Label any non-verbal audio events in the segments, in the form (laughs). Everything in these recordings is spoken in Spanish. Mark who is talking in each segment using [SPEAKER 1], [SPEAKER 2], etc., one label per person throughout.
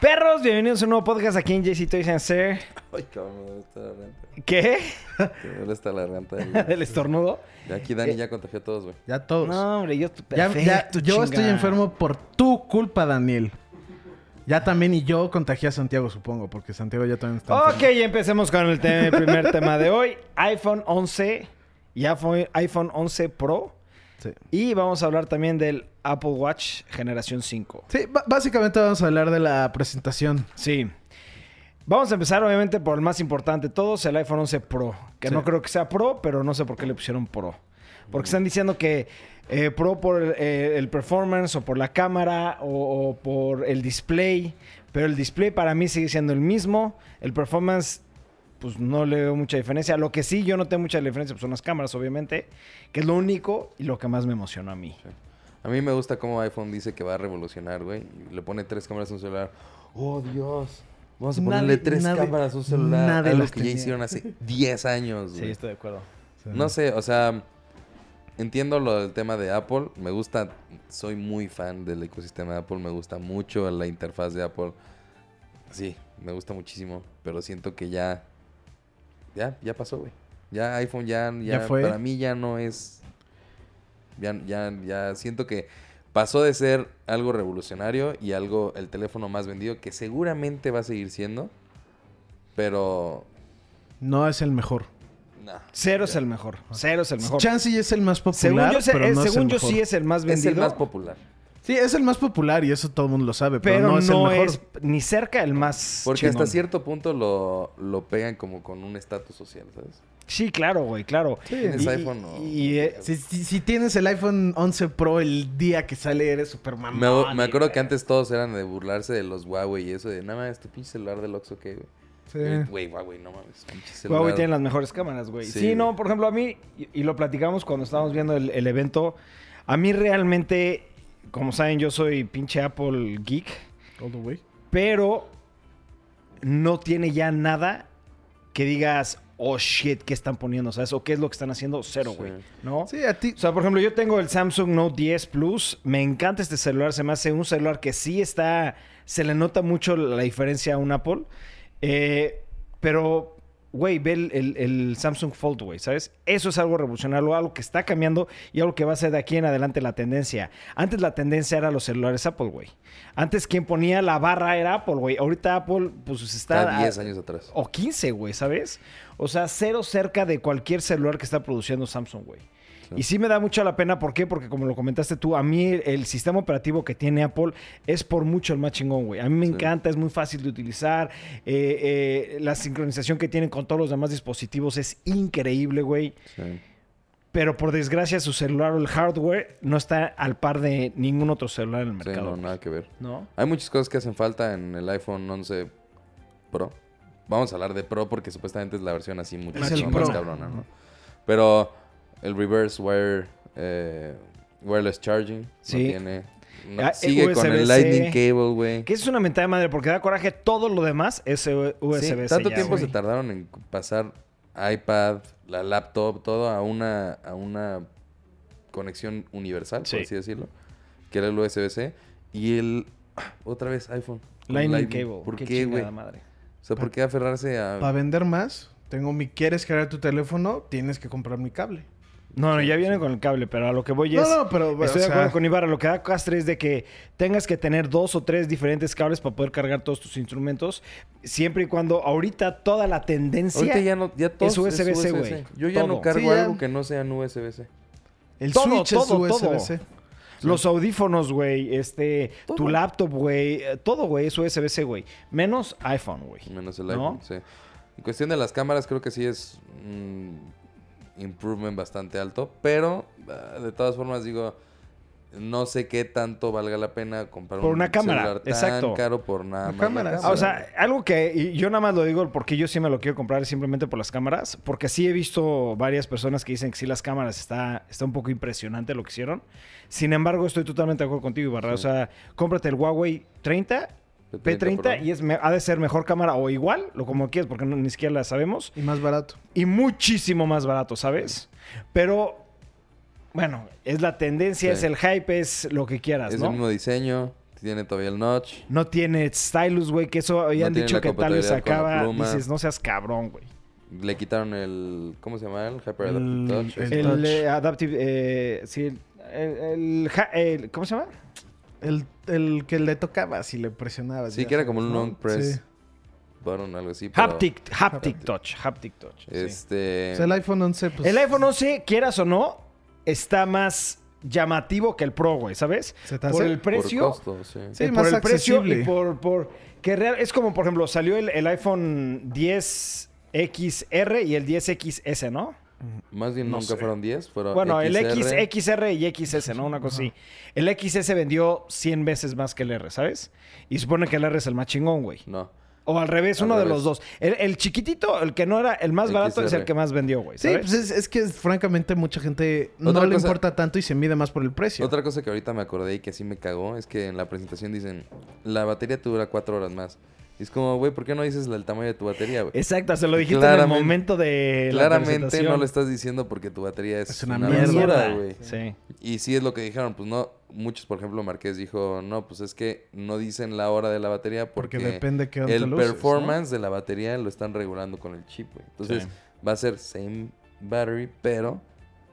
[SPEAKER 1] Perros, bienvenidos a un nuevo podcast aquí en JC Toys and Sir.
[SPEAKER 2] Ay, cabrón, me molesta la garganta.
[SPEAKER 1] ¿Qué? (laughs)
[SPEAKER 2] Me molesta la garganta.
[SPEAKER 3] (laughs)
[SPEAKER 2] güey.
[SPEAKER 1] ¿Del estornudo?
[SPEAKER 2] Ya aquí
[SPEAKER 3] Eh.
[SPEAKER 2] Dani ya contagió a todos, güey.
[SPEAKER 3] Ya todos.
[SPEAKER 1] No, hombre, yo estoy
[SPEAKER 3] Pues, Ya-
[SPEAKER 1] perfecto,
[SPEAKER 3] ya- yo
[SPEAKER 1] chinga.
[SPEAKER 3] estoy enfermo por tu culpa, Daniel. Ya también y yo contagié a Santiago, supongo, porque Santiago ya también está
[SPEAKER 1] Ok,
[SPEAKER 3] enfermo.
[SPEAKER 1] empecemos con el, tema- el primer (laughs) tema de hoy. iPhone 11 y iPhone, iPhone 11 Pro.
[SPEAKER 3] Sí.
[SPEAKER 1] Y vamos a hablar también del Apple Watch generación 5.
[SPEAKER 3] Sí, ba- básicamente vamos a hablar de la presentación.
[SPEAKER 1] Sí. Vamos a empezar obviamente por el más importante de todos, el iPhone 11 Pro. Que
[SPEAKER 3] Sí.
[SPEAKER 1] no creo que sea Pro, pero no sé por qué le pusieron Pro. Porque están diciendo que eh, Pro por eh, el performance o por la cámara o, o por el display. Pero el display para mí sigue siendo el mismo. El performance, pues no le veo mucha diferencia. Lo que sí yo noté mucha diferencia pues, son las cámaras, obviamente. Que es lo único y lo que más me emocionó a mí.
[SPEAKER 2] A mí me gusta cómo iPhone dice que va a revolucionar, güey. y Le pone tres cámaras a un celular. ¡Oh, Dios! Vamos a
[SPEAKER 3] Nadie-
[SPEAKER 2] ponerle tres
[SPEAKER 3] nadie-
[SPEAKER 2] cámaras a un celular.
[SPEAKER 3] nadie
[SPEAKER 2] algo
[SPEAKER 3] las
[SPEAKER 2] que ya
[SPEAKER 3] tenía.
[SPEAKER 2] hicieron hace 10 años, güey.
[SPEAKER 1] de acuerdo.
[SPEAKER 2] No sé, o sea, entiendo lo del tema de Apple. Me gusta, soy muy fan del ecosistema de Apple. Me gusta mucho la interfaz de Apple. Sí, me gusta muchísimo. Pero siento que ya, ya, ya pasó, güey. Ya iPhone ya, ya,
[SPEAKER 3] ¿Ya fue?
[SPEAKER 2] para mí ya no es, ya, ya, ya siento que pasó de ser algo revolucionario y algo, el teléfono más vendido que seguramente va a seguir siendo. Pero,
[SPEAKER 3] No es el mejor.
[SPEAKER 2] no.
[SPEAKER 1] Cero es el mejor. Cero es el mejor.
[SPEAKER 3] Chansey es el más
[SPEAKER 1] Según
[SPEAKER 3] popular,
[SPEAKER 1] yo, se-
[SPEAKER 3] pero
[SPEAKER 1] es-
[SPEAKER 3] no
[SPEAKER 1] según
[SPEAKER 3] es el
[SPEAKER 1] yo
[SPEAKER 3] mejor.
[SPEAKER 1] sí es el más
[SPEAKER 2] Es
[SPEAKER 1] vendido.
[SPEAKER 2] el más popular.
[SPEAKER 3] Sí, es el más popular y eso todo el mundo lo sabe, pero,
[SPEAKER 1] pero
[SPEAKER 3] no es el mejor.
[SPEAKER 1] ni cerca el más.
[SPEAKER 2] Porque
[SPEAKER 1] chingón.
[SPEAKER 2] hasta cierto punto lo, lo pegan como con un estatus social, ¿sabes?
[SPEAKER 1] Sí, claro, güey, claro.
[SPEAKER 2] ¿Tienes
[SPEAKER 1] Y-
[SPEAKER 2] iPhone o-
[SPEAKER 1] y, eh,
[SPEAKER 3] Si, si- si tienes el iPhone 11 Pro el día que sale, eres super
[SPEAKER 2] Me, me acuerdo que antes todos eran de burlarse de los Huawei y eso, de nada más tu pinche celular del Oxxo, ¿qué, güey? Y, Güey, Huawei, no mames, pinche celular.
[SPEAKER 1] Huawei tiene las mejores cámaras, güey. Sí,
[SPEAKER 2] Sí,
[SPEAKER 1] no,
[SPEAKER 2] güey.
[SPEAKER 1] por ejemplo, a mí, y, y lo platicamos cuando estábamos viendo el, el evento, a mí realmente, como saben, yo soy pinche Apple geek, pero no tiene ya nada que digas, oh shit, ¿qué están poniendo? ¿Sabes? O qué es lo que están haciendo, cero,
[SPEAKER 2] Sí.
[SPEAKER 1] güey. ¿No?
[SPEAKER 3] Sí, a ti.
[SPEAKER 1] O sea, por ejemplo, yo tengo el Samsung Note 10 Plus. Me encanta este celular. Se me hace un celular que sí está. Se le nota mucho la diferencia a un Apple. Eh, pero, güey, ve el, el- el Samsung Fold, güey, ¿sabes? Eso es algo revolucionario, algo que está cambiando y algo que va a ser de aquí en adelante la tendencia. Antes la tendencia era los celulares Apple, güey. Antes quien ponía la barra era Apple, güey. Ahorita Apple, pues está.
[SPEAKER 2] Está 10 años atrás.
[SPEAKER 1] O 15, güey, ¿sabes? O sea, cero cerca de cualquier celular que está produciendo Samsung, güey.
[SPEAKER 2] Sí.
[SPEAKER 1] Y sí me da mucho la pena, ¿por qué? Porque como lo comentaste tú, a mí el, el sistema operativo que tiene Apple es por mucho el más chingón, güey. A mí me
[SPEAKER 2] Sí.
[SPEAKER 1] encanta, es muy fácil de utilizar. eh, eh, la sincronización que tienen con todos los demás dispositivos es increíble, güey.
[SPEAKER 2] Sí.
[SPEAKER 1] Pero por desgracia su celular o el hardware no está al par de ningún otro celular en el
[SPEAKER 2] Sí,
[SPEAKER 1] mercado.
[SPEAKER 2] no, nada que ver.
[SPEAKER 1] ¿No?
[SPEAKER 2] Hay muchas cosas que hacen falta en el iPhone 11 Pro. Vamos a hablar de Pro porque supuestamente es la versión así mucho
[SPEAKER 3] Es
[SPEAKER 1] el
[SPEAKER 2] más
[SPEAKER 1] Pro.
[SPEAKER 2] cabrona, ¿no? Pero el reverse wire eh, wireless charging
[SPEAKER 1] Sí.
[SPEAKER 2] no tiene. No-
[SPEAKER 1] Ah, eh,
[SPEAKER 2] sigue con el
[SPEAKER 1] USB-C.
[SPEAKER 2] lightning cable, güey.
[SPEAKER 1] Que esa es una mentada de madre porque da coraje todo lo demás es eh,
[SPEAKER 2] Sí,
[SPEAKER 1] USB-C.
[SPEAKER 2] tanto
[SPEAKER 1] ya,
[SPEAKER 2] tiempo
[SPEAKER 1] güey.
[SPEAKER 2] se tardaron en pasar iPad, la laptop, todo a una, a una conexión universal,
[SPEAKER 1] Sí.
[SPEAKER 2] por así decirlo, que era el USB-C. Y el, (clears throat) otra vez, iPhone. con
[SPEAKER 1] Lightning, Cable.
[SPEAKER 2] ¿Por qué,
[SPEAKER 1] chingada
[SPEAKER 2] güey? O
[SPEAKER 1] madre.
[SPEAKER 2] sea, ¿por qué aferrarse
[SPEAKER 3] Para
[SPEAKER 2] a...?
[SPEAKER 3] vender más, tengo mi quieres cargar tu teléfono, tienes que comprar mi cable.
[SPEAKER 1] No, no, ya viene con el cable, pero a lo que voy
[SPEAKER 3] No,
[SPEAKER 1] es.
[SPEAKER 3] no, pero, bueno,
[SPEAKER 1] Estoy
[SPEAKER 3] o
[SPEAKER 1] de
[SPEAKER 3] sea,
[SPEAKER 1] acuerdo con Ibarra. Lo que da Castre es de que tengas que tener dos o tres diferentes cables para poder cargar todos tus instrumentos. Siempre y cuando ahorita toda la tendencia.
[SPEAKER 2] Ahorita ya no, ya todo es
[SPEAKER 1] USB-C, güey.
[SPEAKER 2] Yo ya
[SPEAKER 1] Todo.
[SPEAKER 2] no cargo
[SPEAKER 3] Sí, ya.
[SPEAKER 2] algo que no sea en USB-C.
[SPEAKER 3] El
[SPEAKER 1] Todo,
[SPEAKER 3] Switch
[SPEAKER 1] todo,
[SPEAKER 3] es
[SPEAKER 1] todo.
[SPEAKER 3] USB-C.
[SPEAKER 1] Los audífonos, güey. Este. Tu laptop, güey. eh, Todo, güey. Es USB-C, güey. Menos iPhone, güey.
[SPEAKER 2] Menos el
[SPEAKER 1] ¿No?
[SPEAKER 2] iPhone, sí. En cuestión de las cámaras, creo que sí es un improvement bastante alto. Pero, ah, de todas formas, digo, no sé qué tanto valga la pena comprar
[SPEAKER 1] Por
[SPEAKER 2] un
[SPEAKER 1] una cámara,
[SPEAKER 2] celular tan
[SPEAKER 1] exacto.
[SPEAKER 2] caro por nada
[SPEAKER 3] Una
[SPEAKER 2] más
[SPEAKER 3] cámara,
[SPEAKER 1] Ah, o sea, algo que y yo nada más lo digo porque yo sí me lo quiero comprar simplemente por las cámaras, porque sí he visto varias personas que dicen que sí las cámaras está, está un poco impresionante lo que hicieron. Sin embargo, estoy totalmente de acuerdo contigo, Ibarra. O sea, cómprate el Huawei 30,
[SPEAKER 2] P30
[SPEAKER 1] P30
[SPEAKER 2] Pro.
[SPEAKER 1] y es, me- ha de ser mejor cámara o igual, lo como quieras, porque no- ni siquiera la sabemos.
[SPEAKER 3] Y más barato.
[SPEAKER 1] Y muchísimo más barato, ¿sabes? Pero, bueno, es la tendencia,
[SPEAKER 2] Sí.
[SPEAKER 1] es el hype, es lo que quieras,
[SPEAKER 2] es
[SPEAKER 1] ¿no?
[SPEAKER 2] el mismo diseño, Tiene todavía el notch.
[SPEAKER 1] No tiene stylus, güey, que eso habían
[SPEAKER 2] tiene
[SPEAKER 1] dicho
[SPEAKER 2] la
[SPEAKER 1] que tal vez
[SPEAKER 2] compatibilidad con la
[SPEAKER 1] acaba.
[SPEAKER 2] pluma.
[SPEAKER 1] Dices, no seas cabrón, güey.
[SPEAKER 2] Le quitaron el... ¿Cómo se llama? El Hyper Adaptive
[SPEAKER 3] El-
[SPEAKER 2] Touch.
[SPEAKER 3] el-
[SPEAKER 2] este.
[SPEAKER 1] El
[SPEAKER 3] touch.
[SPEAKER 1] eh, adaptive, eh, sí, el, el- el ja- el- ¿cómo se llama?
[SPEAKER 3] El, el que le tocabas y le presionabas.
[SPEAKER 2] Sí,
[SPEAKER 3] ya
[SPEAKER 2] que era
[SPEAKER 3] sabes,
[SPEAKER 2] como un
[SPEAKER 3] ¿no?
[SPEAKER 2] long press
[SPEAKER 3] Sí.
[SPEAKER 2] button, algo así. pero,
[SPEAKER 1] Haptic, haptic touch, haptic touch. sí.
[SPEAKER 2] Este...
[SPEAKER 3] O sea, el iPhone 11, pues...
[SPEAKER 1] eh. El iPhone 11, quieras o no, está más llamativo que el Pro, güey, ¿sabes?
[SPEAKER 3] ¿Se te hace?
[SPEAKER 1] Por el
[SPEAKER 2] por
[SPEAKER 1] precio,
[SPEAKER 2] costo, sí.
[SPEAKER 3] Sí,
[SPEAKER 1] Eh, por
[SPEAKER 3] más
[SPEAKER 1] el precio y
[SPEAKER 3] accesible.
[SPEAKER 1] por, por que real, es como por ejemplo salió el, el iPhone 10 XR y el 10 XS, ¿no?
[SPEAKER 2] Más bien
[SPEAKER 1] No
[SPEAKER 2] nunca
[SPEAKER 1] sé.
[SPEAKER 2] fueron 10, fueron
[SPEAKER 1] Bueno,
[SPEAKER 2] XR.
[SPEAKER 1] el X, XR y XS, ¿no? Una cosa así. El XS vendió 100 veces más que el R, ¿sabes? Y supone que el R es el más chingón, güey.
[SPEAKER 2] No.
[SPEAKER 1] O al revés,
[SPEAKER 2] Al
[SPEAKER 1] uno de
[SPEAKER 2] revés.
[SPEAKER 1] los dos. El, el chiquitito, el que no era el más barato, es
[SPEAKER 2] XR.
[SPEAKER 1] el que más vendió, güey.
[SPEAKER 3] Sí,
[SPEAKER 1] ¿sabes?
[SPEAKER 3] pues es, es que francamente mucha gente no
[SPEAKER 2] Otra
[SPEAKER 3] le
[SPEAKER 2] cosa-
[SPEAKER 3] importa tanto y se mide más por el precio.
[SPEAKER 2] Otra cosa que ahorita me acordé y que sí me cagó es que en la presentación dicen, la batería te dura cuatro horas más. Y es como, güey, ¿por qué no dices la- el tamaño de tu batería, güey?
[SPEAKER 1] Exacto, se lo dijiste en
[SPEAKER 2] Claramente-
[SPEAKER 1] el momento de la
[SPEAKER 2] Claramente no
[SPEAKER 1] presentación.
[SPEAKER 2] lo estás diciendo porque tu batería es,
[SPEAKER 3] Es
[SPEAKER 2] una,
[SPEAKER 3] una
[SPEAKER 2] basura,
[SPEAKER 1] Mierda,
[SPEAKER 2] güey.
[SPEAKER 1] Sí.
[SPEAKER 2] Y sí es lo que dijeron, pues no, muchos, por ejemplo, Marqués dijo, no, pues es que no dicen la hora de la batería porque,
[SPEAKER 3] porque depende qué onda
[SPEAKER 2] el
[SPEAKER 3] lo uses, ¿no?
[SPEAKER 2] performance de la batería lo están regulando con el chip, güey. Entonces
[SPEAKER 1] Sí.
[SPEAKER 2] va a ser same battery, pero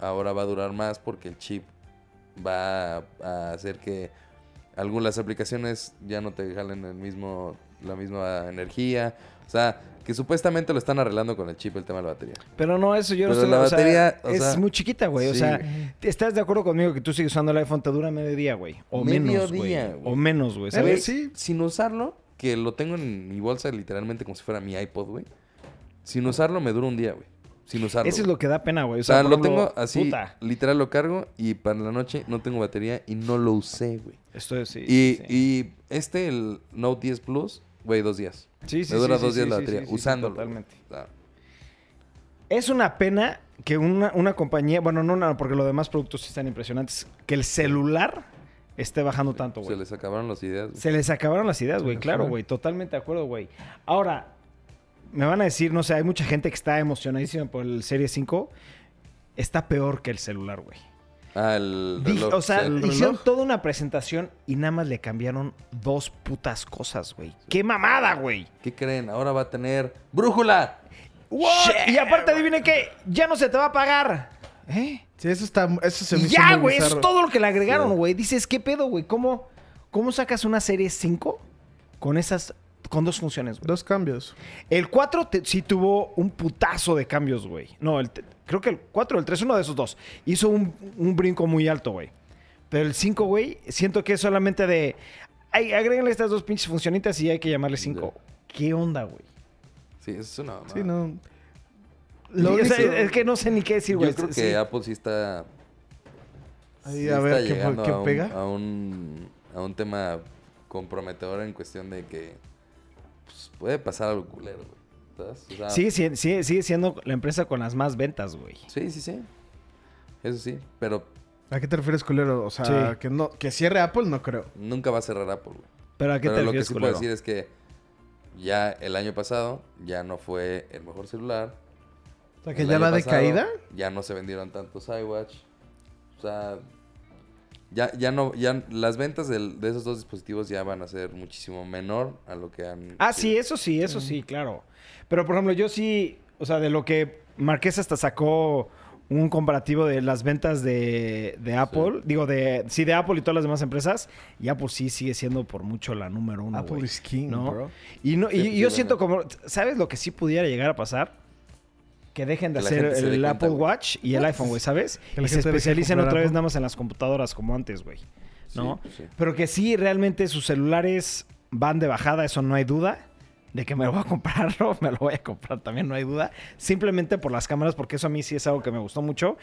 [SPEAKER 2] ahora va a durar más porque el chip va a, a hacer que algunas aplicaciones ya no te jalen el mismo, la misma energía. O sea, que supuestamente lo están arreglando con el chip el tema de la batería.
[SPEAKER 1] Pero no, eso yo no
[SPEAKER 2] Pero
[SPEAKER 1] estoy-
[SPEAKER 2] la
[SPEAKER 1] o sea,
[SPEAKER 2] batería, o sea,
[SPEAKER 1] es muy chiquita, güey. O
[SPEAKER 2] sí,
[SPEAKER 1] sea,
[SPEAKER 2] güey.
[SPEAKER 1] ¿estás de acuerdo conmigo que tú sigues usando el iPhone? Te dura medio día, güey. O
[SPEAKER 2] Medio
[SPEAKER 1] menos, güey.
[SPEAKER 2] día, güey.
[SPEAKER 1] O menos, güey.
[SPEAKER 3] A ver,
[SPEAKER 1] ¿Sabes?
[SPEAKER 3] sí.
[SPEAKER 2] Sin usarlo, que lo tengo en mi bolsa literalmente como si fuera mi iPod, güey. Sin usarlo me dura un día, güey. Sin usarlo.
[SPEAKER 1] Eso es
[SPEAKER 2] güey.
[SPEAKER 1] lo que da pena, güey.
[SPEAKER 2] O sea,
[SPEAKER 1] por
[SPEAKER 2] lo
[SPEAKER 1] ejemplo,
[SPEAKER 2] tengo así,
[SPEAKER 1] Puta.
[SPEAKER 2] literal lo cargo y para la noche no tengo batería y no lo usé, güey.
[SPEAKER 1] Esto es, sí.
[SPEAKER 2] Y,
[SPEAKER 1] sí.
[SPEAKER 2] y este, el Note 10 Plus, güey, dos días.
[SPEAKER 1] Sí, sí,
[SPEAKER 2] me dura
[SPEAKER 1] sí,
[SPEAKER 2] dos
[SPEAKER 1] sí,
[SPEAKER 2] días
[SPEAKER 1] sí,
[SPEAKER 2] la
[SPEAKER 1] sí,
[SPEAKER 2] batería,
[SPEAKER 1] sí, sí,
[SPEAKER 2] usándolo.
[SPEAKER 1] totalmente.
[SPEAKER 2] O sea,
[SPEAKER 1] Es una pena que una, una compañía, bueno, no, no, porque los demás productos sí están impresionantes, que el celular esté bajando tanto,
[SPEAKER 2] se
[SPEAKER 1] güey.
[SPEAKER 2] les acabaron las ideas. güey.
[SPEAKER 1] Se les acabaron las ideas, güey.
[SPEAKER 3] Se les
[SPEAKER 1] Claro,
[SPEAKER 3] fueron.
[SPEAKER 1] güey. Totalmente de acuerdo, güey. Ahora, me van a decir, no sé, hay mucha gente que está emocionadísima por el Serie 5. Está peor que el celular, güey.
[SPEAKER 2] Ah, el
[SPEAKER 1] Dij-
[SPEAKER 2] reloj,
[SPEAKER 1] o sea,
[SPEAKER 2] sí.
[SPEAKER 1] hicieron toda una presentación y nada más le cambiaron dos putas cosas, güey. ¡Qué mamada, güey!
[SPEAKER 2] ¿Qué creen? Ahora va a tener brújula.
[SPEAKER 1] What? Y aparte, adivine qué, ya no se te va a pagar. ¿Eh?
[SPEAKER 3] Sí, eso está... Eso se me
[SPEAKER 1] Y
[SPEAKER 3] hizo
[SPEAKER 1] ya,
[SPEAKER 3] muy
[SPEAKER 1] güey, eso
[SPEAKER 3] bizarro.
[SPEAKER 1] es todo lo que le agregaron,
[SPEAKER 2] Sí.
[SPEAKER 1] güey. Dices, ¿qué pedo, güey? ¿Cómo, ¿Cómo sacas una serie 5 con esas, con dos funciones, güey?
[SPEAKER 3] Dos cambios.
[SPEAKER 1] El 4 te- sí tuvo un putazo de cambios, güey. No, el te- creo que el 4, el 3, uno de esos dos. Hizo un, un brinco muy alto, güey. Pero el 5, güey, siento que es solamente de... Ay, agréguenle estas dos pinches funcionitas y hay que llamarle 5. ¿Qué onda, güey?
[SPEAKER 2] Sí, eso es una mamada.
[SPEAKER 3] Sí, no...
[SPEAKER 1] Y, (laughs)
[SPEAKER 3] Lo
[SPEAKER 1] o sea,
[SPEAKER 3] único-
[SPEAKER 1] es que no sé ni qué decir,
[SPEAKER 2] Yo
[SPEAKER 1] güey.
[SPEAKER 2] creo que
[SPEAKER 1] Sí.
[SPEAKER 2] Apple sí está.
[SPEAKER 3] Ahí, a ver, ¿qué fue-
[SPEAKER 2] llegando
[SPEAKER 3] qué
[SPEAKER 2] a un-
[SPEAKER 3] pega?
[SPEAKER 2] a, un, a un tema comprometedor en cuestión de que pues, puede pasar algo culero, güey. ¿Sabes? O sea,
[SPEAKER 1] Sigue, siendo- sigue- sigue siendo la empresa con las más ventas, güey.
[SPEAKER 2] Sí, sí, sí. Eso sí. Pero
[SPEAKER 3] ¿A qué te refieres, culero? O sea,
[SPEAKER 1] Sí.
[SPEAKER 3] que, no, que cierre Apple no creo.
[SPEAKER 2] nunca va a cerrar Apple, güey.
[SPEAKER 1] Pero ¿a qué
[SPEAKER 2] Pero
[SPEAKER 1] te
[SPEAKER 2] lo que
[SPEAKER 1] refieres,
[SPEAKER 2] sí
[SPEAKER 1] culero?
[SPEAKER 2] puedo decir es que ya el año pasado ya no fue el mejor celular.
[SPEAKER 3] O sea, que
[SPEAKER 2] El
[SPEAKER 3] ya
[SPEAKER 2] año
[SPEAKER 3] va de
[SPEAKER 2] pasado
[SPEAKER 3] caída.
[SPEAKER 2] Ya no se vendieron tantos iWatch. O sea, ya, ya no, ya las ventas del- de esos dos dispositivos ya van a ser muchísimo menor a lo que han.
[SPEAKER 1] Ah, sí, eso sí, eso sí, claro. Pero, por ejemplo, yo sí, o sea, de lo que Marqués hasta sacó un comparativo de las ventas de, de Apple, digo, de sí, de Apple y todas las demás empresas, y Apple sí sigue siendo por mucho la número uno.
[SPEAKER 3] Apple
[SPEAKER 1] güey,
[SPEAKER 3] is king,
[SPEAKER 1] ¿no?
[SPEAKER 3] bro.
[SPEAKER 1] Y, no, y
[SPEAKER 2] Sí, sí,
[SPEAKER 1] yo
[SPEAKER 2] bueno.
[SPEAKER 1] siento como, ¿sabes lo que sí pudiera llegar a pasar? Que dejen de
[SPEAKER 2] Que la
[SPEAKER 1] hacer
[SPEAKER 2] gente se dé
[SPEAKER 1] el
[SPEAKER 2] cuenta,
[SPEAKER 1] Apple
[SPEAKER 2] güey.
[SPEAKER 1] Watch y el iPhone, güey, ¿sabes?
[SPEAKER 3] pues, Que la
[SPEAKER 1] Y se
[SPEAKER 3] gente deje de
[SPEAKER 1] especialicen
[SPEAKER 3] comprar
[SPEAKER 1] otra vez
[SPEAKER 3] Apple.
[SPEAKER 1] nada más en las computadoras como antes, güey.
[SPEAKER 2] Sí,
[SPEAKER 1] ¿No?
[SPEAKER 2] sí.
[SPEAKER 1] Pero que sí, realmente sus celulares van de bajada, eso no hay duda. De que me lo voy a comprar, (laughs) ¿no? me lo voy a comprar también, no hay duda. Simplemente por las cámaras, porque eso a mí sí es algo que me gustó mucho.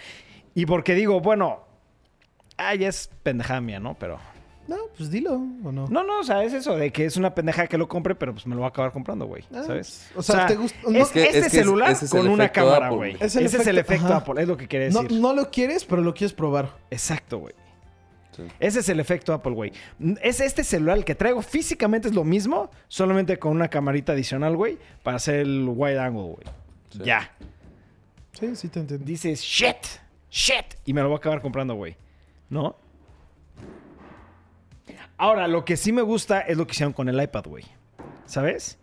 [SPEAKER 1] Y porque digo, bueno, ah, ya es pendejada mía, ¿no? Pero.
[SPEAKER 3] No, pues dilo, ¿o no?
[SPEAKER 1] No, no, o sea, es eso, de que es una pendeja que lo compre, pero pues me lo va a acabar comprando, güey.
[SPEAKER 3] Ah,
[SPEAKER 1] ¿Sabes?
[SPEAKER 3] o sea, ¿te gusta- no-
[SPEAKER 1] es
[SPEAKER 3] Es
[SPEAKER 2] que-
[SPEAKER 1] este
[SPEAKER 2] es que es-
[SPEAKER 1] celular
[SPEAKER 2] ese es el
[SPEAKER 1] con una
[SPEAKER 2] efecto
[SPEAKER 1] cámara,
[SPEAKER 2] Apple,
[SPEAKER 1] güey.
[SPEAKER 2] güey.
[SPEAKER 1] Ese es el efecto
[SPEAKER 3] ajá.
[SPEAKER 1] Apple, es lo que quería
[SPEAKER 3] No,
[SPEAKER 1] decir.
[SPEAKER 3] no lo quieres, pero lo quieres probar.
[SPEAKER 1] Exacto, güey.
[SPEAKER 2] Sí.
[SPEAKER 1] Ese es el efecto Apple, güey. Mm, Es este celular el que traigo físicamente es lo mismo, solamente con una camarita adicional, güey, para hacer el wide angle, güey.
[SPEAKER 2] Sí.
[SPEAKER 1] Ya.
[SPEAKER 3] Sí, sí te entendí.
[SPEAKER 1] Dices, shit, shit. Y me lo voy a acabar comprando, güey. ¿No? Ahora, lo que sí me gusta es lo que hicieron con el iPad, güey. ¿Sabes?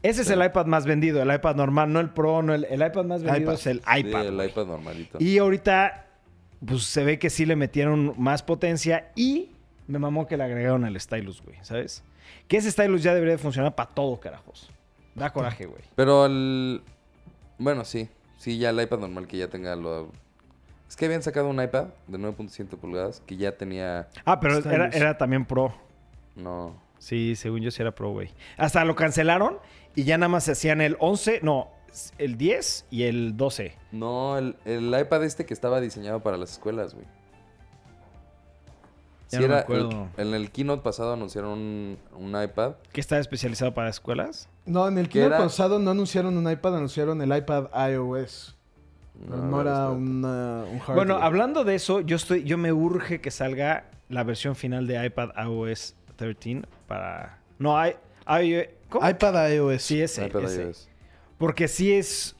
[SPEAKER 1] Ese es el iPad más vendido, el iPad normal, no el Pro, no el, el iPad más vendido
[SPEAKER 3] iPad.
[SPEAKER 1] es el
[SPEAKER 2] Sí,
[SPEAKER 1] iPad.
[SPEAKER 2] el
[SPEAKER 1] güey.
[SPEAKER 2] iPad normalito.
[SPEAKER 1] Y ahorita, pues se ve que sí le metieron más potencia y me mamó que le agregaron el Stylus, güey, ¿sabes? Que ese Stylus ya debería de funcionar para todo, carajos. Da coraje, güey.
[SPEAKER 2] Pero el... Bueno, sí. Sí, ya el iPad normal que ya tenga lo... Es que habían sacado un iPad de 9.7 pulgadas que ya tenía...
[SPEAKER 1] Ah, pero era,
[SPEAKER 3] Stylus.
[SPEAKER 1] era también pro.
[SPEAKER 2] No.
[SPEAKER 1] Sí, según yo sí era pro, güey. Hasta lo cancelaron y ya nada más se hacían el 11, no, el 10 y el 12.
[SPEAKER 2] No, el, el iPad este que estaba diseñado para las escuelas, güey.
[SPEAKER 1] Ya no
[SPEAKER 2] Sí
[SPEAKER 1] me
[SPEAKER 2] era-
[SPEAKER 1] acuerdo.
[SPEAKER 2] el- en el keynote pasado anunciaron un, un iPad.
[SPEAKER 1] Que está especializado para escuelas.
[SPEAKER 3] No, en el
[SPEAKER 2] ¿Qué
[SPEAKER 3] keynote
[SPEAKER 2] era?
[SPEAKER 3] pasado no anunciaron un iPad, anunciaron el iPad iOS. Pero No,
[SPEAKER 2] a ver,
[SPEAKER 3] era
[SPEAKER 2] espérate.
[SPEAKER 3] una- un hardware.
[SPEAKER 1] Bueno, hablando de eso, yo estoy, yo me urge que salga la versión final de iPad iOS 13 para. No, hay. ¿Cómo?
[SPEAKER 3] iPad iOS.
[SPEAKER 1] Sí, ese,
[SPEAKER 2] iPad
[SPEAKER 1] ese.
[SPEAKER 2] iOS.
[SPEAKER 3] Oh,
[SPEAKER 1] Porque sí es.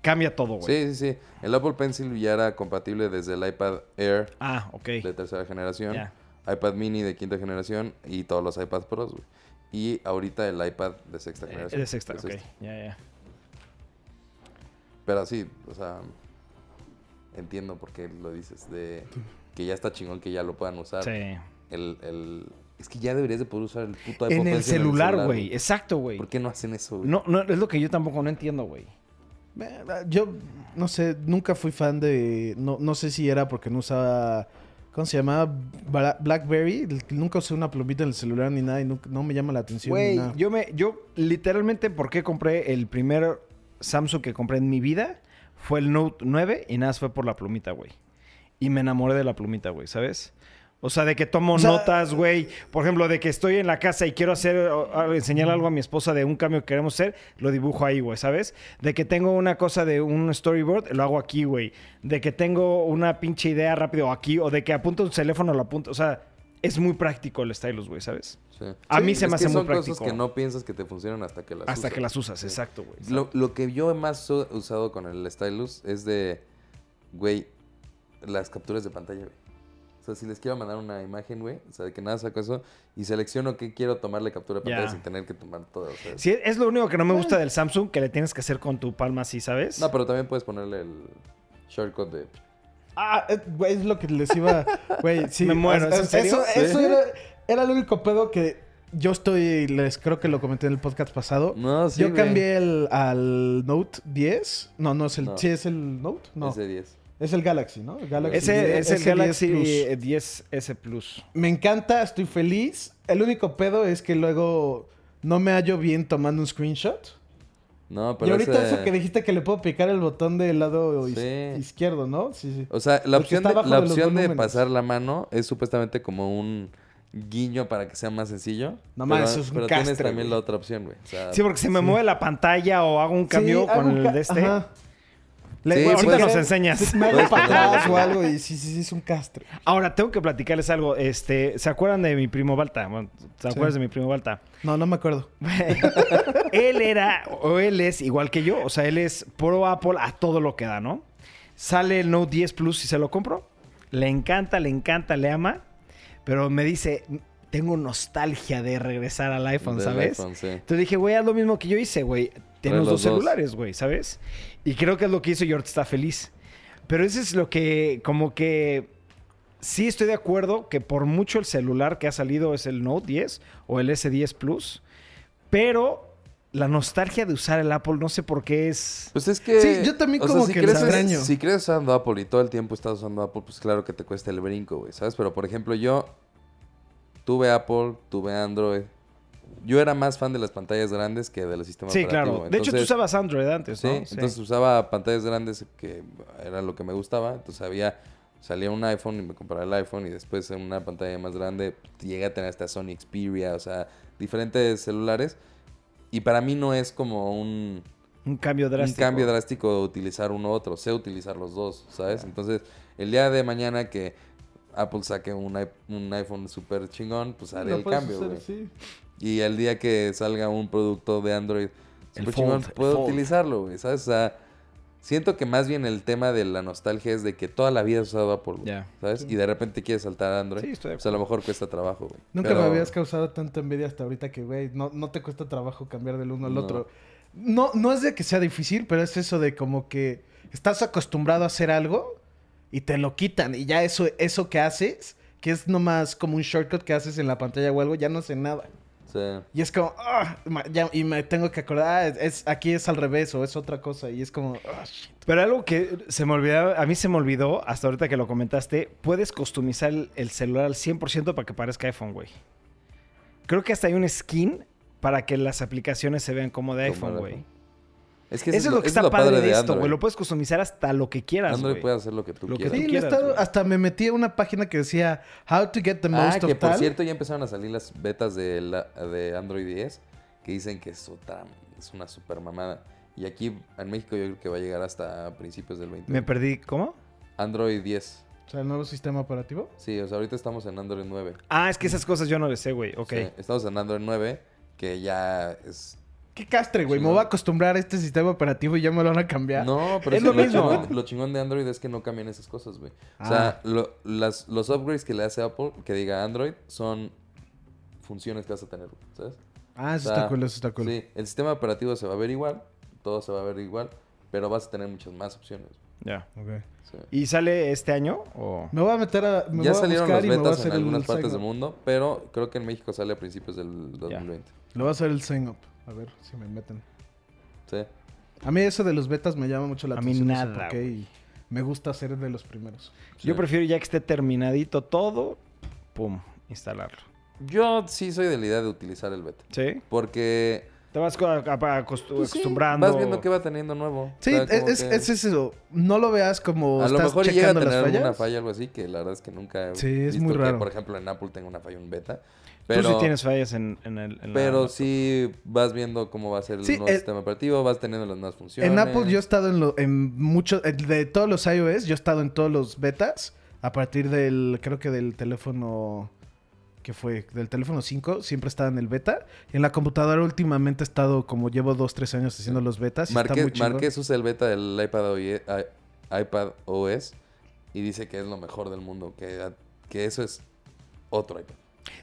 [SPEAKER 1] Cambia todo, güey.
[SPEAKER 2] Sí, sí, sí. El Apple Pencil ya era compatible desde el iPad Air
[SPEAKER 1] Ah, ok.
[SPEAKER 2] de tercera generación,
[SPEAKER 1] Ya.
[SPEAKER 2] iPad Mini de quinta generación y todos los iPad Pros, güey. Y ahorita el iPad de sexta
[SPEAKER 1] Eh,
[SPEAKER 2] generación.
[SPEAKER 1] De sexta,
[SPEAKER 2] de
[SPEAKER 1] ok. Ya, ya.
[SPEAKER 2] Pero sí, o sea, entiendo por qué lo dices, de que ya está chingón que ya lo puedan usar.
[SPEAKER 1] Sí.
[SPEAKER 2] El, el- es que ya deberías de poder usar el puto iPod
[SPEAKER 1] En
[SPEAKER 2] Pencil
[SPEAKER 1] el celular, güey. Exacto, güey.
[SPEAKER 2] ¿Por qué no hacen eso, güey?
[SPEAKER 1] No, no, es lo que yo tampoco no entiendo, güey.
[SPEAKER 3] Eh, Yo no sé, nunca fui fan de. No, no sé si era porque no usaba. ¿Cómo se llamaba? Bla- Blackberry. Nunca usé una plumita en el celular ni nada y nunca- no me llama la atención. ni
[SPEAKER 1] Güey,
[SPEAKER 3] nada.
[SPEAKER 1] yo me, yo literalmente, ¿por qué compré el primer Samsung que compré en mi vida? Fue el Note 9 y nada, más fue por la plumita, güey. Y me enamoré de la plumita, güey, ¿sabes? O sea, de que tomo
[SPEAKER 3] O sea-
[SPEAKER 1] notas, güey. Por ejemplo, de que estoy en la casa y quiero hacer, o- o enseñar algo a mi esposa de un cambio que queremos hacer, lo dibujo ahí, güey, ¿sabes? De que tengo una cosa de un storyboard, lo hago aquí, güey. De que tengo una pinche idea rápido aquí, o de que apunto un teléfono, lo apunto. O sea, es muy práctico el stylus, güey, ¿sabes?
[SPEAKER 2] Sí.
[SPEAKER 1] A
[SPEAKER 2] Sí,
[SPEAKER 1] mí se
[SPEAKER 2] es
[SPEAKER 1] me
[SPEAKER 2] que
[SPEAKER 1] hace muy
[SPEAKER 2] son cosas
[SPEAKER 1] práctico.
[SPEAKER 2] que no piensas que te funcionan hasta que las
[SPEAKER 1] Hasta
[SPEAKER 2] usas.
[SPEAKER 1] que las usas,
[SPEAKER 2] Sí.
[SPEAKER 1] exacto, güey.
[SPEAKER 2] Lo, lo que yo más he usado con el stylus es de, güey, las capturas de pantalla, güey. O sea, si les quiero mandar una imagen, güey, o sea, de que nada saco eso y selecciono qué quiero tomarle captura de pantalla
[SPEAKER 1] Ya.
[SPEAKER 2] sin tener que tomar todo. o sea,
[SPEAKER 1] Sí, es lo único que no me gusta del Samsung, que le tienes que hacer con tu palma así, ¿sabes?
[SPEAKER 2] No, pero también puedes ponerle el shortcut de...
[SPEAKER 3] Ah, eh, güey, es lo que les iba. Güey, sí.
[SPEAKER 1] Me muero, ¿es en serio?
[SPEAKER 3] Eso, eso
[SPEAKER 2] Sí.
[SPEAKER 3] era, era el único pedo que yo estoy. Les creo que lo comenté en el podcast pasado.
[SPEAKER 2] No, sí,
[SPEAKER 3] yo
[SPEAKER 2] güey.
[SPEAKER 3] cambié el, al Note 10. No, no es el.
[SPEAKER 2] No.
[SPEAKER 3] Sí, es el Note. No.
[SPEAKER 2] Ese 10.
[SPEAKER 3] Es el Galaxy, ¿no? El Galaxy
[SPEAKER 1] Ese es el
[SPEAKER 3] 10
[SPEAKER 1] Galaxy
[SPEAKER 3] Plus.
[SPEAKER 1] 10S Plus.
[SPEAKER 3] Me encanta, estoy feliz. El único pedo es que luego no me hallo bien tomando un screenshot.
[SPEAKER 2] No,
[SPEAKER 3] y
[SPEAKER 2] pero
[SPEAKER 3] ahorita
[SPEAKER 2] ese-
[SPEAKER 3] eso que dijiste que le puedo picar el botón del lado
[SPEAKER 2] Sí.
[SPEAKER 3] iz- izquierdo, ¿no? Sí, sí.
[SPEAKER 2] O sea, la
[SPEAKER 3] Porque
[SPEAKER 2] opción,
[SPEAKER 3] está
[SPEAKER 2] de,
[SPEAKER 3] abajo
[SPEAKER 2] la
[SPEAKER 3] de los
[SPEAKER 2] opción de
[SPEAKER 3] volúmenes.
[SPEAKER 2] pasar la mano es supuestamente como un guiño para que sea más sencillo.
[SPEAKER 3] No mames,
[SPEAKER 2] pero-
[SPEAKER 3] eso es un
[SPEAKER 2] Pero tienes
[SPEAKER 3] castre,
[SPEAKER 2] también
[SPEAKER 3] güey.
[SPEAKER 2] la otra opción, güey. O sea,
[SPEAKER 1] Sí, porque si me mueve la pantalla o hago un cambio
[SPEAKER 3] Sí, hago
[SPEAKER 1] con
[SPEAKER 3] un
[SPEAKER 1] el
[SPEAKER 3] ca-
[SPEAKER 1] de este.
[SPEAKER 3] ajá. Le-
[SPEAKER 2] Sí,
[SPEAKER 3] bueno,
[SPEAKER 2] ahorita
[SPEAKER 3] puede
[SPEAKER 1] nos
[SPEAKER 3] ser-
[SPEAKER 1] enseñas.
[SPEAKER 3] sí, me
[SPEAKER 2] Puedes
[SPEAKER 3] hago para
[SPEAKER 2] ponerlo.
[SPEAKER 3] atrás o algo y sí, sí, sí, es un castre.
[SPEAKER 1] Ahora, tengo que platicarles algo. Este, ¿Se acuerdan de mi primo Balta? Bueno, ¿Te
[SPEAKER 3] Sí.
[SPEAKER 1] acuerdas de mi primo Balta?
[SPEAKER 3] No, no me acuerdo.
[SPEAKER 1] (laughs) él era, o él es igual que yo, o sea, él es pro Apple a todo lo que da, ¿no? Sale el Note 10 Plus y se lo compro. Le encanta, le encanta, le ama. Pero me dice, tengo nostalgia de regresar al iPhone,
[SPEAKER 2] del
[SPEAKER 1] ¿sabes?
[SPEAKER 2] iPhone, sí.
[SPEAKER 1] Entonces dije, güey, haz lo mismo que yo hice, güey. Tenemos
[SPEAKER 2] los
[SPEAKER 1] dos
[SPEAKER 2] dos.
[SPEAKER 1] celulares, güey, ¿sabes? Y creo que es lo que hizo y ahorita está feliz. Pero eso es lo que, como que. Sí estoy de acuerdo que por mucho el celular que ha salido es el Note 10 o el S10 Plus. Pero la nostalgia de usar el Apple, no sé por qué es.
[SPEAKER 2] Pues es que.
[SPEAKER 3] Sí, yo también como que lo
[SPEAKER 2] creces-
[SPEAKER 3] extraño.
[SPEAKER 2] Si crees usando Apple y todo el tiempo estás usando Apple, pues claro que te cuesta el brinco, güey, ¿sabes? Pero por ejemplo, yo tuve Apple, tuve Android. Yo era más fan de las pantallas grandes que de los sistemas
[SPEAKER 1] Sí, claro. De hecho, tú usabas Android antes,
[SPEAKER 2] Sí,
[SPEAKER 1] ¿no?
[SPEAKER 2] entonces usaba pantallas grandes que era lo que me gustaba. Entonces había. Salía un iPhone y me compraba el iPhone y después en una pantalla más grande llegué a tener hasta Sony Xperia, o sea, diferentes celulares. Y para mí no es como un
[SPEAKER 1] un cambio drástico.
[SPEAKER 2] un cambio drástico de utilizar uno u otro. Sé utilizar los dos, ¿sabes? Entonces, el día de mañana que Apple saque un, i- un iPhone súper chingón, pues haré
[SPEAKER 3] Lo
[SPEAKER 2] el
[SPEAKER 3] puedes
[SPEAKER 2] cambio,
[SPEAKER 3] hacer,
[SPEAKER 2] güey.
[SPEAKER 3] sí.
[SPEAKER 2] Y el día que salga un producto de Android
[SPEAKER 1] El
[SPEAKER 2] súper chingón,
[SPEAKER 1] Fold, el
[SPEAKER 2] puedo
[SPEAKER 1] Fold.
[SPEAKER 2] utilizarlo, güey, ¿sabes? O sea, Siento que más bien el tema de la nostalgia es de que toda la vida has usado Apple, güey,
[SPEAKER 1] Ya.
[SPEAKER 2] ¿sabes? Y de repente quieres saltar a Android.
[SPEAKER 1] Sí, estoy de
[SPEAKER 2] Pues a lo mejor cuesta trabajo, güey.
[SPEAKER 3] Nunca
[SPEAKER 2] Pero-
[SPEAKER 3] me habías causado tanta envidia hasta ahorita que, güey, no, no te cuesta trabajo cambiar del uno al
[SPEAKER 2] No.
[SPEAKER 3] otro. No, no es de que sea difícil, pero es eso de como que estás acostumbrado a hacer algo y te lo quitan. Y ya eso, eso que haces, que es nomás como un shortcut que haces en la pantalla o algo, ya no hace nada.
[SPEAKER 2] Sí.
[SPEAKER 3] Y es como, ah, ma- ya- y me tengo que acordar, ah, es, es- aquí es al revés o es otra cosa. Y es como, ah, shit.
[SPEAKER 1] Pero algo que se me olvidaba, a mí se me olvidó hasta ahorita que lo comentaste, puedes customizar el, el celular al 100% para que parezca iPhone, güey. Creo que hasta hay un skin para que las aplicaciones se vean como de
[SPEAKER 2] Como
[SPEAKER 1] iPhone,
[SPEAKER 2] de
[SPEAKER 1] güey.
[SPEAKER 2] iPhone. Es que
[SPEAKER 1] Eso
[SPEAKER 2] ese
[SPEAKER 1] es lo que
[SPEAKER 2] ese
[SPEAKER 1] está padre de esto,
[SPEAKER 2] Android.
[SPEAKER 1] güey. Lo puedes customizar hasta lo que quieras,
[SPEAKER 2] Android
[SPEAKER 1] güey.
[SPEAKER 2] puede hacer lo que tú
[SPEAKER 1] Lo que
[SPEAKER 2] quieras.
[SPEAKER 1] tú
[SPEAKER 3] Sí, le he
[SPEAKER 1] quieras,
[SPEAKER 3] estado-
[SPEAKER 1] güey.
[SPEAKER 3] hasta me metí a una página que decía, how to get the
[SPEAKER 2] Ah,
[SPEAKER 3] most
[SPEAKER 2] que
[SPEAKER 3] of
[SPEAKER 2] por
[SPEAKER 3] tal.
[SPEAKER 2] cierto ya empezaron a salir las betas de, la- de Android 10 que dicen que es otra, es una super mamada. Y aquí en México yo creo que va a llegar hasta principios del 20.
[SPEAKER 1] Me perdí, ¿cómo?
[SPEAKER 2] Android 10.
[SPEAKER 3] O sea, el nuevo sistema operativo.
[SPEAKER 2] Sí, o sea, ahorita estamos en Android 9.
[SPEAKER 1] Ah, es que esas cosas yo no le sé, güey. Ok.
[SPEAKER 2] Sí, estamos en Android 9, que ya es...
[SPEAKER 3] Qué castre, güey.
[SPEAKER 2] Sí,
[SPEAKER 3] me
[SPEAKER 2] no.
[SPEAKER 3] voy a acostumbrar a este sistema operativo y ya me lo van a cambiar.
[SPEAKER 2] No, pero
[SPEAKER 1] Es
[SPEAKER 2] es que
[SPEAKER 1] lo mismo.
[SPEAKER 2] Chingón, lo chingón de Android es que no cambian esas cosas, güey. O sea,
[SPEAKER 3] Ah.
[SPEAKER 2] lo- las, los upgrades que le hace Apple, que diga Android, son funciones que vas a tener, ¿sabes?
[SPEAKER 3] Ah, eso
[SPEAKER 2] O sea,
[SPEAKER 3] está cool, eso está cool.
[SPEAKER 2] Sí, el sistema operativo se va a ver igual, todo se va a ver igual, pero vas a tener muchas más opciones.
[SPEAKER 1] Ya.
[SPEAKER 3] Ok.
[SPEAKER 2] sí.
[SPEAKER 1] ¿Y sale este año? O...
[SPEAKER 3] Me voy a meter a. Me
[SPEAKER 2] Ya
[SPEAKER 3] voy a
[SPEAKER 2] salieron
[SPEAKER 3] buscar
[SPEAKER 2] las
[SPEAKER 3] y me voy a
[SPEAKER 2] betas en
[SPEAKER 3] hacer el
[SPEAKER 2] algunas partes
[SPEAKER 3] sign
[SPEAKER 2] del
[SPEAKER 3] up.
[SPEAKER 2] mundo, pero creo que en México sale a principios del 2020.
[SPEAKER 3] Le voy a hacer el sign up. A ver si me meten.
[SPEAKER 2] Sí.
[SPEAKER 3] A mí eso de los betas me llama mucho la
[SPEAKER 1] A mí
[SPEAKER 3] atención. no sé
[SPEAKER 1] nada,
[SPEAKER 3] por qué, y me gusta ser de los primeros.
[SPEAKER 2] sí.
[SPEAKER 1] Yo prefiero ya que esté terminadito todo, pum, instalarlo.
[SPEAKER 2] Yo sí soy de la idea de utilizar el beta.
[SPEAKER 1] ¿Sí?
[SPEAKER 2] Porque
[SPEAKER 1] Te vas co- a- a- acostu-
[SPEAKER 2] pues sí,
[SPEAKER 1] acostumbrando.
[SPEAKER 2] vas viendo qué va teniendo nuevo.
[SPEAKER 3] Sí,
[SPEAKER 2] O sea, como
[SPEAKER 3] es,
[SPEAKER 2] que
[SPEAKER 3] es eso. No lo veas como.
[SPEAKER 2] a lo
[SPEAKER 3] estás
[SPEAKER 2] mejor llega a
[SPEAKER 3] checando
[SPEAKER 2] tener
[SPEAKER 3] las
[SPEAKER 2] alguna
[SPEAKER 3] fallas.
[SPEAKER 2] falla o algo así, que la verdad es que nunca he
[SPEAKER 3] Sí, es muy
[SPEAKER 2] que,
[SPEAKER 3] raro.
[SPEAKER 2] por ejemplo, en Apple tengo una falla, un beta.
[SPEAKER 1] Tú sí
[SPEAKER 2] Pero,
[SPEAKER 1] tienes fallas en, en el. en la-
[SPEAKER 2] pero sí vas viendo cómo va a ser el
[SPEAKER 3] Sí,
[SPEAKER 2] nuevo
[SPEAKER 3] el-
[SPEAKER 2] sistema operativo, vas teniendo las nuevas funciones.
[SPEAKER 3] En Apple yo he estado en, lo, en muchos, de todos los iOS, yo he estado en todos los betas, a partir del, creo que del teléfono, que fue, del teléfono 5, siempre estaba en el beta. Y en la computadora últimamente he estado, como llevo 2, 3 años haciendo los betas, y está
[SPEAKER 2] Marqués,
[SPEAKER 3] muy chingón.
[SPEAKER 2] Marqués usa el beta del iPad OE i- iPad OS y dice que es lo mejor del mundo, que, que eso es otro iPad.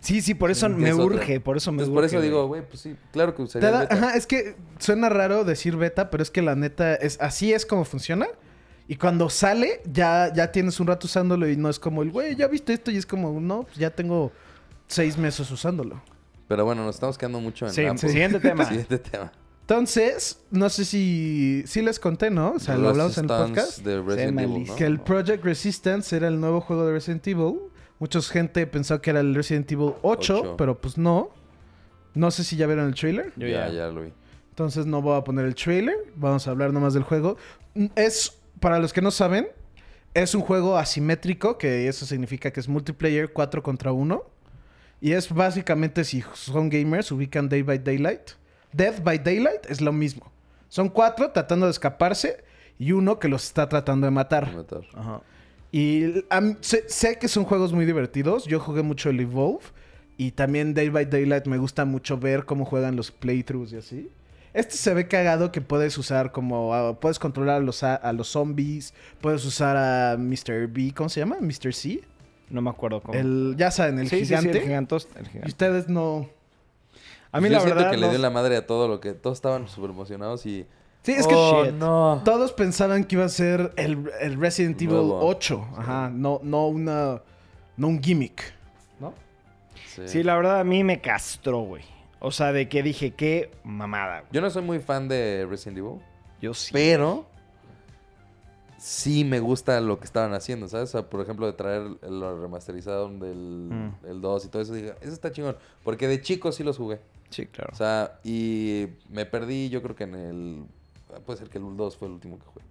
[SPEAKER 1] Sí, sí, por eso
[SPEAKER 2] Sí,
[SPEAKER 1] me
[SPEAKER 2] es otra.
[SPEAKER 1] urge, por eso me
[SPEAKER 2] Entonces,
[SPEAKER 1] urge.
[SPEAKER 2] por eso
[SPEAKER 1] güey.
[SPEAKER 2] digo, güey, pues sí, claro que
[SPEAKER 3] Te
[SPEAKER 2] usaría
[SPEAKER 3] da-
[SPEAKER 2] el beta.
[SPEAKER 3] ajá, es que suena raro decir beta, pero es que la neta, es así es como funciona. Y cuando sale, ya, ya tienes un rato usándolo y no es como el, güey, ya viste esto y es como, no, pues ya tengo seis meses usándolo.
[SPEAKER 2] Pero bueno, nos estamos quedando mucho en
[SPEAKER 1] Sí,
[SPEAKER 2] Apple. (laughs)
[SPEAKER 1] siguiente tema.
[SPEAKER 2] Siguiente este tema.
[SPEAKER 3] Entonces, no sé si, si les conté, ¿no? O sea, lo hablamos en el
[SPEAKER 2] Resistance
[SPEAKER 3] podcast.
[SPEAKER 2] de Resident Evil,
[SPEAKER 1] malísimo.
[SPEAKER 2] ¿no?
[SPEAKER 3] Que el Project Resistance era el nuevo juego de Resident Evil. Mucha gente pensó que era el Resident Evil 8,
[SPEAKER 2] Ocho.
[SPEAKER 3] pero pues no. No sé si ya vieron el trailer.
[SPEAKER 1] Yo
[SPEAKER 2] ya,
[SPEAKER 1] ya.
[SPEAKER 2] ya lo vi.
[SPEAKER 3] Entonces no voy a poner el trailer. Vamos a hablar nomás del juego. Mm, Es, para los que no saben, es un juego asimétrico, que eso significa que es multiplayer 4 contra 1. Y es básicamente si son gamers, ubican Day by Daylight. Death by Daylight es lo mismo. Son cuatro tratando de escaparse y uno que los está tratando de matar.
[SPEAKER 2] Matar.
[SPEAKER 1] Ajá.
[SPEAKER 3] Y am- sé, sé que son juegos muy divertidos. Yo jugué mucho el Evolve. Y también Day by Daylight me gusta mucho ver cómo juegan los playthroughs y así. Este se ve cagado que puedes usar como... ah, puedes controlar a los, a, a los zombies. Puedes usar a Mr. B. ¿Cómo se llama? Mr. C.
[SPEAKER 1] No me acuerdo cómo.
[SPEAKER 3] El, ya saben, el
[SPEAKER 1] Oh. Sí, sí, sí,
[SPEAKER 3] gigante.
[SPEAKER 1] el gigantos. el
[SPEAKER 3] Y
[SPEAKER 1] gigante.
[SPEAKER 3] ustedes no...
[SPEAKER 1] A mí
[SPEAKER 2] Yo
[SPEAKER 1] la
[SPEAKER 2] siento
[SPEAKER 1] verdad.
[SPEAKER 2] que le
[SPEAKER 1] no-
[SPEAKER 2] dio la madre a todo lo que... Todos estaban súper emocionados y...
[SPEAKER 3] Sí, es que
[SPEAKER 2] ¡Oh,
[SPEAKER 1] Shit.
[SPEAKER 2] no!
[SPEAKER 3] todos pensaban que iba a ser el, el Resident Evil
[SPEAKER 2] Nuevo.
[SPEAKER 3] 8. Ajá. No, no una... No un gimmick. ¿No?
[SPEAKER 2] Sí.
[SPEAKER 1] Sí, la verdad a mí me castró, güey. O sea, de que dije, qué mamada, güey.
[SPEAKER 2] Yo no soy muy fan de Resident Evil,
[SPEAKER 1] Yo sí.
[SPEAKER 2] pero sí me gusta lo que estaban haciendo, ¿sabes? O sea, por ejemplo, de traer lo remasterizado del
[SPEAKER 1] Mm.
[SPEAKER 2] del 2 y todo eso, dije, eso está chingón, porque de chico sí los jugué.
[SPEAKER 1] Sí, claro.
[SPEAKER 2] O sea, y me perdí, yo creo que en el puede ser que el 2 fue el último que jugué.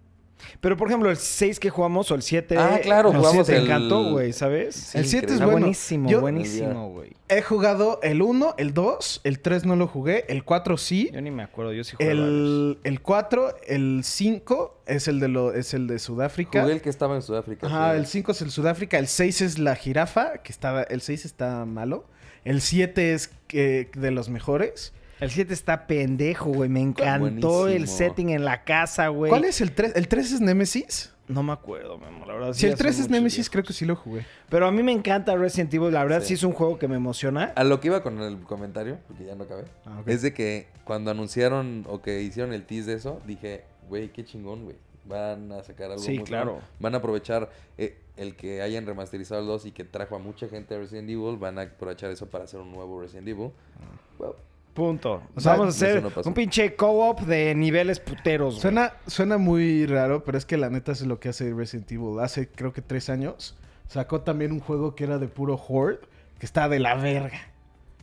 [SPEAKER 1] Pero por ejemplo, el 6 que jugamos o el 7.
[SPEAKER 2] Ah, claro,
[SPEAKER 1] nos
[SPEAKER 2] jugamos
[SPEAKER 1] te
[SPEAKER 2] el-
[SPEAKER 1] encantó, güey, ¿sabes?
[SPEAKER 2] Sí,
[SPEAKER 3] el 7 es
[SPEAKER 1] Está
[SPEAKER 2] increíble.
[SPEAKER 3] bueno.
[SPEAKER 1] buenísimo,
[SPEAKER 3] Yo-
[SPEAKER 1] buenísimo, güey.
[SPEAKER 3] He jugado el 1, el 2, el 3 no lo jugué, el 4 sí.
[SPEAKER 1] Yo ni me acuerdo, yo sí jugué varios.
[SPEAKER 3] El, el 4, el 5 es el de lo, es el de Sudáfrica.
[SPEAKER 2] Jugué el que estaba en Sudáfrica.
[SPEAKER 3] Ajá,
[SPEAKER 2] sí.
[SPEAKER 3] el 5 es el Sudáfrica, el 6 es la jirafa, que estaba, el 6 está malo. El 7 es que- de eh, los mejores.
[SPEAKER 1] El 7 está pendejo, güey. Me encantó
[SPEAKER 2] Buenísimo.
[SPEAKER 1] el setting en la casa, güey.
[SPEAKER 3] ¿Cuál es el 3? ¿El 3 es Nemesis?
[SPEAKER 1] No me acuerdo, mi amor. La verdad, sí
[SPEAKER 3] Si el
[SPEAKER 1] ya son
[SPEAKER 3] 3 es
[SPEAKER 1] muchos
[SPEAKER 3] Nemesis,
[SPEAKER 1] viejos.
[SPEAKER 3] creo que sí lo jugué.
[SPEAKER 1] Pero a mí me encanta Resident Evil. La verdad, sí,
[SPEAKER 2] Sí.
[SPEAKER 1] es un juego que me emociona.
[SPEAKER 2] A lo que iba con el comentario, porque ya no acabé,
[SPEAKER 3] Ah, ok.
[SPEAKER 2] es de que cuando anunciaron o que hicieron el tease de eso, dije, güey, qué chingón, güey. Van a sacar algo
[SPEAKER 1] Sí,
[SPEAKER 2] muy
[SPEAKER 1] claro.
[SPEAKER 2] cabrón. Van a aprovechar eh, el que hayan remasterizado el 2 y que trajo a mucha gente a Resident Evil. Van a aprovechar eso para hacer un nuevo Resident Evil.
[SPEAKER 3] Ah.
[SPEAKER 2] Well,
[SPEAKER 1] Punto. O
[SPEAKER 3] sea,
[SPEAKER 1] sea, vamos a hacer
[SPEAKER 2] eso no pasó.
[SPEAKER 1] un pinche co-op de niveles puteros, güey.
[SPEAKER 3] Suena, suena muy raro, pero es que la neta es lo que hace Resident Evil. Hace creo que tres años sacó también un juego que era de puro Horde, que está de la verga.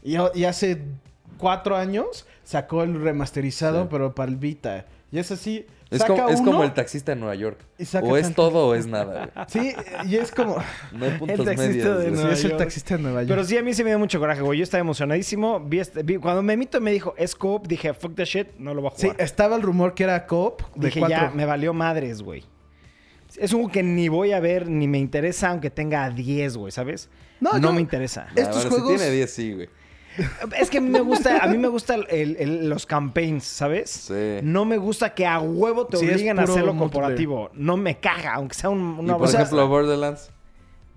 [SPEAKER 3] Y, a- y hace cuatro años sacó el remasterizado,
[SPEAKER 2] Sí.
[SPEAKER 3] pero para el Vita. Y es así.
[SPEAKER 2] es,
[SPEAKER 3] saca
[SPEAKER 2] como, es
[SPEAKER 3] uno-
[SPEAKER 2] como el taxista en Nueva York.
[SPEAKER 3] Y saca
[SPEAKER 2] O es
[SPEAKER 3] tanto.
[SPEAKER 2] todo o es
[SPEAKER 3] (laughs)
[SPEAKER 2] nada, güey.
[SPEAKER 3] Sí, y
[SPEAKER 2] (laughs)
[SPEAKER 3] es como.
[SPEAKER 2] No hay puntos
[SPEAKER 1] taxista
[SPEAKER 2] medios.
[SPEAKER 1] de
[SPEAKER 2] güey.
[SPEAKER 1] Nueva
[SPEAKER 3] Sí, es el
[SPEAKER 1] York.
[SPEAKER 3] taxista de Nueva York.
[SPEAKER 1] Pero sí, a mí se me dio mucho coraje, güey. Yo estaba emocionadísimo. Vi este- vi- cuando Memito me dijo, es co-op, dije, fuck the shit, no lo voy a
[SPEAKER 3] Sí,
[SPEAKER 1] jugar.
[SPEAKER 3] estaba el rumor que era Coop de
[SPEAKER 1] dije,
[SPEAKER 3] cuatro.
[SPEAKER 1] ya, me valió madres, güey. Es un juego que ni voy a ver, ni me interesa, aunque tenga a 10, güey, ¿sabes?
[SPEAKER 3] No,
[SPEAKER 1] No,
[SPEAKER 3] yo-
[SPEAKER 1] me interesa.
[SPEAKER 3] Eh. estos
[SPEAKER 2] Ah, bueno,
[SPEAKER 3] juegos-
[SPEAKER 2] Si tiene 10, sí, güey.
[SPEAKER 1] Es que a mí me gusta, a mí me gusta el- el- los campaigns, ¿sabes?
[SPEAKER 2] Sí.
[SPEAKER 1] No me gusta que a huevo te
[SPEAKER 3] Sí, es
[SPEAKER 1] obliguen a
[SPEAKER 3] puro
[SPEAKER 1] hacerlo
[SPEAKER 3] multiplayer.
[SPEAKER 1] corporativo. No me caga, aunque sea un,
[SPEAKER 2] Y
[SPEAKER 1] una
[SPEAKER 2] por
[SPEAKER 1] broma.
[SPEAKER 2] ejemplo, Borderlands.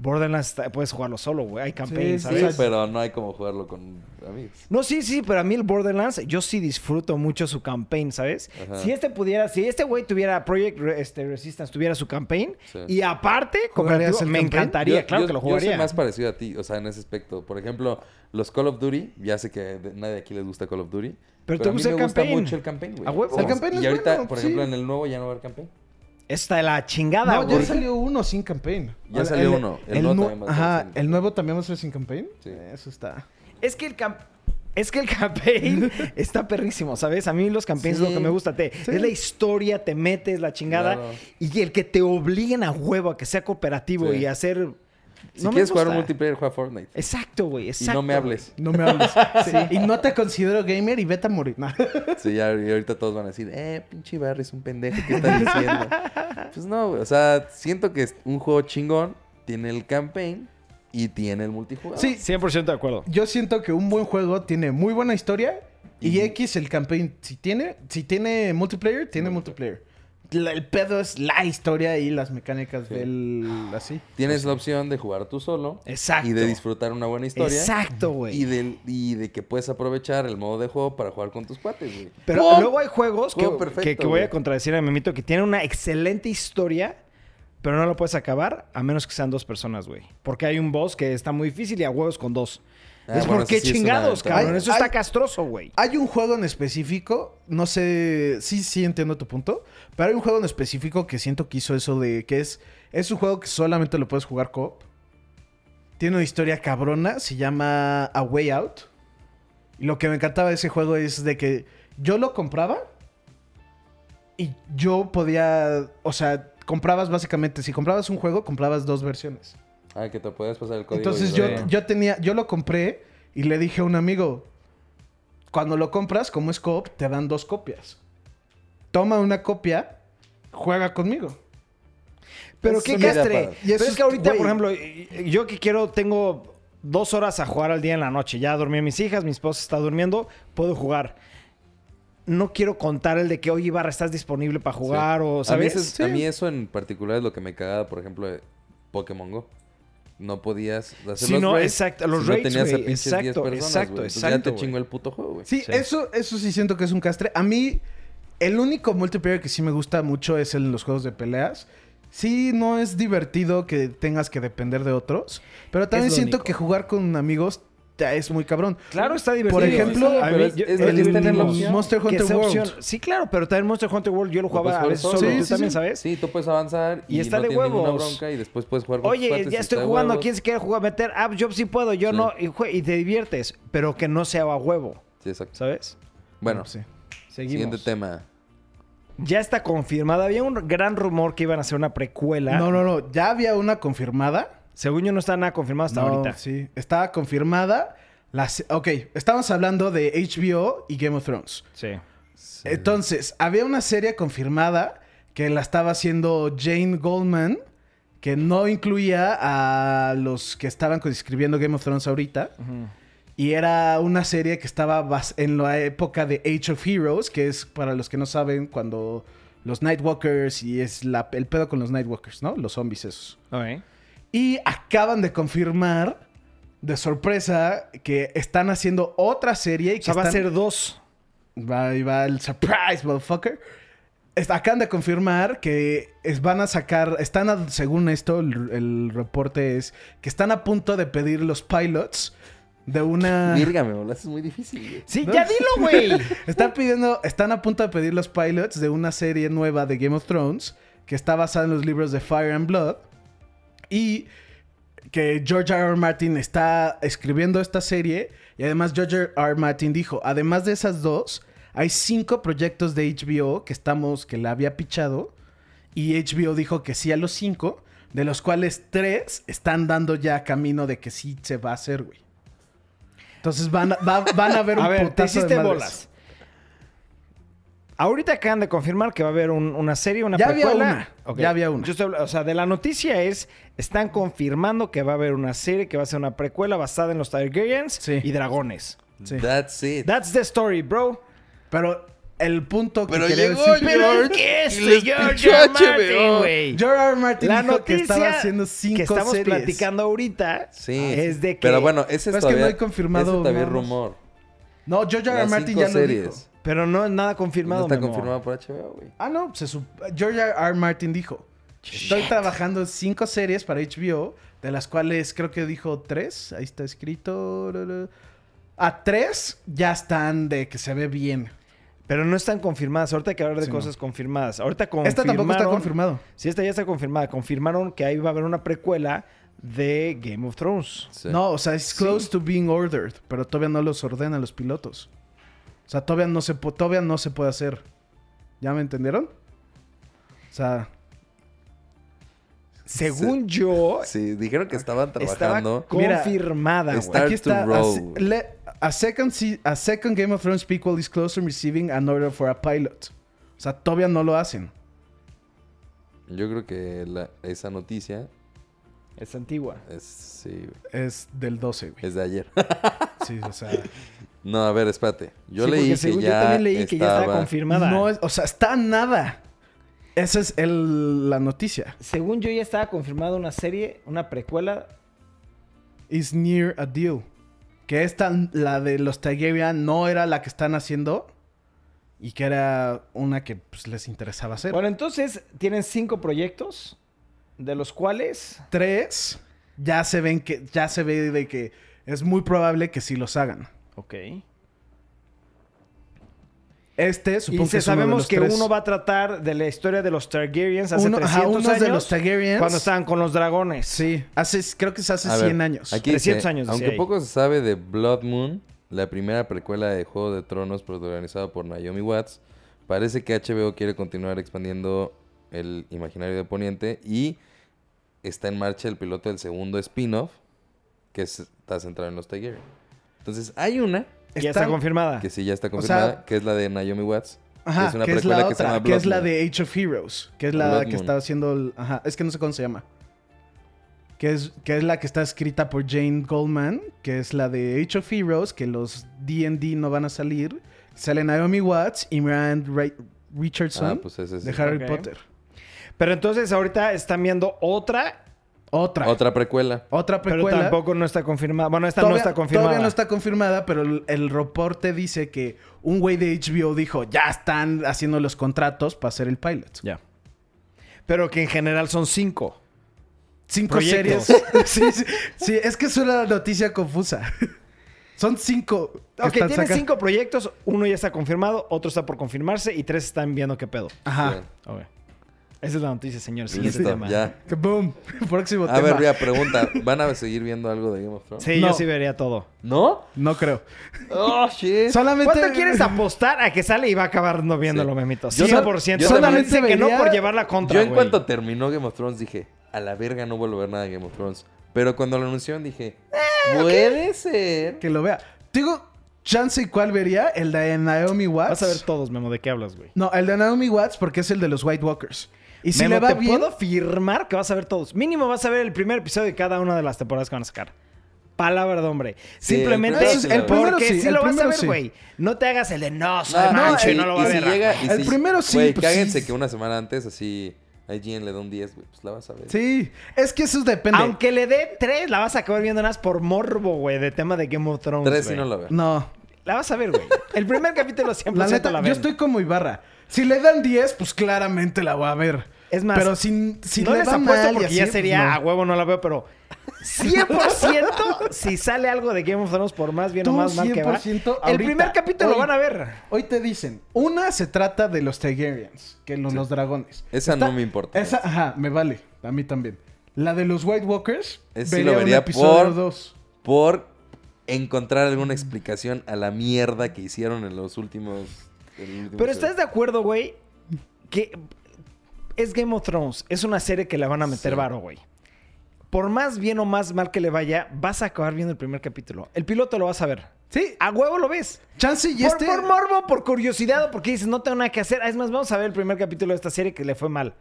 [SPEAKER 1] Borderlands está- puedes jugarlo solo, güey. Hay campaigns,
[SPEAKER 3] sí,
[SPEAKER 2] Sí,
[SPEAKER 1] ¿sabes?
[SPEAKER 2] pero no hay como jugarlo con amigos.
[SPEAKER 1] No, sí, sí, pero a mí el Borderlands, yo sí disfruto mucho su campaign, ¿sabes?
[SPEAKER 2] Ajá.
[SPEAKER 1] Si este pudiera, si este güey tuviera Project Re- este, Resistance, tuviera su campaign,
[SPEAKER 2] Sí.
[SPEAKER 1] y aparte,
[SPEAKER 3] ¿Jugarías
[SPEAKER 1] cooperativo,
[SPEAKER 3] el
[SPEAKER 1] me
[SPEAKER 3] campaign?
[SPEAKER 1] encantaría,
[SPEAKER 2] Yo-
[SPEAKER 1] claro
[SPEAKER 2] yo-
[SPEAKER 1] que lo
[SPEAKER 2] Yo
[SPEAKER 1] jugaría.
[SPEAKER 2] soy más parecido a ti, o sea, en ese aspecto. Por ejemplo, los Call of Duty, ya sé que de- nadie aquí les gusta Call of Duty.
[SPEAKER 1] Pero te
[SPEAKER 2] a mí
[SPEAKER 1] gusta
[SPEAKER 2] me
[SPEAKER 1] el
[SPEAKER 2] gusta
[SPEAKER 1] campaign.
[SPEAKER 2] mucho el campaign, güey.
[SPEAKER 1] A huevo.
[SPEAKER 2] O sea,
[SPEAKER 1] El
[SPEAKER 3] campaign es
[SPEAKER 2] Y ahorita,
[SPEAKER 3] bueno,
[SPEAKER 2] por ejemplo,
[SPEAKER 3] sí.
[SPEAKER 2] en el nuevo ya no va a haber campaign.
[SPEAKER 1] Esta de la chingada,
[SPEAKER 3] No,
[SPEAKER 1] güey.
[SPEAKER 3] ya salió uno sin campaign.
[SPEAKER 2] Ya
[SPEAKER 3] Ahora,
[SPEAKER 2] salió uno. El nuevo
[SPEAKER 3] nu-
[SPEAKER 2] también va a ser
[SPEAKER 3] Ajá,
[SPEAKER 2] sin
[SPEAKER 3] el
[SPEAKER 2] campaign.
[SPEAKER 3] nuevo también va a ser sin campaign.
[SPEAKER 2] Sí.
[SPEAKER 3] Eso está.
[SPEAKER 1] Es que el camp- Es que el (laughs) campaign está perrísimo, ¿sabes? A mí los campaigns es lo
[SPEAKER 2] Sí.
[SPEAKER 1] que me gusta. Te,
[SPEAKER 3] Sí.
[SPEAKER 1] Es la historia, te metes la chingada.
[SPEAKER 2] Claro.
[SPEAKER 1] Y el que te obliguen a huevo a que sea cooperativo
[SPEAKER 2] Sí.
[SPEAKER 1] y a hacer...
[SPEAKER 2] Si
[SPEAKER 1] no me
[SPEAKER 2] quieres jugar un
[SPEAKER 1] gusta.
[SPEAKER 2] multiplayer, juega Fortnite.
[SPEAKER 1] Exacto, güey, exacto.
[SPEAKER 2] Y no me hables.
[SPEAKER 3] No me (laughs) hables. Y no te considero gamer y vete a morir. No. (laughs)
[SPEAKER 2] Sí, ya, y ahorita todos van a decir, eh, pinche Barry es un pendejo, ¿qué estás diciendo?
[SPEAKER 1] (laughs)
[SPEAKER 2] pues no, güey. O sea, siento que es un juego chingón tiene el campaign y tiene el multijugador.
[SPEAKER 3] Sí,
[SPEAKER 1] 100% de acuerdo.
[SPEAKER 3] yo siento que un buen juego tiene muy buena historia y
[SPEAKER 2] Ujú.
[SPEAKER 3] X el campaign si tiene si tiene multiplayer, tiene multiplayer. La- el pedo es la historia y las mecánicas
[SPEAKER 2] Sí.
[SPEAKER 3] del así.
[SPEAKER 2] Tienes la opción de jugar tú solo.
[SPEAKER 1] Exacto.
[SPEAKER 2] Y de disfrutar una buena historia.
[SPEAKER 1] Exacto, güey.
[SPEAKER 2] Y de, y de que puedes aprovechar el modo de juego para jugar con tus cuates, güey.
[SPEAKER 1] Pero
[SPEAKER 2] ¡Pum!
[SPEAKER 1] luego hay juegos que,
[SPEAKER 2] Juego perfecto,
[SPEAKER 1] que- que voy a
[SPEAKER 2] güey.
[SPEAKER 1] contradecir a Memito que tienen una excelente historia, pero no lo puedes acabar a menos que sean dos personas, güey. Porque hay un boss que está muy difícil y a huevos con dos.
[SPEAKER 2] Ah,
[SPEAKER 1] es
[SPEAKER 2] bueno,
[SPEAKER 1] porque
[SPEAKER 2] eso sí es una
[SPEAKER 1] chingados,
[SPEAKER 2] ventaja.
[SPEAKER 1] cabrón.
[SPEAKER 3] Ay,
[SPEAKER 1] Eso está
[SPEAKER 3] ay.
[SPEAKER 1] castroso, güey.
[SPEAKER 3] Hay un juego en específico, no sé, sí, sí entiendo tu punto, pero hay un juego en específico que siento que hizo eso de que es, es un juego que solamente lo puedes jugar co Tiene una historia cabrona, se llama A Way Out. Y lo que me encantaba de ese juego es de que yo lo compraba y yo podía, o sea, comprabas básicamente, si comprabas un juego, comprabas dos versiones.
[SPEAKER 2] Ah, que te puedes pasar el código.
[SPEAKER 3] Entonces
[SPEAKER 2] y
[SPEAKER 3] yo,
[SPEAKER 2] luego-
[SPEAKER 3] yo tenía, yo lo compré y le dije a un amigo, cuando lo compras, como es co te dan dos copias. Toma una copia, juega conmigo.
[SPEAKER 1] Pero
[SPEAKER 2] Eso
[SPEAKER 1] qué
[SPEAKER 2] me da
[SPEAKER 1] castre.
[SPEAKER 2] para-
[SPEAKER 3] Y
[SPEAKER 1] Pero
[SPEAKER 3] eso
[SPEAKER 1] es que
[SPEAKER 3] es-
[SPEAKER 1] ahorita,
[SPEAKER 3] güey.
[SPEAKER 1] por ejemplo, y- yo que quiero, tengo dos horas a jugar al día en la noche. Ya dormí a mis hijas, mi esposa está durmiendo, puedo jugar. No quiero contar el de que, oye, Ibarra, estás disponible para jugar
[SPEAKER 2] Sí.
[SPEAKER 1] o,
[SPEAKER 2] A mí,
[SPEAKER 1] ¿sabes?
[SPEAKER 2] eso, es-
[SPEAKER 3] Sí.
[SPEAKER 2] a mí eso en particular es lo que me cagaba, por ejemplo, de Pokémon Go. No podías hacer
[SPEAKER 1] Sí,
[SPEAKER 2] los
[SPEAKER 1] no,
[SPEAKER 2] raids
[SPEAKER 1] exacto, los
[SPEAKER 2] si no
[SPEAKER 1] raids,
[SPEAKER 2] tenías a
[SPEAKER 1] güey,
[SPEAKER 2] pinches 10
[SPEAKER 1] exacto,
[SPEAKER 2] personas,
[SPEAKER 1] exacto,
[SPEAKER 2] güey. Entonces
[SPEAKER 1] exacto,
[SPEAKER 2] Ya te
[SPEAKER 1] güey.
[SPEAKER 2] chingó el puto juego, güey.
[SPEAKER 3] Sí,
[SPEAKER 1] Sí.
[SPEAKER 3] Eso, eso sí siento que es un castre. A mí, el único multiplayer que sí me gusta mucho es el en los juegos de peleas. Sí, no es divertido que tengas que depender de otros, pero también
[SPEAKER 1] lo
[SPEAKER 3] siento
[SPEAKER 1] único.
[SPEAKER 3] que jugar con amigos te- es muy cabrón.
[SPEAKER 1] Claro, está divertido.
[SPEAKER 3] Por ejemplo,
[SPEAKER 1] a
[SPEAKER 2] pero es-
[SPEAKER 1] yo-
[SPEAKER 2] es-
[SPEAKER 1] yo
[SPEAKER 2] es
[SPEAKER 1] digo,
[SPEAKER 2] tener la opción.
[SPEAKER 3] Monster
[SPEAKER 1] que
[SPEAKER 3] Hunter
[SPEAKER 1] sea
[SPEAKER 3] World.
[SPEAKER 1] Sí, claro, pero también Monster Hunter World yo lo
[SPEAKER 2] Lo puedes
[SPEAKER 1] jugaba a
[SPEAKER 2] jugar
[SPEAKER 1] veces
[SPEAKER 2] pues solo.
[SPEAKER 1] solo.
[SPEAKER 3] Sí,
[SPEAKER 1] Tú
[SPEAKER 3] sí,
[SPEAKER 1] también,
[SPEAKER 3] sí.
[SPEAKER 1] ¿sabes?
[SPEAKER 2] Sí, tú puedes avanzar y,
[SPEAKER 1] Y está
[SPEAKER 2] no
[SPEAKER 1] de
[SPEAKER 2] tienes ninguna
[SPEAKER 1] huevos.
[SPEAKER 2] bronca y después puedes jugar con tus
[SPEAKER 1] Oye,
[SPEAKER 2] cuates y
[SPEAKER 1] ya
[SPEAKER 2] está
[SPEAKER 1] estoy
[SPEAKER 2] de
[SPEAKER 1] jugando,
[SPEAKER 2] huevos.
[SPEAKER 1] ¿quién se quiere jugar? Meter, ah, yo sí puedo, yo
[SPEAKER 2] Sí.
[SPEAKER 1] no, y, jue- y te diviertes, pero que no sea a huevo,
[SPEAKER 2] Sí, exacto.
[SPEAKER 1] ¿sabes?
[SPEAKER 2] Bueno,
[SPEAKER 3] Sí.
[SPEAKER 2] siguiente tema.
[SPEAKER 1] Ya está confirmada. Había un gran rumor que iban a hacer una precuela.
[SPEAKER 3] No, no, no. Ya había una confirmada.
[SPEAKER 1] Según yo, no está nada confirmado hasta
[SPEAKER 3] No,
[SPEAKER 1] ahorita.
[SPEAKER 3] Sí, estaba confirmada. La, se- ok, estábamos hablando de HBO y Game of Thrones.
[SPEAKER 1] Sí.
[SPEAKER 3] Entonces, había una serie confirmada que la estaba haciendo Jane Goldman, que no incluía a los que estaban escribiendo Game of Thrones ahorita. Y era una serie que estaba bas- en la época de Age of Heroes, que es para los que no saben, cuando los Nightwalkers y es la- el pedo con los Nightwalkers, ¿no? Los zombies esos.
[SPEAKER 1] Ok.
[SPEAKER 3] Y acaban de confirmar de sorpresa que están haciendo otra serie y que
[SPEAKER 1] O sea, va a
[SPEAKER 3] están-
[SPEAKER 1] ser dos.
[SPEAKER 3] va, ahí va el surprise, motherfucker. Es- Acaban de confirmar que es- van a sacar, están a- según esto, el, el reporte es que están a punto de pedir los pilots de una...
[SPEAKER 2] Vírgame, boludo, eso es muy difícil, güey.
[SPEAKER 1] Sí,
[SPEAKER 3] No.
[SPEAKER 1] ya dilo, (laughs) güey.
[SPEAKER 3] Están pidiendo, están a punto de pedir los pilots de una serie nueva de Game of Thrones que está basada en los libros de Fire and Blood y que George R. R. Martin está escribiendo esta serie y además George R. R. Martin dijo, además de esas dos, hay cinco proyectos de HBO que estamos, que la había pichado y HBO dijo que sí a los cinco, de los cuales tres están dando ya camino de que sí se va a hacer, güey. Entonces van a, va- van a ver
[SPEAKER 1] (laughs)
[SPEAKER 3] un
[SPEAKER 1] A ver, te
[SPEAKER 3] putazo de
[SPEAKER 1] hiciste
[SPEAKER 3] madres.
[SPEAKER 1] bolas. Ahorita acaban de confirmar que va a haber un- una serie, una
[SPEAKER 3] Ya había
[SPEAKER 1] precuela.
[SPEAKER 3] una,
[SPEAKER 1] Ok.
[SPEAKER 3] ya había una.
[SPEAKER 1] Yo estoy habla- o sea, de la noticia es, están confirmando que va a haber una serie que va a ser una precuela basada en los Targaryens
[SPEAKER 3] Sí.
[SPEAKER 1] y dragones.
[SPEAKER 3] Sí.
[SPEAKER 2] That's it.
[SPEAKER 1] That's the story, bro.
[SPEAKER 3] Pero el punto que
[SPEAKER 2] Pero
[SPEAKER 3] quería
[SPEAKER 2] llegó
[SPEAKER 3] decir...
[SPEAKER 2] George
[SPEAKER 1] Pero ¿qué es
[SPEAKER 2] y les
[SPEAKER 1] George
[SPEAKER 2] pinchó
[SPEAKER 1] R.
[SPEAKER 2] HBO.
[SPEAKER 1] Martin, güey?
[SPEAKER 3] George R. R. Martin
[SPEAKER 1] La
[SPEAKER 3] dijo
[SPEAKER 1] noticia
[SPEAKER 3] que estaba haciendo cinco
[SPEAKER 1] que estamos
[SPEAKER 3] series.
[SPEAKER 1] platicando ahorita
[SPEAKER 2] Sí.
[SPEAKER 1] es de que...
[SPEAKER 2] Pero bueno, ese
[SPEAKER 3] Pero es que
[SPEAKER 2] es todavía...
[SPEAKER 3] no hay confirmado
[SPEAKER 2] ese todavía es
[SPEAKER 3] nada más.
[SPEAKER 2] rumor.
[SPEAKER 3] No, George R. R.
[SPEAKER 2] Las
[SPEAKER 3] Martin
[SPEAKER 2] cinco
[SPEAKER 3] ya lo dijo.
[SPEAKER 2] series.
[SPEAKER 1] Pero no es nada
[SPEAKER 2] No
[SPEAKER 1] confirmado,
[SPEAKER 2] está
[SPEAKER 1] mi amor.
[SPEAKER 2] confirmado por HBO, güey.
[SPEAKER 3] Ah, no, se sup- George R. R. Martin dijo. Estoy trabajando en cinco series para HBO, de las cuales creo que dijo tres. Ahí está escrito. ra, ra. A tres ya están de que se ve bien.
[SPEAKER 1] Pero no están confirmadas. Ahorita hay que hablar de
[SPEAKER 3] Sí,
[SPEAKER 1] cosas confirmadas. Ahorita
[SPEAKER 3] Esta tampoco está
[SPEAKER 1] confirmaron-
[SPEAKER 3] confirmado.
[SPEAKER 1] Sí, esta ya está confirmada. Confirmaron que ahí va a haber una precuela de Game of Thrones.
[SPEAKER 2] Sí.
[SPEAKER 3] No, o sea, es close to being ordered, pero todavía no los ordenan los pilotos. O sea, todavía no se, po- todavía no se puede hacer. ¿Ya me entendieron? O sea,
[SPEAKER 1] Según yo,
[SPEAKER 2] Sí, dijeron que estaban
[SPEAKER 1] estaba
[SPEAKER 2] trabajando.
[SPEAKER 3] Mira,
[SPEAKER 1] confirmada, güey.
[SPEAKER 2] está- Start
[SPEAKER 3] aquí
[SPEAKER 2] to
[SPEAKER 3] está. A,
[SPEAKER 2] roll.
[SPEAKER 3] se- le- a second se- a second Game of Thrones prequel is close to receiving an order for a pilot. O sea, todavía no lo hacen.
[SPEAKER 2] Yo creo que la- esa noticia
[SPEAKER 1] Es antigua.
[SPEAKER 2] es, sí, güey,
[SPEAKER 3] Es del 12, güey.
[SPEAKER 2] es de ayer. (laughs) Eh.
[SPEAKER 3] Sí, o sea.
[SPEAKER 2] no, a ver, espérate. Yo
[SPEAKER 1] Sí,
[SPEAKER 2] leí
[SPEAKER 1] porque
[SPEAKER 2] que
[SPEAKER 1] según
[SPEAKER 2] ya,
[SPEAKER 1] yo también leí
[SPEAKER 2] estaba...
[SPEAKER 1] que ya estaba confirmada.
[SPEAKER 3] No es- o sea, está nada. Esa es el- la noticia.
[SPEAKER 1] Según yo ya estaba confirmada una serie, una precuela.
[SPEAKER 3] is near a deal. Que esta, la de los Targaryen, no era la que están haciendo. Y que era una que pues, les interesaba hacer.
[SPEAKER 1] Bueno, entonces tienen cinco proyectos, de los cuales
[SPEAKER 3] tres, ya se ven que, ya se ve de que es muy probable que sí los hagan.
[SPEAKER 1] Ok.
[SPEAKER 3] Este, supongo
[SPEAKER 1] y
[SPEAKER 3] que
[SPEAKER 1] se
[SPEAKER 3] es uno de
[SPEAKER 1] sabemos
[SPEAKER 3] los
[SPEAKER 1] que
[SPEAKER 3] tres.
[SPEAKER 1] uno va a tratar de la historia de los Targaryens hace
[SPEAKER 3] Uno- ajá,
[SPEAKER 1] 300
[SPEAKER 3] unos
[SPEAKER 1] años.
[SPEAKER 3] de los Targaryens.
[SPEAKER 1] Cuando estaban con los dragones.
[SPEAKER 3] Sí, hace, creo que es hace
[SPEAKER 2] A ver,
[SPEAKER 3] 100 años.
[SPEAKER 2] Aquí
[SPEAKER 1] 300
[SPEAKER 2] 300
[SPEAKER 1] años, decía
[SPEAKER 2] Aunque
[SPEAKER 1] ahí.
[SPEAKER 2] poco se sabe de Blood Moon, la primera precuela de Juego de Tronos protagonizada por Naomi Watts, parece que HBO quiere continuar expandiendo el imaginario de Poniente y está en marcha el piloto del segundo spin-off que es- está centrado en los Targaryen. Entonces, hay una
[SPEAKER 1] Ya está confirmada.
[SPEAKER 2] que sí ya está
[SPEAKER 3] Ah. O sea-
[SPEAKER 2] confirmada, que es la de Naomi Watts.
[SPEAKER 3] Ajá,
[SPEAKER 2] que es una
[SPEAKER 3] que es
[SPEAKER 2] precuela
[SPEAKER 3] la
[SPEAKER 2] que se
[SPEAKER 3] otra,
[SPEAKER 2] llama
[SPEAKER 3] que es
[SPEAKER 2] Blood
[SPEAKER 3] la
[SPEAKER 2] Moon. Ah,
[SPEAKER 3] de Age of Heroes, que es la
[SPEAKER 2] Blood
[SPEAKER 3] que
[SPEAKER 2] Moon.
[SPEAKER 3] está haciendo, el- ajá, es que no sé cómo se llama. Que es, que es la que está escrita por Jane Goldman, que es la de Age of Heroes, que los D&D no van a salir. Sale Naomi Watts y Miranda Ra- Richardson
[SPEAKER 2] Ah, pues ese es
[SPEAKER 3] de Harry
[SPEAKER 1] Ok.
[SPEAKER 3] Potter.
[SPEAKER 1] Pero entonces ahorita están viendo otra,
[SPEAKER 3] Otra, otra,
[SPEAKER 2] otra precuela.
[SPEAKER 3] precuela.
[SPEAKER 1] pero tampoco no está confirmada. Bueno, esta no está confirmada.
[SPEAKER 3] Todavía no está confirmada, pero el, el reporte dice que un güey de HBO dijo, ya están haciendo los contratos para hacer el pilot.
[SPEAKER 1] Ya. Pero que en general son cinco.
[SPEAKER 3] Cinco
[SPEAKER 1] Proyectos.
[SPEAKER 3] series. (laughs) sí, sí, sí, es que es una noticia confusa. (laughs) Son cinco. que
[SPEAKER 1] Ok,
[SPEAKER 3] están
[SPEAKER 1] tienen
[SPEAKER 3] saca-
[SPEAKER 1] cinco proyectos. Uno ya está confirmado, otro está por confirmarse y tres están viendo qué pedo.
[SPEAKER 3] Ajá.
[SPEAKER 1] Ok. Esa es la noticia, señor.
[SPEAKER 2] Sí,
[SPEAKER 1] Siguiente
[SPEAKER 2] listo,
[SPEAKER 1] tema.
[SPEAKER 2] ya.
[SPEAKER 3] Que Boom. (laughs) Próximo
[SPEAKER 2] A
[SPEAKER 3] tema.
[SPEAKER 2] ver, Ria, pregunta. ¿Van a seguir viendo algo de Game of Thrones?
[SPEAKER 1] Sí, yo
[SPEAKER 3] No.
[SPEAKER 1] sí vería todo.
[SPEAKER 2] ¿No?
[SPEAKER 3] No creo.
[SPEAKER 2] Oh, shit.
[SPEAKER 3] Solamente.
[SPEAKER 1] ¿Cuánto
[SPEAKER 3] (laughs)
[SPEAKER 1] quieres apostar a que sale y va a acabar no viéndolo,
[SPEAKER 2] Sí.
[SPEAKER 1] memito?
[SPEAKER 2] Yo
[SPEAKER 1] 100%.
[SPEAKER 2] yo
[SPEAKER 1] solamente
[SPEAKER 3] solamente
[SPEAKER 1] dicen que no
[SPEAKER 3] vería-
[SPEAKER 1] por llevar la contra,
[SPEAKER 2] Yo en
[SPEAKER 1] güey.
[SPEAKER 2] cuanto terminó Game of Thrones dije, a la verga no vuelvo a ver nada de Game of Thrones. Pero cuando lo anunciaron dije, "Eh, puede ser.
[SPEAKER 3] Que lo vea. Te Digo, chance y cuál vería. El de Naomi Watts.
[SPEAKER 1] Vas a ver todos, Memo, de qué hablas, güey.
[SPEAKER 3] No, el de Naomi Watts porque es el de los White Walkers. Y si
[SPEAKER 1] Memo,
[SPEAKER 3] le va
[SPEAKER 1] te
[SPEAKER 3] bien.
[SPEAKER 1] puedo firmar que vas a ver todos. Mínimo vas a ver el primer episodio de cada una de las temporadas que van a sacar. palabra de hombre.
[SPEAKER 2] Sí,
[SPEAKER 1] Simplemente
[SPEAKER 2] el primero sí lo
[SPEAKER 1] el primero sí,
[SPEAKER 2] veo.
[SPEAKER 3] El primero
[SPEAKER 1] lo vas
[SPEAKER 3] sí,
[SPEAKER 1] a
[SPEAKER 3] el
[SPEAKER 1] ver,
[SPEAKER 3] primero
[SPEAKER 1] güey. No te hagas el de no, soy
[SPEAKER 2] No,
[SPEAKER 1] macho
[SPEAKER 2] no,
[SPEAKER 1] y no lo va a
[SPEAKER 2] si
[SPEAKER 1] ver.
[SPEAKER 2] llega- y
[SPEAKER 3] El
[SPEAKER 2] si-
[SPEAKER 3] primero sí,
[SPEAKER 2] Güey,
[SPEAKER 3] pues,
[SPEAKER 2] cáguense
[SPEAKER 3] sí.
[SPEAKER 2] que una semana antes, así, IGN le da un 10, güey. Pues la vas a ver.
[SPEAKER 3] Sí, es que eso depende.
[SPEAKER 1] Aunque le dé tres, la vas a acabar viendo nada más por morbo, güey, de tema de Game of Thrones.
[SPEAKER 2] Tres si
[SPEAKER 1] güey.
[SPEAKER 2] no la veo.
[SPEAKER 3] No,
[SPEAKER 1] La vas a ver, güey. El primer capítulo siempre
[SPEAKER 3] la
[SPEAKER 1] la,
[SPEAKER 3] neta,
[SPEAKER 1] la
[SPEAKER 3] yo
[SPEAKER 1] ven.
[SPEAKER 3] estoy como Ibarra. Si le dan 10, pues claramente la voy a ver.
[SPEAKER 1] Es más,
[SPEAKER 3] pero si, si
[SPEAKER 1] no
[SPEAKER 3] le
[SPEAKER 1] les
[SPEAKER 3] dan
[SPEAKER 1] apuesto
[SPEAKER 3] mal y
[SPEAKER 1] porque
[SPEAKER 3] así,
[SPEAKER 1] ya
[SPEAKER 3] pues,
[SPEAKER 1] sería
[SPEAKER 3] no.
[SPEAKER 1] a huevo, no la veo, pero
[SPEAKER 3] (laughs)
[SPEAKER 1] 100% si sale algo de Game of Thrones, por más bien o
[SPEAKER 3] Tú
[SPEAKER 1] más mal que va.
[SPEAKER 3] 100%
[SPEAKER 1] El
[SPEAKER 3] ahorita,
[SPEAKER 1] primer capítulo
[SPEAKER 3] hoy.
[SPEAKER 1] lo van a ver.
[SPEAKER 3] Hoy te dicen, una se trata de los Targaryens, que los, los dragones.
[SPEAKER 2] Esa no me importa.
[SPEAKER 3] Esa, ajá, me vale, a mí también. La de los White Walkers,
[SPEAKER 2] Ese sí lo vería por-
[SPEAKER 3] 2.
[SPEAKER 2] Por encontrar alguna explicación a la mierda que hicieron en los últimos. en el último
[SPEAKER 1] Pero
[SPEAKER 2] episodio.
[SPEAKER 1] estás de acuerdo, güey, que es Game of Thrones, es una serie que le van a meter
[SPEAKER 2] Sí.
[SPEAKER 1] varo, güey. Por más bien o más mal que le vaya, vas a acabar viendo el primer capítulo. El piloto lo vas a ver.
[SPEAKER 3] Sí, ah,
[SPEAKER 1] A huevo lo ves.
[SPEAKER 3] Chance y
[SPEAKER 1] por,
[SPEAKER 3] este...
[SPEAKER 1] por morbo, por curiosidad o porque dices, no tengo nada que hacer. Es más, vamos a ver el primer capítulo de esta serie que le fue mal.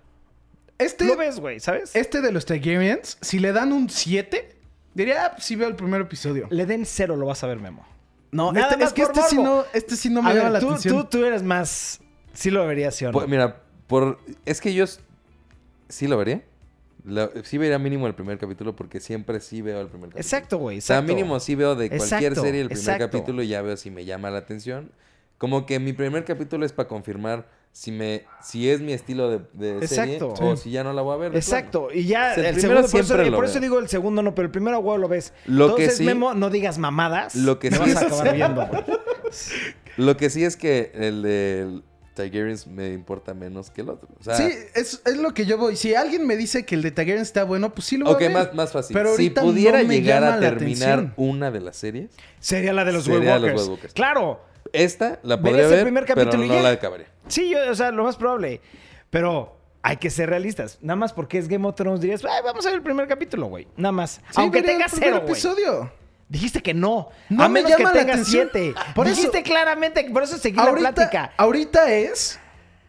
[SPEAKER 3] este,
[SPEAKER 1] Lo ves, güey, ¿sabes?
[SPEAKER 3] este de los Targaryens, si le dan un 7, diría, ah, pues sí veo el primer episodio.
[SPEAKER 1] Le den cero, lo vas a ver, Memo.
[SPEAKER 3] No,
[SPEAKER 1] Nada
[SPEAKER 3] este,
[SPEAKER 1] más
[SPEAKER 3] es que
[SPEAKER 1] por
[SPEAKER 3] este sí, no,
[SPEAKER 1] morbo.
[SPEAKER 3] este sí no me
[SPEAKER 1] a
[SPEAKER 3] llama
[SPEAKER 1] ver,
[SPEAKER 3] la
[SPEAKER 1] tú,
[SPEAKER 3] atención.
[SPEAKER 1] tú, tú eres más... Sí lo verías, ¿sí o no?
[SPEAKER 2] Por- Pues mira, por. Es que yo. s- Sí lo vería. La- sí vería mínimo el primer capítulo porque siempre sí veo el primer capítulo.
[SPEAKER 1] Exacto, güey,
[SPEAKER 2] O sea,
[SPEAKER 1] exacto.
[SPEAKER 2] mínimo sí veo de cualquier
[SPEAKER 1] Exacto,
[SPEAKER 2] serie el primer
[SPEAKER 1] exacto.
[SPEAKER 2] capítulo y ya veo si me llama la atención. Como que mi primer capítulo es para confirmar si me si es mi estilo de, de serie
[SPEAKER 1] Exacto.
[SPEAKER 2] o
[SPEAKER 1] Sí.
[SPEAKER 2] si ya no la voy a ver. de plano.
[SPEAKER 1] Exacto, y ya
[SPEAKER 2] El
[SPEAKER 1] el,
[SPEAKER 2] primero
[SPEAKER 1] segundo, por, eso,
[SPEAKER 2] siempre lo
[SPEAKER 1] por eso
[SPEAKER 2] veo.
[SPEAKER 1] digo el segundo no, pero el primero a huevo lo ves.
[SPEAKER 2] Lo que
[SPEAKER 1] Entonces,
[SPEAKER 2] sí-
[SPEAKER 1] Memo, no digas mamadas.
[SPEAKER 2] Lo que
[SPEAKER 1] me
[SPEAKER 2] sí
[SPEAKER 1] vas a
[SPEAKER 2] es-
[SPEAKER 1] acabar viendo, güey.
[SPEAKER 2] Lo que sí es que el de Tigerians me importa menos que el otro. O sea,
[SPEAKER 3] Sí, es, es lo que yo voy. Si alguien me dice que el de Targaryen está bueno, pues sí lo voy
[SPEAKER 2] ok,
[SPEAKER 3] a ver.
[SPEAKER 2] más, más fácil.
[SPEAKER 3] Pero
[SPEAKER 2] si
[SPEAKER 3] ahorita
[SPEAKER 2] pudiera
[SPEAKER 3] no me
[SPEAKER 2] llegar
[SPEAKER 3] llama
[SPEAKER 2] a
[SPEAKER 3] la
[SPEAKER 2] terminar
[SPEAKER 3] atención.
[SPEAKER 2] una de las series,
[SPEAKER 1] Sería la de los
[SPEAKER 2] Sería
[SPEAKER 1] White
[SPEAKER 2] los
[SPEAKER 1] Walkers.
[SPEAKER 2] White Walkers.
[SPEAKER 1] Claro.
[SPEAKER 2] esta la
[SPEAKER 1] Verías
[SPEAKER 2] podría
[SPEAKER 1] el
[SPEAKER 2] ver,
[SPEAKER 1] primer
[SPEAKER 2] pero
[SPEAKER 1] capítulo y
[SPEAKER 2] no
[SPEAKER 1] ya.
[SPEAKER 2] la acabaría.
[SPEAKER 1] Sí, yo- o sea, lo más probable. Pero hay que ser realistas. Nada más porque es Game of Thrones dirías, "Ay, vamos a ver el primer capítulo, güey. Nada más.
[SPEAKER 3] Sí,
[SPEAKER 1] Aunque
[SPEAKER 3] vería
[SPEAKER 1] tengas
[SPEAKER 3] el primer
[SPEAKER 1] cero, güey.
[SPEAKER 3] episodio.
[SPEAKER 1] Dijiste que no.
[SPEAKER 3] No
[SPEAKER 1] a
[SPEAKER 3] me
[SPEAKER 1] menos
[SPEAKER 3] llama
[SPEAKER 1] que
[SPEAKER 3] la
[SPEAKER 1] tengas
[SPEAKER 3] atención.
[SPEAKER 1] siete.
[SPEAKER 3] Por eso-
[SPEAKER 1] Dijiste claramente, por eso seguí la
[SPEAKER 3] Ahorita,
[SPEAKER 1] plática.
[SPEAKER 3] ahorita es.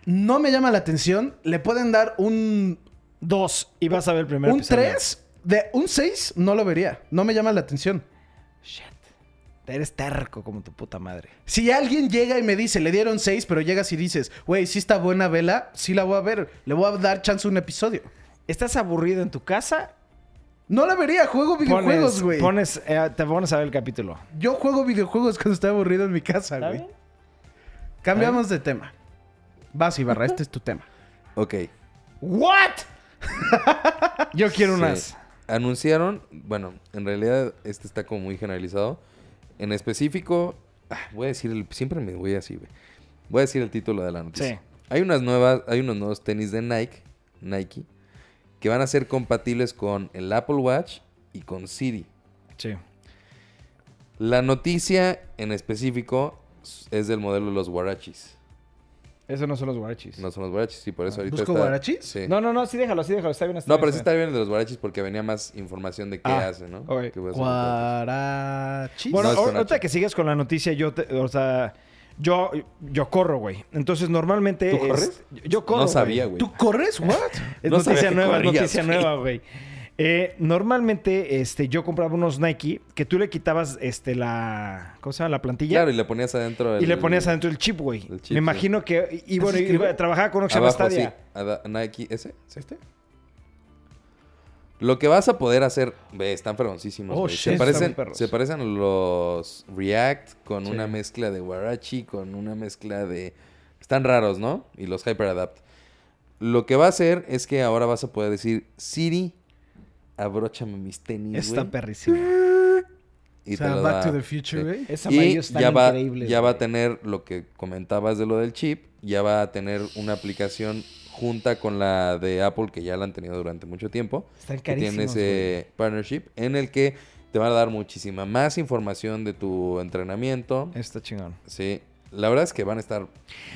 [SPEAKER 3] No me llama la atención. Le pueden dar un.
[SPEAKER 1] Dos. Y vas a ver el primer
[SPEAKER 3] Un
[SPEAKER 1] episodio.
[SPEAKER 3] 3. De un 6 no lo vería. No me llama la atención.
[SPEAKER 1] Shit. Eres terco como tu puta madre.
[SPEAKER 3] Si alguien llega y me dice, le dieron 6, pero llegas y dices, güey, sí está buena vela, sí la voy a ver. Le voy a dar chance a un episodio.
[SPEAKER 1] ¿Estás aburrido en tu casa?
[SPEAKER 3] No la vería, juego videojuegos,
[SPEAKER 1] Pones-
[SPEAKER 3] güey.
[SPEAKER 1] pones, eh, te pones a ver el capítulo.
[SPEAKER 3] Yo juego videojuegos cuando estoy aburrido en mi casa,
[SPEAKER 1] ¿Está
[SPEAKER 3] güey.
[SPEAKER 1] bien?
[SPEAKER 3] Cambiamos de tema. Vas, Ibarra, este es tu tema.
[SPEAKER 2] Ok.
[SPEAKER 1] ¿What? (laughs) Yo quiero
[SPEAKER 2] Sí.
[SPEAKER 1] unas.
[SPEAKER 2] Anunciaron, bueno, en realidad este está como muy generalizado. En específico, ah, voy a decir, el, siempre me voy así, güey. Voy a decir el título de la
[SPEAKER 1] Sí.
[SPEAKER 2] noticia. Hay unas nuevas, hay unos nuevos tenis de Nike, Nike, que van a ser compatibles con el Apple Watch y con Siri.
[SPEAKER 1] Sí.
[SPEAKER 2] La noticia en específico es del modelo de los Warachis.
[SPEAKER 1] Eso no son los guarachis.
[SPEAKER 2] No son los Warachis, sí, por
[SPEAKER 1] Ah,
[SPEAKER 2] eso ahorita
[SPEAKER 3] ¿Busco
[SPEAKER 2] está-
[SPEAKER 3] huarachis?
[SPEAKER 2] Sí.
[SPEAKER 1] No, no, no, sí déjalo, sí déjalo. Está bien.
[SPEAKER 2] No, pero sí está bien el de los Warachis porque venía más información de qué
[SPEAKER 1] Ah,
[SPEAKER 2] hace, pues, ¿no?
[SPEAKER 1] ok.
[SPEAKER 2] Que voy a hacer un poco.
[SPEAKER 3] Guarachis.
[SPEAKER 1] Bueno, oh,
[SPEAKER 2] No es
[SPEAKER 1] ahor-
[SPEAKER 2] con
[SPEAKER 1] ahorita
[SPEAKER 2] H.
[SPEAKER 1] que sigues con la noticia, yo, te- o sea, yo, yo corro, güey. Entonces, normalmente...
[SPEAKER 2] ¿Tú
[SPEAKER 1] es-
[SPEAKER 2] corres?
[SPEAKER 1] yo- yo corro,
[SPEAKER 2] No sabía, güey.
[SPEAKER 3] ¿Tú
[SPEAKER 1] (laughs)
[SPEAKER 3] corres? ¿What?
[SPEAKER 1] Es
[SPEAKER 2] No sabía
[SPEAKER 1] noticia
[SPEAKER 2] que
[SPEAKER 1] nueva, es
[SPEAKER 2] corrías,
[SPEAKER 1] noticia
[SPEAKER 2] güey.
[SPEAKER 1] nueva, güey. Eh, normalmente, este, yo compraba unos Nike que tú le quitabas, este, la... ¿Cómo se llama? La plantilla.
[SPEAKER 2] Claro, y le ponías adentro
[SPEAKER 1] Y le ponías adentro el chip, güey.
[SPEAKER 2] el chip,
[SPEAKER 1] Me imagino que... Y bueno,
[SPEAKER 3] ¿Así
[SPEAKER 1] y-
[SPEAKER 3] escribe?
[SPEAKER 1] trabajaba con Oxfam
[SPEAKER 2] Abajo,
[SPEAKER 1] Stadia.
[SPEAKER 2] sí. Ada- Nike, ¿ese? ¿Es este? Lo que vas a poder hacer, ve, están fregoncísimos,
[SPEAKER 1] Oh,
[SPEAKER 2] güey.
[SPEAKER 1] shit,
[SPEAKER 2] se,
[SPEAKER 1] están
[SPEAKER 2] parecen,
[SPEAKER 1] muy perros.
[SPEAKER 2] se parecen a los React con
[SPEAKER 1] Sí.
[SPEAKER 2] una mezcla de Warachi, con una mezcla de... Están raros, ¿no? Y los HyperAdapt. Lo que va a hacer es que ahora vas a poder decir, Siri, abróchame mis tenis,
[SPEAKER 1] Está
[SPEAKER 2] güey.
[SPEAKER 1] perrísimo.
[SPEAKER 2] Y
[SPEAKER 3] O sea,
[SPEAKER 2] lo
[SPEAKER 3] Back
[SPEAKER 2] da.
[SPEAKER 3] to the
[SPEAKER 2] Sí.
[SPEAKER 3] Future, güey.
[SPEAKER 1] Es
[SPEAKER 2] Y
[SPEAKER 1] amarillo, están
[SPEAKER 2] ya va,
[SPEAKER 1] increíbles,
[SPEAKER 2] ya va a
[SPEAKER 1] güey.
[SPEAKER 2] tener lo que comentabas de lo del chip, ya va a tener una aplicación junta con la de Apple que ya la han tenido durante mucho tiempo.
[SPEAKER 1] Están
[SPEAKER 2] Que tiene
[SPEAKER 1] carísimos,
[SPEAKER 2] ese partnership en el que te van a dar muchísima más información de tu entrenamiento.
[SPEAKER 1] güey. Está chingón.
[SPEAKER 2] Sí, la verdad es que van a estar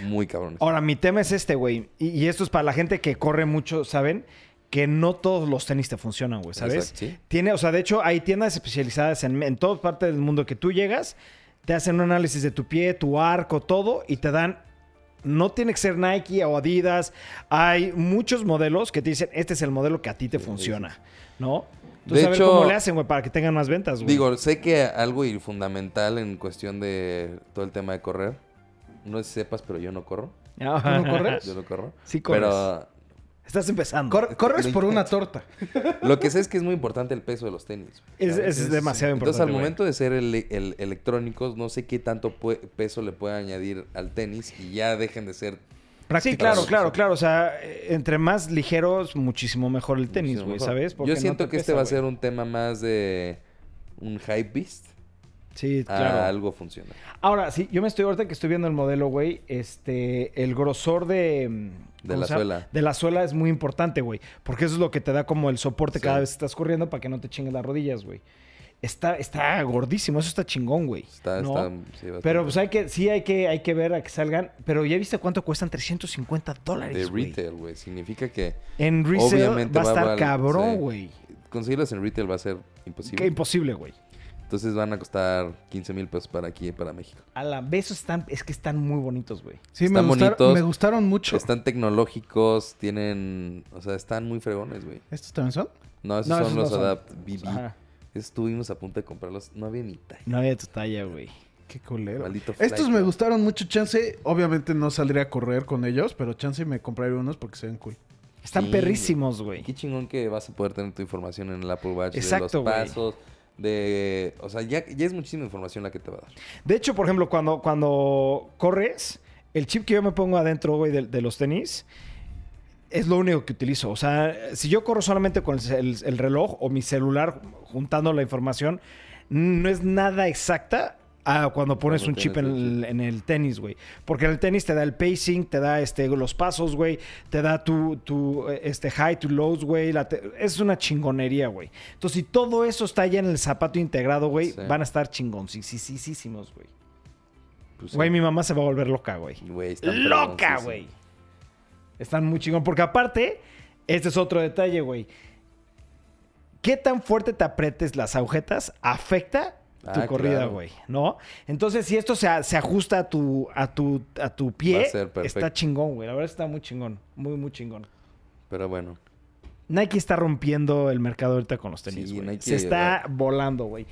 [SPEAKER 2] muy cabrones.
[SPEAKER 1] Ahora, mi tema es este, güey. Y, y esto es para la gente que corre mucho, ¿saben? Que no todos los tenis te funcionan, güey, ¿sabes?
[SPEAKER 2] Exacto, sí.
[SPEAKER 1] Tiene, o sea, de hecho, hay tiendas especializadas en, en todas partes del mundo que tú llegas, te hacen un análisis de tu pie, tu arco, todo, y te dan. No tiene que ser Nike o Adidas. Hay muchos modelos que te dicen, este es el modelo que a ti te funciona, ¿no? Entonces,
[SPEAKER 2] De
[SPEAKER 1] a ver
[SPEAKER 2] hecho,
[SPEAKER 1] cómo le hacen, güey, para que tengan más ventas, Pues, güey. (laughs)
[SPEAKER 2] Digo, sé que algo y fundamental en cuestión de todo el tema de correr. No sé si sepas, pero yo no corro.
[SPEAKER 1] Ajá.
[SPEAKER 3] ¿Tú no corres?
[SPEAKER 2] Yo no corro.
[SPEAKER 1] Ah, Sí corres.
[SPEAKER 2] Pero
[SPEAKER 1] Estás empezando.
[SPEAKER 3] Cor- corres por una torta.
[SPEAKER 2] lo que sé es que es muy importante el peso de los tenis. güey,
[SPEAKER 1] es,
[SPEAKER 2] ¿sabes?
[SPEAKER 1] es demasiado importante.
[SPEAKER 2] Entonces, al
[SPEAKER 1] güey.
[SPEAKER 2] momento de ser ele- el- electrónicos, no sé qué tanto pue- peso le puede añadir al tenis y ya dejen de ser.
[SPEAKER 1] Sí,
[SPEAKER 3] Prácticas.
[SPEAKER 1] claro, claro, claro. O sea, eh, entre más ligeros, muchísimo mejor el tenis,
[SPEAKER 2] muchísimo
[SPEAKER 1] güey,
[SPEAKER 2] mejor.
[SPEAKER 1] ¿sabes? Porque
[SPEAKER 2] Yo
[SPEAKER 1] no
[SPEAKER 2] siento
[SPEAKER 1] te
[SPEAKER 2] que este
[SPEAKER 1] pesa,
[SPEAKER 2] va a
[SPEAKER 1] güey.
[SPEAKER 2] ser un tema más de un hype beast
[SPEAKER 1] Sí,
[SPEAKER 2] a
[SPEAKER 1] claro.
[SPEAKER 2] algo funcional.
[SPEAKER 1] Ahora, sí, yo me estoy ahorita que estoy viendo el modelo, güey. Este, el grosor de. mm,
[SPEAKER 2] De
[SPEAKER 1] ¿cómo
[SPEAKER 2] la
[SPEAKER 1] se llama?
[SPEAKER 2] suela.
[SPEAKER 1] De la suela es muy importante, güey. Porque eso es lo que te da como el soporte
[SPEAKER 2] Sí.
[SPEAKER 1] cada vez que estás corriendo para que no te chingues las rodillas, güey. Está, está gordísimo, eso está chingón, güey.
[SPEAKER 2] Está,
[SPEAKER 1] ¿no?
[SPEAKER 2] está, sí, bastante.
[SPEAKER 1] Pero pues hay que, sí hay que, hay que ver a que salgan. Pero ya viste cuánto cuestan 350 dólares.
[SPEAKER 2] de
[SPEAKER 1] güey.
[SPEAKER 2] retail, güey. Significa que
[SPEAKER 1] En resale
[SPEAKER 2] Obviamente
[SPEAKER 1] va a
[SPEAKER 2] va a
[SPEAKER 1] estar
[SPEAKER 2] val-
[SPEAKER 1] cabrón,
[SPEAKER 2] sí.
[SPEAKER 1] güey.
[SPEAKER 2] conseguirlos en retail va a ser
[SPEAKER 1] Qué
[SPEAKER 2] imposible.
[SPEAKER 1] imposible, güey.
[SPEAKER 2] Entonces van a costar 15 mil pesos para aquí y para México.
[SPEAKER 1] A la vez están, es que están muy bonitos, güey.
[SPEAKER 3] Sí, me
[SPEAKER 2] Están
[SPEAKER 3] gustaron,
[SPEAKER 2] bonitos.
[SPEAKER 3] me gustaron mucho.
[SPEAKER 2] Están tecnológicos, tienen. O sea, están muy fregones, güey.
[SPEAKER 3] ¿Estos también son?
[SPEAKER 2] No, esos
[SPEAKER 1] No,
[SPEAKER 2] son
[SPEAKER 1] esos no
[SPEAKER 2] los
[SPEAKER 1] son.
[SPEAKER 2] Adapt BB.
[SPEAKER 1] Ajá.
[SPEAKER 2] Esos estuvimos a punto de comprarlos. No había ni talla.
[SPEAKER 1] No había tu talla, güey.
[SPEAKER 3] Qué culero.
[SPEAKER 2] Maldito
[SPEAKER 3] Estos
[SPEAKER 2] flight,
[SPEAKER 3] me
[SPEAKER 2] ¿no?
[SPEAKER 3] gustaron mucho. Chance, obviamente no saldría a correr con ellos, pero chance me compraré unos porque se ven cool.
[SPEAKER 1] Están
[SPEAKER 2] Sí,
[SPEAKER 1] perrísimos, güey.
[SPEAKER 2] Qué chingón que vas a poder tener tu información en el Apple Watch. de
[SPEAKER 1] Exacto, güey.
[SPEAKER 2] los pasos. De. O sea, ya, ya es muchísima información la que te va a dar.
[SPEAKER 1] De hecho, por ejemplo, cuando, cuando corres, el chip que yo me pongo adentro, güey, de, de los tenis, es lo único que utilizo. O sea, si yo corro solamente con el, el- el reloj o mi celular juntando la información, no es nada exacta. a cuando pones
[SPEAKER 2] Cuando
[SPEAKER 1] un chip en
[SPEAKER 2] tienes el
[SPEAKER 1] el, en el tenis, güey. Porque en el tenis te da el pacing, te da este, los pasos, güey. Te da tu, tu eh, este, high to lows, güey. la te- Es una chingonería, güey. Entonces, si todo eso está ya en el zapato integrado, güey,
[SPEAKER 2] Sí.
[SPEAKER 1] van a estar chingoncísimos, güey.
[SPEAKER 2] Pues,
[SPEAKER 1] Güey,
[SPEAKER 2] sí.
[SPEAKER 1] mi mamá se va a volver loca, güey.
[SPEAKER 2] Güey, están
[SPEAKER 1] ¡Loca,
[SPEAKER 2] fregoncísimos.
[SPEAKER 1] güey! Están muy chingón. Porque aparte, este es otro detalle, güey. ¿Qué tan fuerte te apretes las agujetas afecta tu
[SPEAKER 2] Ah,
[SPEAKER 1] corrida,
[SPEAKER 2] claro.
[SPEAKER 1] güey? ¿No? Entonces, si esto se, a- se ajusta a tu, a tu, a tu
[SPEAKER 2] Va
[SPEAKER 1] pie,
[SPEAKER 2] a ser perfecto.
[SPEAKER 1] está chingón, güey. La verdad está muy chingón. Muy, muy chingón.
[SPEAKER 2] Pero bueno.
[SPEAKER 1] Nike está rompiendo el mercado ahorita con los tenis,
[SPEAKER 2] Sí,
[SPEAKER 1] güey.
[SPEAKER 2] Nike,
[SPEAKER 1] se está volando, güey.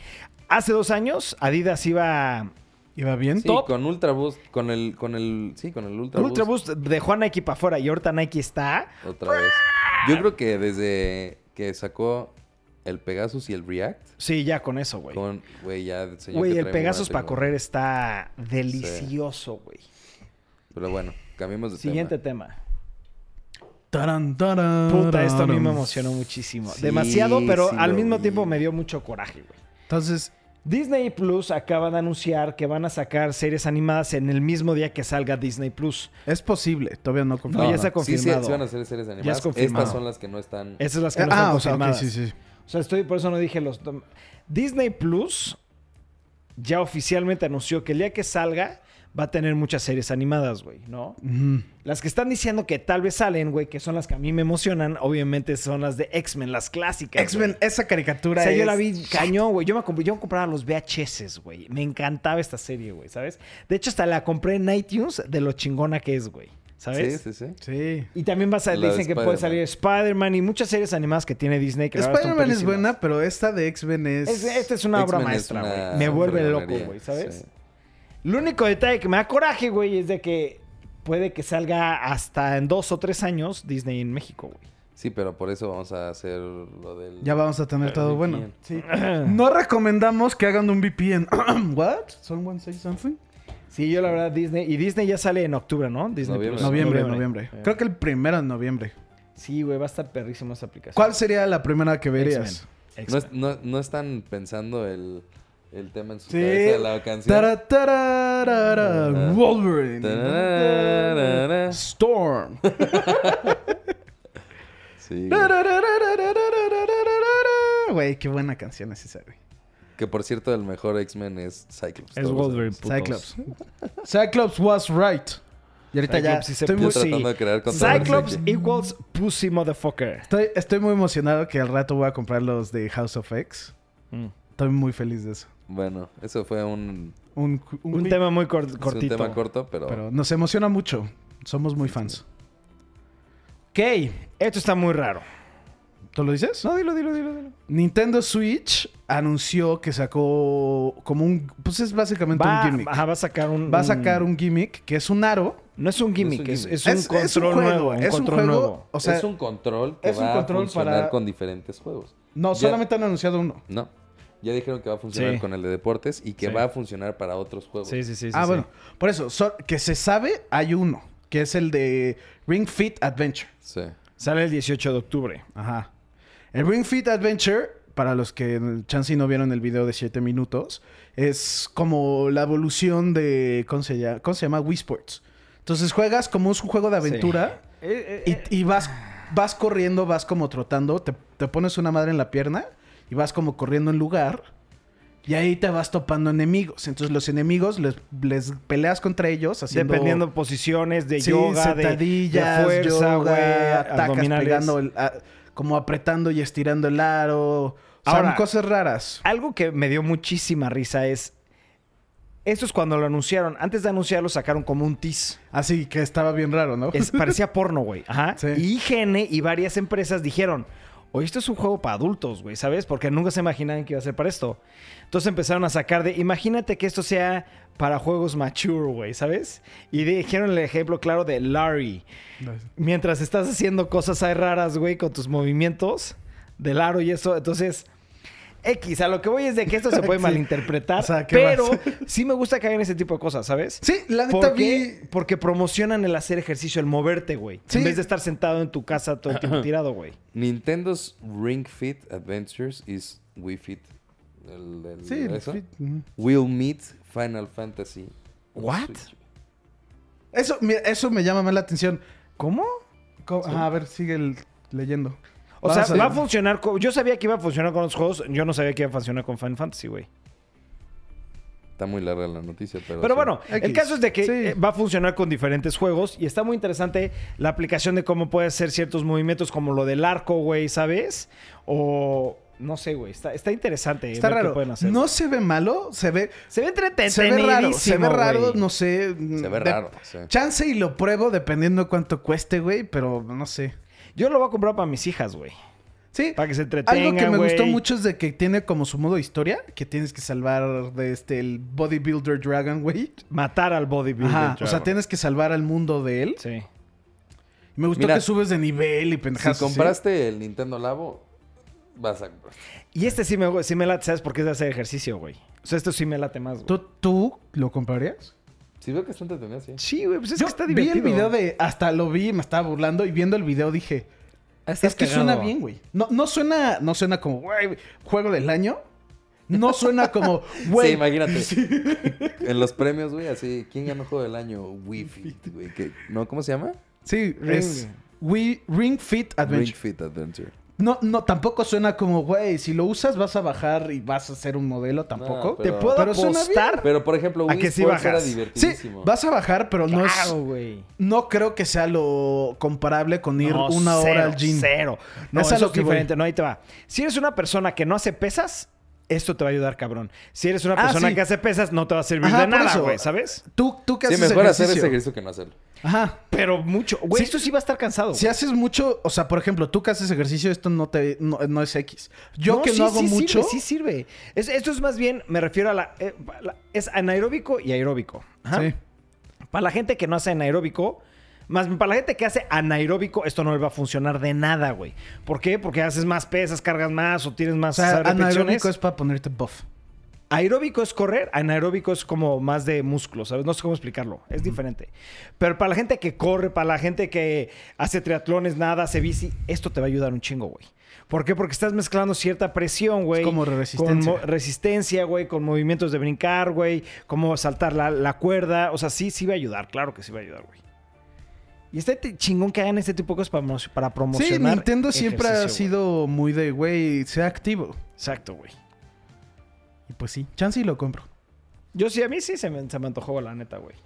[SPEAKER 1] Hace dos años, Adidas iba
[SPEAKER 3] ¿Iba bien?
[SPEAKER 2] Sí, con Ultra Boost, con el, con el, sí, con el Ultra,
[SPEAKER 1] Ultra Boost dejó a Nike para afuera y ahorita Nike está.
[SPEAKER 2] otra vez. Yo creo que desde que sacó el Pegasus y el React,
[SPEAKER 1] Sí, ya con eso, güey.
[SPEAKER 2] con, güey, ya el señor
[SPEAKER 1] Güey,
[SPEAKER 2] que
[SPEAKER 1] el
[SPEAKER 2] trae muy
[SPEAKER 1] Pegasus
[SPEAKER 2] buena
[SPEAKER 1] para correr está delicioso, güey.
[SPEAKER 2] tecnología. Pero bueno, cambiemos de
[SPEAKER 1] Siguiente
[SPEAKER 2] tema.
[SPEAKER 1] tema.
[SPEAKER 3] Taran, taran,
[SPEAKER 1] Puta, esto a mí me
[SPEAKER 3] taran.
[SPEAKER 1] emocionó muchísimo.
[SPEAKER 2] Sí,
[SPEAKER 1] Demasiado, pero
[SPEAKER 2] sí
[SPEAKER 1] al
[SPEAKER 2] lo
[SPEAKER 1] mismo
[SPEAKER 2] vi.
[SPEAKER 1] tiempo me dio mucho coraje, güey.
[SPEAKER 3] Entonces,
[SPEAKER 1] Disney Plus acaba de anunciar que van a sacar series animadas en el mismo día que salga Disney Plus.
[SPEAKER 3] es posible. Todavía no
[SPEAKER 1] No,
[SPEAKER 3] confirmo.
[SPEAKER 1] ya está
[SPEAKER 2] Sí, sí,
[SPEAKER 1] confirmado.
[SPEAKER 2] sí van a hacer series
[SPEAKER 1] Ya
[SPEAKER 2] animadas.
[SPEAKER 1] es confirmado.
[SPEAKER 2] Estas son las que no están.
[SPEAKER 1] Esas son las que no están
[SPEAKER 3] Ah, o sea, ok,
[SPEAKER 1] confirmadas.
[SPEAKER 3] sí, sí.
[SPEAKER 1] O sea, estoy, por eso no dije los. tom- Disney Plus ya oficialmente anunció que el día que salga va a tener muchas series animadas, güey, ¿no?
[SPEAKER 3] Ujú.
[SPEAKER 1] Las que están diciendo que tal vez salen, güey, que son las que a mí me emocionan, obviamente son las de X-Men, las clásicas.
[SPEAKER 3] X-Men,
[SPEAKER 1] güey.
[SPEAKER 3] esa caricatura
[SPEAKER 1] O sea, yo
[SPEAKER 3] es-
[SPEAKER 1] la vi cañón, güey. Yo me compré, yo compraba los VHS, güey. Me encantaba esta serie, güey, ¿sabes? De hecho, hasta la compré en iTunes de lo chingona que es, güey. ¿Sabes?
[SPEAKER 2] Sí, sí, sí.
[SPEAKER 3] Sí.
[SPEAKER 1] Y también vas a,
[SPEAKER 2] La de
[SPEAKER 1] dicen que puede
[SPEAKER 2] Spider-Man.
[SPEAKER 1] salir Spider-Man y muchas series animadas que tiene Disney. Que la verdad son
[SPEAKER 3] Spider-Man es
[SPEAKER 1] perrísimas.
[SPEAKER 3] buena, pero esta de X-Men es...
[SPEAKER 1] Es- esta es una obra
[SPEAKER 2] pues, X-Men
[SPEAKER 1] maestra,
[SPEAKER 2] es una-
[SPEAKER 1] güey. Me
[SPEAKER 2] una
[SPEAKER 1] vuelve loco,
[SPEAKER 2] fregonería,
[SPEAKER 1] güey, ¿sabes?
[SPEAKER 2] sí.
[SPEAKER 1] Lo único detalle que me da coraje, güey, es de que puede que salga hasta en dos o tres años Disney en México, güey.
[SPEAKER 2] Sí, pero por eso vamos a hacer lo del.
[SPEAKER 3] Ya vamos a tener
[SPEAKER 2] Eh,
[SPEAKER 3] todo
[SPEAKER 2] VPN.
[SPEAKER 3] bueno. Sí. (clears throat) No recomendamos que hagan un VPN. (clears throat) What? Someone say something?
[SPEAKER 1] Sí, yo la verdad Disney. Y Disney ya sale en octubre, ¿no? Disney
[SPEAKER 2] Noviembre.
[SPEAKER 1] Plus.
[SPEAKER 3] Pues, Noviembre, noviembre.
[SPEAKER 1] Eh.
[SPEAKER 3] Creo que el primero de noviembre.
[SPEAKER 1] Sí, güey, va a estar perrísimo esa aplicación.
[SPEAKER 3] ¿Cuál sería la primera que verías?
[SPEAKER 1] X-Men.
[SPEAKER 2] No,
[SPEAKER 1] X-Men.
[SPEAKER 2] es- no- no están pensando el, el tema en su
[SPEAKER 3] Sí.
[SPEAKER 2] cabeza de la canción.
[SPEAKER 3] Tara, tara, rara, Wolverine.
[SPEAKER 2] Tarararara.
[SPEAKER 3] Storm.
[SPEAKER 2] Sí. güey.
[SPEAKER 3] Tarararararararararara. Güey, qué buena canción es esa, güey.
[SPEAKER 2] Que por cierto, el mejor X-Men es Cyclops.
[SPEAKER 1] Es
[SPEAKER 2] todos lo
[SPEAKER 1] Wolverine, putos.
[SPEAKER 3] Cyclops. Cyclops was right. Y ahorita
[SPEAKER 1] Cyclops
[SPEAKER 3] ya
[SPEAKER 1] Pues sí se
[SPEAKER 3] estoy
[SPEAKER 2] Yo
[SPEAKER 3] muy,
[SPEAKER 1] puso-
[SPEAKER 2] tratando de crear controversia
[SPEAKER 1] Cyclops
[SPEAKER 2] aquí.
[SPEAKER 1] equals pussy motherfucker.
[SPEAKER 3] estoy- estoy muy emocionado que al rato voy a comprar los de House of X. Estoy muy feliz de eso.
[SPEAKER 2] Bueno, eso fue un,
[SPEAKER 3] Un, cu- un
[SPEAKER 1] Un
[SPEAKER 3] cu-
[SPEAKER 1] tema muy cor-
[SPEAKER 2] es un
[SPEAKER 1] cortito.
[SPEAKER 2] tema corto, pero,
[SPEAKER 3] Pero nos emociona mucho. Somos muy fans.
[SPEAKER 1] Ok, esto está muy raro.
[SPEAKER 3] ¿Tú lo dices?
[SPEAKER 1] No, dilo, dilo, dilo. dilo.
[SPEAKER 3] Nintendo Switch anunció que sacó como un... Pues es básicamente
[SPEAKER 1] Va,
[SPEAKER 3] un gimmick.
[SPEAKER 1] ajá, va a sacar un.
[SPEAKER 3] Va a sacar un gimmick que es un aro.
[SPEAKER 1] No es un gimmick, es,
[SPEAKER 2] gimmick.
[SPEAKER 1] es un control
[SPEAKER 3] juego,
[SPEAKER 1] nuevo. Un
[SPEAKER 3] es un
[SPEAKER 1] control
[SPEAKER 3] juego,
[SPEAKER 1] nuevo.
[SPEAKER 3] O sea,
[SPEAKER 2] es un control que
[SPEAKER 3] es un
[SPEAKER 2] va
[SPEAKER 3] control
[SPEAKER 2] a funcionar
[SPEAKER 3] para-
[SPEAKER 2] con diferentes juegos.
[SPEAKER 3] no,
[SPEAKER 2] ya-
[SPEAKER 3] solamente han anunciado uno.
[SPEAKER 2] No. Ya dijeron que va a funcionar
[SPEAKER 1] Sí.
[SPEAKER 2] con el de deportes y que
[SPEAKER 1] Sí.
[SPEAKER 2] va a funcionar para otros juegos.
[SPEAKER 1] Sí, sí, sí. sí,
[SPEAKER 3] ah,
[SPEAKER 1] sí.
[SPEAKER 3] bueno. Por eso, so- que se sabe, hay uno. Que es el de Ring Fit Adventure.
[SPEAKER 2] Sí.
[SPEAKER 1] Sale el 18 de octubre.
[SPEAKER 3] Ajá. El Ring Fit Adventure, para los que chance y no vieron el video de 7 minutos, es como la evolución de. ¿Cómo se llama? ¿Cómo se llama? Wii Sports. Entonces juegas como es un juego de aventura
[SPEAKER 1] Eh,
[SPEAKER 3] y, y vas, vas corriendo, vas como trotando, te, te pones una madre en la pierna y vas como corriendo en lugar. Y ahí te vas topando enemigos. Entonces los enemigos les, les peleas contra ellos haciendo
[SPEAKER 1] Dependiendo posiciones de
[SPEAKER 3] Sí,
[SPEAKER 1] yoga, de,
[SPEAKER 3] sentadillas,
[SPEAKER 1] de fuerza,
[SPEAKER 3] yoga,
[SPEAKER 1] güey,
[SPEAKER 3] atacas
[SPEAKER 1] abdominales.
[SPEAKER 3] pegando, el- a- como apretando y estirando el aro.
[SPEAKER 1] Ahora-
[SPEAKER 3] Son cosas raras.
[SPEAKER 1] Algo que me dio muchísima risa es. Esto es cuando lo anunciaron. Antes de anunciarlo, sacaron como un tease.
[SPEAKER 3] Así que estaba bien raro, ¿no?
[SPEAKER 1] Es- parecía porno, güey. Ajá.
[SPEAKER 3] Sí.
[SPEAKER 1] Y IGN y varias empresas dijeron: Oye, esto es un juego para adultos, güey, ¿sabes? Porque nunca se imaginaban que iba a ser para esto. Entonces empezaron a sacar de: Imagínate que esto sea para juegos mature, güey, ¿sabes? Y dijeron el ejemplo claro de Larry. Mientras estás haciendo cosas ahí raras, güey, con tus movimientos del aro y eso. Entonces. X, a lo que voy es de que esto se puede
[SPEAKER 3] (laughs) Sí.
[SPEAKER 1] malinterpretar,
[SPEAKER 3] O sea, ¿qué
[SPEAKER 1] pero
[SPEAKER 3] más?
[SPEAKER 1] sí me gusta que hagan ese tipo de cosas, ¿sabes?
[SPEAKER 3] (laughs) Sí, la neta
[SPEAKER 1] ¿Por
[SPEAKER 3] vi...
[SPEAKER 1] qué? Porque promocionan el hacer ejercicio, el moverte, güey.
[SPEAKER 3] Sí.
[SPEAKER 1] En vez de estar sentado en tu casa todo el tiempo tirado, güey.
[SPEAKER 2] Nintendo's Ring Fit Adventures is Wii Fit. El- el-
[SPEAKER 3] Sí, el
[SPEAKER 2] eso.
[SPEAKER 3] fit- ujú.
[SPEAKER 2] Will meet Final Fantasy. on
[SPEAKER 1] What?
[SPEAKER 2] Switch.
[SPEAKER 3] Eso, mira, eso me llama más la atención. ¿Cómo? ¿Cómo? Ajá, a ver, sigue el- leyendo.
[SPEAKER 1] O sea,
[SPEAKER 3] Vas a-
[SPEAKER 1] va a funcionar. co- Yo sabía que iba a funcionar con los juegos. Yo no sabía que iba a funcionar con Final Fantasy, güey.
[SPEAKER 2] Está muy larga la noticia, pero.
[SPEAKER 1] Pero
[SPEAKER 2] sí.
[SPEAKER 1] bueno, el
[SPEAKER 3] X.
[SPEAKER 1] caso es de que
[SPEAKER 3] Sí.
[SPEAKER 1] eh, va a funcionar con diferentes juegos. Y está muy interesante la aplicación de cómo puedes hacer ciertos movimientos, como lo del arco, güey, ¿sabes? O. No sé, güey. Está, está interesante.
[SPEAKER 3] Está
[SPEAKER 1] ver qué
[SPEAKER 3] raro.
[SPEAKER 1] pueden hacer.
[SPEAKER 3] No se ve malo, se ve...
[SPEAKER 1] se ve entretenido.
[SPEAKER 3] Se ve raro, se ve raro, no sé.
[SPEAKER 2] Se ve
[SPEAKER 3] de-
[SPEAKER 2] raro. sí.
[SPEAKER 3] Chance y lo pruebo dependiendo cuánto cueste, güey, pero no sé.
[SPEAKER 1] Yo lo voy a comprar para mis hijas, güey.
[SPEAKER 3] Sí.
[SPEAKER 1] Para que se entretengan.
[SPEAKER 3] Algo que me gustó
[SPEAKER 1] güey.
[SPEAKER 3] mucho es de que tiene como su modo historia, que tienes que salvar de este el bodybuilder dragon, güey.
[SPEAKER 1] Matar al bodybuilder.
[SPEAKER 3] Ajá. O sea,
[SPEAKER 1] Trevor.
[SPEAKER 3] tienes que salvar al mundo de él.
[SPEAKER 1] Sí.
[SPEAKER 3] Me gustó
[SPEAKER 2] Mira,
[SPEAKER 3] que subes de nivel y pendejas.
[SPEAKER 2] Si compraste el Nintendo Labo, vas a.
[SPEAKER 1] Y este sí me, sí me late, ¿sabes? Porque es de hacer ejercicio, güey. O sea, esto sí me late más, güey.
[SPEAKER 3] ¿Tú, tú lo comprarías?
[SPEAKER 2] Si veo que está entretenido, sí.
[SPEAKER 1] Sí, güey, pues es
[SPEAKER 3] Yo
[SPEAKER 1] que está divertido.
[SPEAKER 3] vi el video de... Hasta lo vi y me estaba burlando. Y viendo el video dije...
[SPEAKER 1] Ah,
[SPEAKER 3] es que suena bien, güey. No, no suena... No suena como... Güey, juego del año. No suena
[SPEAKER 1] (laughs)
[SPEAKER 3] como...
[SPEAKER 2] Sí,
[SPEAKER 3] Güey,
[SPEAKER 2] imagínate. (laughs) En los premios, güey, así. ¿Quién ganó juego del año? Wii Fit, güey. que- ¿No? ¿Cómo se llama?
[SPEAKER 3] Sí, es
[SPEAKER 1] Ring.
[SPEAKER 3] Wii- Ring Fit
[SPEAKER 2] Ring
[SPEAKER 3] Adventure.
[SPEAKER 2] Fit Adventure.
[SPEAKER 3] No, no, tampoco suena como, güey, si lo usas vas a bajar y vas a ser un modelo tampoco.
[SPEAKER 2] pero-
[SPEAKER 1] Te puedo
[SPEAKER 3] Pero suena
[SPEAKER 1] apostar.
[SPEAKER 2] Pero por ejemplo,
[SPEAKER 1] ¿A
[SPEAKER 2] Wii
[SPEAKER 1] que sí
[SPEAKER 2] Sports era
[SPEAKER 1] bajas? Sí,
[SPEAKER 3] Sí,
[SPEAKER 2] divertidísimo.
[SPEAKER 3] vas a bajar, pero no es...
[SPEAKER 1] Claro, güey.
[SPEAKER 3] No creo que sea lo comparable con ir
[SPEAKER 1] No,
[SPEAKER 3] una hora
[SPEAKER 1] cero,
[SPEAKER 3] al gym.
[SPEAKER 1] Cero. No,
[SPEAKER 3] Es
[SPEAKER 1] eso
[SPEAKER 3] a
[SPEAKER 1] es
[SPEAKER 3] lo que
[SPEAKER 1] diferente. No, ahí te va. Si eres una persona que no hace pesas, esto te va a ayudar, cabrón. Si eres una
[SPEAKER 3] Ah,
[SPEAKER 1] persona
[SPEAKER 3] sí.
[SPEAKER 1] que hace pesas, no te va a servir
[SPEAKER 3] Ajá,
[SPEAKER 1] de
[SPEAKER 3] por
[SPEAKER 1] nada,
[SPEAKER 3] eso.
[SPEAKER 1] güey, ¿sabes?
[SPEAKER 3] Tú, tú que
[SPEAKER 2] Sí,
[SPEAKER 3] haces
[SPEAKER 2] mejor
[SPEAKER 3] ejercicio.
[SPEAKER 2] hacer ese ejercicio que no hacerlo.
[SPEAKER 3] Ajá.
[SPEAKER 1] Pero mucho. Güey,
[SPEAKER 3] Sí.
[SPEAKER 1] esto sí va a estar cansado.
[SPEAKER 3] Si haces mucho, o sea, por ejemplo, tú que haces ejercicio, esto no te no, no es X. Yo que
[SPEAKER 1] sí,
[SPEAKER 3] no hago
[SPEAKER 1] sí sirve,
[SPEAKER 3] mucho,
[SPEAKER 1] sí sirve. Es- esto es más bien, me refiero a la, eh, pa- la- Es anaeróbico y aeróbico. Ajá.
[SPEAKER 3] sí.
[SPEAKER 1] Para la gente que no hace anaeróbico, más bien, para la gente que hace anaeróbico, esto no le va a funcionar de nada, güey. ¿Por qué? Porque haces más pesas, cargas más o tienes
[SPEAKER 3] o
[SPEAKER 1] más
[SPEAKER 3] sea,
[SPEAKER 1] repeticiones.
[SPEAKER 3] anaeróbico es para ponerte buff.
[SPEAKER 1] Aeróbico es correr, anaeróbico es como más de músculo, ¿sabes? No sé cómo explicarlo, es diferente. Pero para la gente que corre, para la gente que hace triatlones, nada, hace bici, esto te va a ayudar un chingo, güey. ¿Por qué? Porque estás mezclando cierta presión, güey.
[SPEAKER 3] como
[SPEAKER 1] con
[SPEAKER 3] resistencia.
[SPEAKER 1] mo- resistencia, güey, con movimientos de brincar, güey, como saltar la, la cuerda. O sea, sí, sí va a ayudar, claro que sí va a ayudar, güey. Y está te- chingón que hagan este tipo de cosas para, promo- para
[SPEAKER 3] Sí,
[SPEAKER 1] promocionar.
[SPEAKER 3] Nintendo siempre ha
[SPEAKER 1] ejercicio, güey.
[SPEAKER 3] sido muy de, güey, sea activo.
[SPEAKER 1] Exacto, güey.
[SPEAKER 3] Y pues sí, chance y lo compro.
[SPEAKER 1] Yo sí, a mí sí se me, se me antojó, la neta, güey.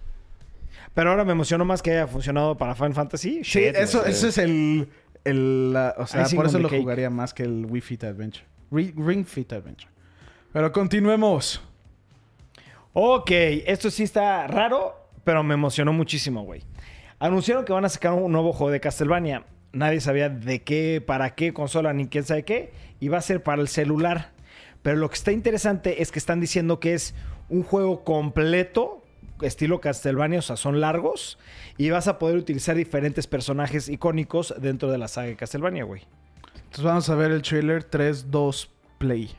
[SPEAKER 1] Pero ahora me emocionó más que haya funcionado para Final Fantasy.
[SPEAKER 3] Sí,
[SPEAKER 1] Shit,
[SPEAKER 3] eso,
[SPEAKER 1] güey.
[SPEAKER 3] eso es el... el, la- o sea,
[SPEAKER 1] Icing
[SPEAKER 3] por
[SPEAKER 1] on
[SPEAKER 3] eso
[SPEAKER 1] the
[SPEAKER 3] lo
[SPEAKER 1] cake.
[SPEAKER 3] jugaría más que el Wii Fit Adventure. Ri- Ring Fit Adventure. Pero continuemos.
[SPEAKER 1] Ok, esto sí está raro, pero me emocionó muchísimo, güey. Anunciaron que van a sacar un nuevo juego de Castlevania. nadie sabía de qué, para qué consola, ni quién sabe qué, y va a ser para el celular. Pero lo que está interesante es que están diciendo que es un juego completo, estilo Castlevania, o sea, son largos, y vas a poder utilizar diferentes personajes icónicos dentro de la saga de Castlevania, güey.
[SPEAKER 3] Entonces vamos a ver el trailer 3, 2, play.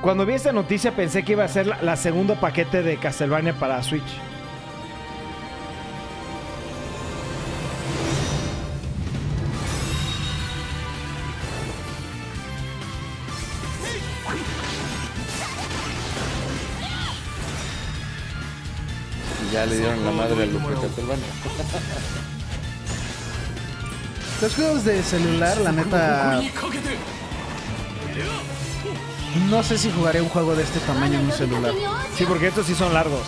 [SPEAKER 1] Cuando vi esta noticia pensé que iba a ser la, la segunda paquete de Castlevania para Switch.
[SPEAKER 2] Y ya le dieron la madre a los de Castlevania.
[SPEAKER 3] Los juegos de celular, la neta. No sé si jugaré un juego de este tamaño en un celular.
[SPEAKER 1] Sí, porque estos sí son largos.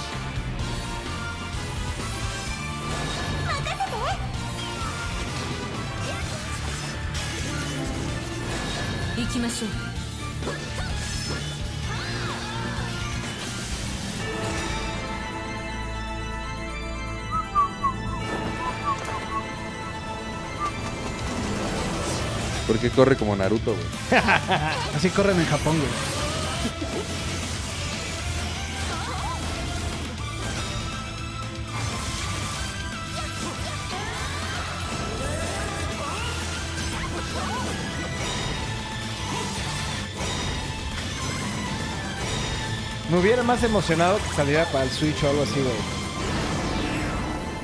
[SPEAKER 2] Porque corre como Naruto, güey.
[SPEAKER 3] Así corren en Japón, güey.
[SPEAKER 1] Me hubiera más emocionado que saliera para el Switch o algo así, güey.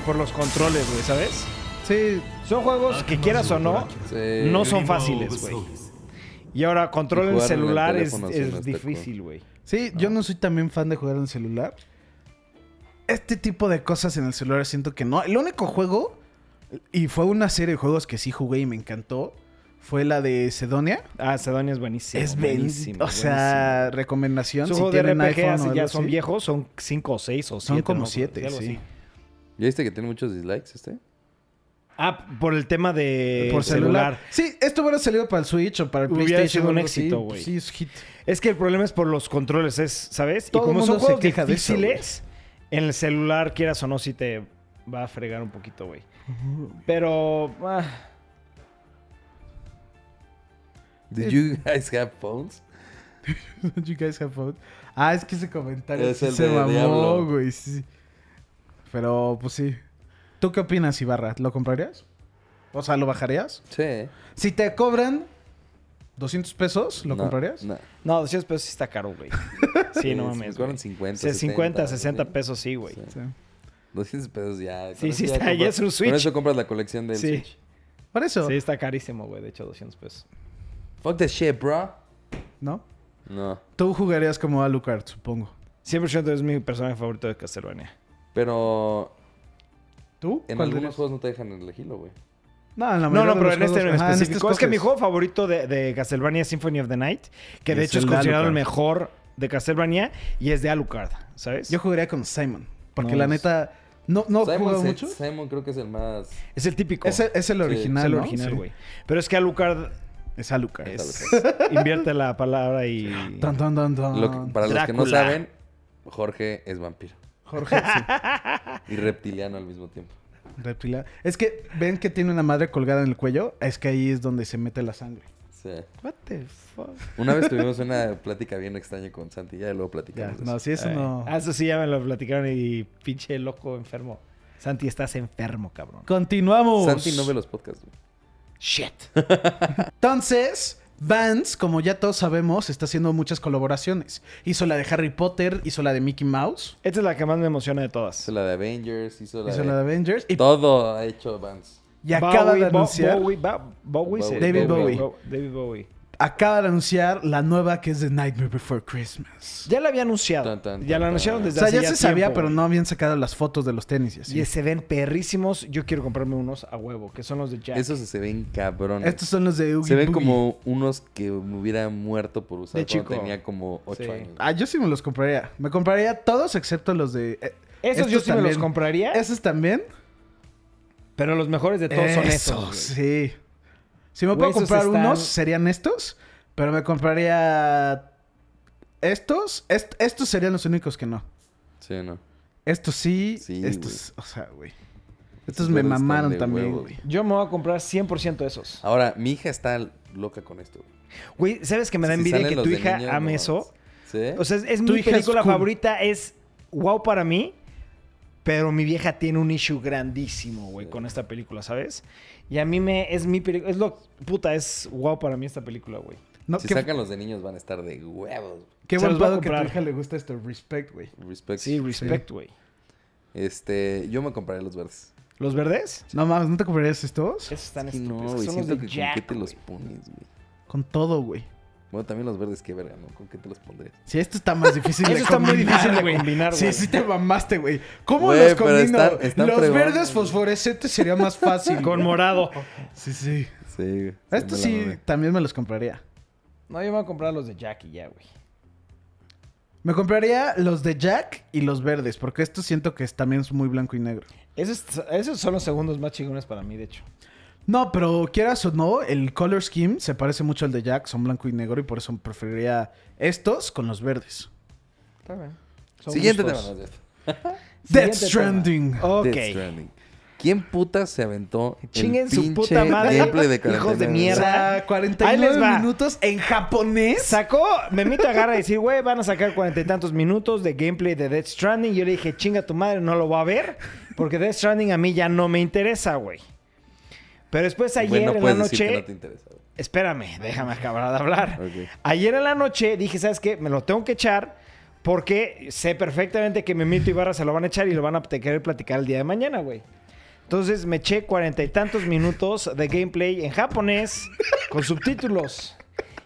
[SPEAKER 1] Por los controles, güey, ¿sabes?
[SPEAKER 3] Sí,
[SPEAKER 1] Son juegos que quieras o no,
[SPEAKER 2] Sí.
[SPEAKER 1] no son fáciles, güey. Y ahora, control
[SPEAKER 2] Y
[SPEAKER 1] en
[SPEAKER 2] jugarlo en el
[SPEAKER 1] celular es,
[SPEAKER 2] teléfono,
[SPEAKER 1] es
[SPEAKER 2] sí, no está
[SPEAKER 1] difícil, güey.
[SPEAKER 3] sí, yo no soy también fan de jugar en celular. Este tipo de cosas en el celular siento que no. El único juego, y fue una serie de juegos que sí jugué y me encantó, fue la de Sedonia.
[SPEAKER 1] Ah, Sedonia es buenísimo.
[SPEAKER 3] es buenísimo. O sea, recomendación.
[SPEAKER 1] Sus
[SPEAKER 3] si
[SPEAKER 1] juegos de
[SPEAKER 3] tienen
[SPEAKER 1] RPG
[SPEAKER 3] iPhone o
[SPEAKER 1] así
[SPEAKER 3] algo
[SPEAKER 1] ya son
[SPEAKER 3] así.
[SPEAKER 1] viejos, son 5 o 6 o 7.
[SPEAKER 3] Son como siete, sí.
[SPEAKER 2] ¿Ya viste que tiene muchos dislikes este?
[SPEAKER 1] Ah, por el tema de
[SPEAKER 3] por celular. Sí, esto hubiera salido para el Switch o para el
[SPEAKER 1] Hubiera sido
[SPEAKER 3] PlayStation.
[SPEAKER 1] un
[SPEAKER 3] o algo así,
[SPEAKER 1] éxito,
[SPEAKER 3] pues
[SPEAKER 1] güey.
[SPEAKER 3] Sí, es hit.
[SPEAKER 1] Es que el problema es por los controles, es, ¿sabes?
[SPEAKER 3] Todo
[SPEAKER 1] y como
[SPEAKER 3] mundo
[SPEAKER 1] son
[SPEAKER 3] se
[SPEAKER 1] juegos
[SPEAKER 3] queja de eso,
[SPEAKER 1] difíciles, en el celular, quieras o no, sí te va a fregar un poquito, güey. Pero... ah,
[SPEAKER 2] Did you guys have phones?
[SPEAKER 3] You guys have vote. Ah, es que ese comentario
[SPEAKER 2] Es
[SPEAKER 3] sí
[SPEAKER 2] el
[SPEAKER 3] se
[SPEAKER 2] de
[SPEAKER 3] mamó,
[SPEAKER 2] Diablo.
[SPEAKER 3] güey. sí. Pero, pues sí. ¿Tú qué opinas, Ibarra? ¿Lo comprarías? O sea, ¿lo bajarías?
[SPEAKER 2] Sí.
[SPEAKER 3] Si te cobran 200 pesos, ¿lo
[SPEAKER 2] No,
[SPEAKER 3] comprarías?
[SPEAKER 2] No.
[SPEAKER 1] no, 200 pesos sí está caro,
[SPEAKER 3] (laughs)
[SPEAKER 1] güey. Sí, no
[SPEAKER 2] si me
[SPEAKER 1] mames.
[SPEAKER 2] cobran
[SPEAKER 1] güey.
[SPEAKER 2] 50,
[SPEAKER 1] Sí, 50,
[SPEAKER 2] 70,
[SPEAKER 1] 60
[SPEAKER 2] ¿sí?
[SPEAKER 1] pesos sí, güey.
[SPEAKER 2] Sí.
[SPEAKER 3] Sí.
[SPEAKER 2] 200 pesos ya. con
[SPEAKER 1] Sí,
[SPEAKER 2] eso
[SPEAKER 1] sí, está- ya es un Switch.
[SPEAKER 2] Con eso compras la colección del
[SPEAKER 1] Sí.
[SPEAKER 2] Switch.
[SPEAKER 3] Por eso,
[SPEAKER 1] Sí, está carísimo, güey. De hecho, 200 pesos.
[SPEAKER 2] Fuck the shit, bro.
[SPEAKER 3] ¿no?
[SPEAKER 2] No.
[SPEAKER 3] Tú jugarías como Alucard, supongo.
[SPEAKER 1] 100% es mi personaje favorito de Castlevania.
[SPEAKER 2] Pero
[SPEAKER 3] ¿Tú?
[SPEAKER 2] en
[SPEAKER 3] ¿Cuál
[SPEAKER 2] algunos
[SPEAKER 3] dirías?
[SPEAKER 2] juegos no te dejan elegirlo, güey.
[SPEAKER 3] No, en la
[SPEAKER 1] No, no,
[SPEAKER 3] mayoría de
[SPEAKER 1] pero
[SPEAKER 3] los
[SPEAKER 1] en este en
[SPEAKER 3] juegos- ajá,
[SPEAKER 1] específico.
[SPEAKER 3] en este
[SPEAKER 1] es que mi
[SPEAKER 3] escoges.
[SPEAKER 1] juego favorito de, de Castlevania es Symphony of the Night, que de
[SPEAKER 3] Es
[SPEAKER 1] hecho es
[SPEAKER 3] el de
[SPEAKER 1] considerado el
[SPEAKER 3] Alucard.
[SPEAKER 1] mejor de Castlevania y es de Alucard, ¿sabes?
[SPEAKER 3] Yo jugaría con Simon. Porque
[SPEAKER 1] No,
[SPEAKER 3] la
[SPEAKER 1] es-
[SPEAKER 3] neta, no, no he
[SPEAKER 2] Simon,
[SPEAKER 3] jugado
[SPEAKER 2] se-
[SPEAKER 3] mucho.
[SPEAKER 2] Simon creo que es el más...
[SPEAKER 1] es el típico.
[SPEAKER 3] Es el, es el
[SPEAKER 2] Sí,
[SPEAKER 3] original,
[SPEAKER 1] es el
[SPEAKER 3] ¿no?
[SPEAKER 1] original,
[SPEAKER 3] Sí.
[SPEAKER 1] güey. Pero es que Alucard
[SPEAKER 3] Es Alucard.
[SPEAKER 1] es- (laughs) invierte la palabra y (gasps)
[SPEAKER 3] Tan, tan, tan, tan.
[SPEAKER 2] Lo que- para los que no
[SPEAKER 1] Drácula.
[SPEAKER 2] saben, Jorge es vampiro.
[SPEAKER 3] Jorge,
[SPEAKER 2] (laughs)
[SPEAKER 3] sí.
[SPEAKER 2] Y reptiliano al mismo tiempo.
[SPEAKER 3] Reptiliano. Es que ven que tiene una madre colgada en el cuello. Es que ahí es donde se mete la sangre.
[SPEAKER 2] Sí.
[SPEAKER 1] What the fuck?
[SPEAKER 2] Una vez tuvimos una plática bien extraña con Santi. Ya luego
[SPEAKER 3] Ya,
[SPEAKER 2] platicamos. de
[SPEAKER 3] no,
[SPEAKER 2] eso.
[SPEAKER 3] si eso
[SPEAKER 1] Ay.
[SPEAKER 3] no.
[SPEAKER 1] Ah, eso sí ya me lo platicaron y pinche loco enfermo. Santi, estás enfermo, cabrón.
[SPEAKER 3] Continuamos.
[SPEAKER 2] Santi no ve los podcasts, güey.
[SPEAKER 1] Shit.
[SPEAKER 3] Entonces, Vance, como ya todos sabemos, está haciendo muchas colaboraciones. Hizo la de Harry Potter, hizo la de Mickey Mouse,
[SPEAKER 1] Esta es la que más me emociona de todas.
[SPEAKER 2] Hizo la de Avengers, hizo la
[SPEAKER 3] hizo
[SPEAKER 2] de...
[SPEAKER 3] la de Avengers y,
[SPEAKER 2] Todo ha hecho Vance.
[SPEAKER 3] y acaba de
[SPEAKER 1] Bowie, Bo-
[SPEAKER 3] anunciar.
[SPEAKER 1] Bowie, Ba- Bowie, sí.
[SPEAKER 2] David
[SPEAKER 3] Bowie.
[SPEAKER 1] Bo- David Bowie.
[SPEAKER 3] Acaba de anunciar la nueva que es The Nightmare Before Christmas.
[SPEAKER 1] Ya la había anunciado.
[SPEAKER 2] Tan, tan,
[SPEAKER 1] ya
[SPEAKER 2] tan,
[SPEAKER 1] la
[SPEAKER 2] tan.
[SPEAKER 1] anunciaron
[SPEAKER 3] O
[SPEAKER 1] desde
[SPEAKER 3] sea,
[SPEAKER 1] hace
[SPEAKER 3] ya se sabía,
[SPEAKER 1] tiempo,
[SPEAKER 3] pero
[SPEAKER 1] güey.
[SPEAKER 3] no habían sacado las fotos de los tenis y así.
[SPEAKER 1] Y se ven perrísimos. Yo quiero comprarme unos a huevo, que son los de Jack.
[SPEAKER 2] Esos se ven cabrones.
[SPEAKER 3] Estos son los de Oogie
[SPEAKER 2] se ven
[SPEAKER 3] Boogie.
[SPEAKER 2] como unos que me hubiera muerto por usar
[SPEAKER 1] De
[SPEAKER 2] cuando
[SPEAKER 1] chico.
[SPEAKER 2] tenía como 8
[SPEAKER 1] Sí.
[SPEAKER 2] años.
[SPEAKER 3] Ah, yo sí me los compraría. Me compraría todos excepto los de. eh,
[SPEAKER 1] Esos yo
[SPEAKER 3] estos
[SPEAKER 1] sí me los compraría.
[SPEAKER 3] ¿Esos también?
[SPEAKER 1] Pero los mejores de todos son esos. güey.
[SPEAKER 3] Sí. Si me
[SPEAKER 1] Güey,
[SPEAKER 3] puedo
[SPEAKER 1] esos
[SPEAKER 3] comprar
[SPEAKER 1] están-
[SPEAKER 3] unos, serían estos. Pero me compraría. Estos. Est- estos serían los únicos que no.
[SPEAKER 2] Sí, no.
[SPEAKER 3] Estos sí,
[SPEAKER 2] Sí,
[SPEAKER 3] estos, o sea, güey.
[SPEAKER 2] Estos
[SPEAKER 3] Estos me
[SPEAKER 2] verdes están
[SPEAKER 3] mamaron
[SPEAKER 2] de
[SPEAKER 3] también,
[SPEAKER 2] huevos.
[SPEAKER 3] güey.
[SPEAKER 1] Yo me voy a comprar 100% de esos.
[SPEAKER 2] Ahora, mi hija está loca con esto.
[SPEAKER 1] Güey, ¿sabes que me da
[SPEAKER 2] Si
[SPEAKER 1] envidia
[SPEAKER 2] salen
[SPEAKER 1] que
[SPEAKER 2] los
[SPEAKER 1] tu
[SPEAKER 2] de
[SPEAKER 1] hija
[SPEAKER 2] niños,
[SPEAKER 1] ame
[SPEAKER 2] no.
[SPEAKER 1] eso?
[SPEAKER 2] ¿Sí?
[SPEAKER 1] O sea, es, es
[SPEAKER 3] Tu
[SPEAKER 1] mi
[SPEAKER 3] hija es
[SPEAKER 1] película
[SPEAKER 3] cool.
[SPEAKER 1] favorita, es wow para mí. Pero mi vieja tiene un issue grandísimo, güey, con esta película, ¿sabes? Y a mí me... Es mi película... Es lo... Puta, es wow para mí esta película, güey.
[SPEAKER 3] No,
[SPEAKER 2] si
[SPEAKER 3] qué
[SPEAKER 2] sacan los de niños van a estar de huevos.
[SPEAKER 3] qué
[SPEAKER 1] se
[SPEAKER 3] buen
[SPEAKER 1] los voy a
[SPEAKER 3] pedo que a tu
[SPEAKER 1] comprar.
[SPEAKER 3] hija le gusta esto. Respect, güey.
[SPEAKER 2] Respect.
[SPEAKER 1] Sí, respect, güey.
[SPEAKER 2] Este, yo me compraré los verdes.
[SPEAKER 1] ¿Los verdes?
[SPEAKER 3] No mames, ¿no te comprarías estos?
[SPEAKER 1] Esos están
[SPEAKER 2] Es que
[SPEAKER 1] estúpidos.
[SPEAKER 2] no,
[SPEAKER 1] que
[SPEAKER 2] güey.
[SPEAKER 1] son los
[SPEAKER 2] Siento
[SPEAKER 1] de
[SPEAKER 2] que
[SPEAKER 1] Jack,
[SPEAKER 2] con qué te los
[SPEAKER 1] güey.
[SPEAKER 2] pones, güey.
[SPEAKER 3] Con todo, güey.
[SPEAKER 2] Bueno, también los verdes, qué verga, ¿no? ¿Con qué te los pondrías?
[SPEAKER 3] Sí, esto está
[SPEAKER 1] (laughs)
[SPEAKER 3] más difícil de
[SPEAKER 1] Eso está
[SPEAKER 2] (laughs)
[SPEAKER 1] muy
[SPEAKER 3] combinar,
[SPEAKER 1] difícil de
[SPEAKER 3] güey.
[SPEAKER 1] combinar,
[SPEAKER 3] Sí,
[SPEAKER 1] güey.
[SPEAKER 3] sí te mamaste, güey. ¿Cómo
[SPEAKER 2] Güey,
[SPEAKER 3] los
[SPEAKER 2] pero
[SPEAKER 3] combino?
[SPEAKER 2] están- están
[SPEAKER 3] los
[SPEAKER 2] fregones,
[SPEAKER 3] verdes fosforescentes sería más fácil.
[SPEAKER 1] Con morado.
[SPEAKER 3] Sí, sí.
[SPEAKER 2] Sí, güey.
[SPEAKER 3] Estos
[SPEAKER 2] me la
[SPEAKER 3] sí,
[SPEAKER 2] mamé.
[SPEAKER 3] también me los compraría.
[SPEAKER 1] No, yo me voy a comprar los de Jack y ya, güey.
[SPEAKER 3] Me compraría los de Jack y los verdes, porque estos siento que es- también es muy blanco y negro.
[SPEAKER 1] Esos, esos son los segundos más chingones para mí, de hecho.
[SPEAKER 3] No, pero quieras o no, el color scheme se parece mucho al de Jack, son blanco y negro y por eso preferiría estos con los verdes.
[SPEAKER 1] Está bien.
[SPEAKER 2] Siguiente tema. no, Jeff.
[SPEAKER 3] Death
[SPEAKER 1] Siguiente
[SPEAKER 3] Stranding.
[SPEAKER 1] tema. Ok.
[SPEAKER 2] Death Stranding. ¿Quién puta se aventó el
[SPEAKER 1] Chinguen su
[SPEAKER 2] pinche
[SPEAKER 1] puta madre,
[SPEAKER 2] gameplay
[SPEAKER 1] (laughs)
[SPEAKER 2] de
[SPEAKER 1] hijos de
[SPEAKER 2] cuarentena?
[SPEAKER 3] O
[SPEAKER 1] mierda.
[SPEAKER 3] sea,
[SPEAKER 1] Ahí
[SPEAKER 3] 49
[SPEAKER 1] les va.
[SPEAKER 3] minutos en japonés.
[SPEAKER 1] Sacó, Memito agarra y decir, güey, van a sacar cuarenta y tantos minutos de gameplay de Death Stranding. Yo le dije, chinga tu madre, no lo voy a ver. Porque Death Stranding a mí ya no me interesa, güey. Pero después ayer
[SPEAKER 2] Güey, no
[SPEAKER 1] en la
[SPEAKER 2] puedes decir que
[SPEAKER 1] noche.
[SPEAKER 2] no te interesa. güey.
[SPEAKER 1] Espérame, déjame acabar de hablar.
[SPEAKER 2] (laughs) Ok.
[SPEAKER 1] Ayer en la noche dije, ¿sabes qué? Me lo tengo que echar porque sé perfectamente que Memito y Barra se lo van a echar y lo van a te- querer platicar el día de mañana, güey. Entonces me eché cuarenta y tantos minutos de gameplay en japonés con subtítulos.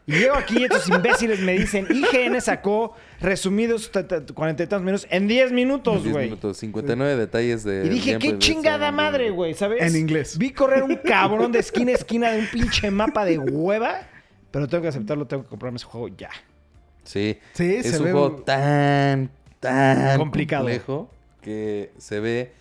[SPEAKER 1] Y llego aquí y estos imbéciles me dicen, IGN sacó resumidos ta- ta- cuarenta y tantos minutos en 10 minutos,
[SPEAKER 2] 10
[SPEAKER 1] güey.
[SPEAKER 2] minutos, 59 detalles de.
[SPEAKER 1] Y dije,
[SPEAKER 2] pues,
[SPEAKER 1] qué
[SPEAKER 2] ah,
[SPEAKER 1] chingada madre, güey, ¿sabes?
[SPEAKER 3] En inglés.
[SPEAKER 1] Vi correr
[SPEAKER 3] (laughs)
[SPEAKER 1] un cabrón de esquina a esquina de un pinche mapa de hueva, pero tengo que aceptarlo, tengo que comprarme ese juego ya.
[SPEAKER 2] Sí.
[SPEAKER 3] Sí,
[SPEAKER 2] es
[SPEAKER 3] se
[SPEAKER 2] un
[SPEAKER 3] ve-
[SPEAKER 2] juego tan, tan
[SPEAKER 1] Complicado.
[SPEAKER 2] complejo que se ve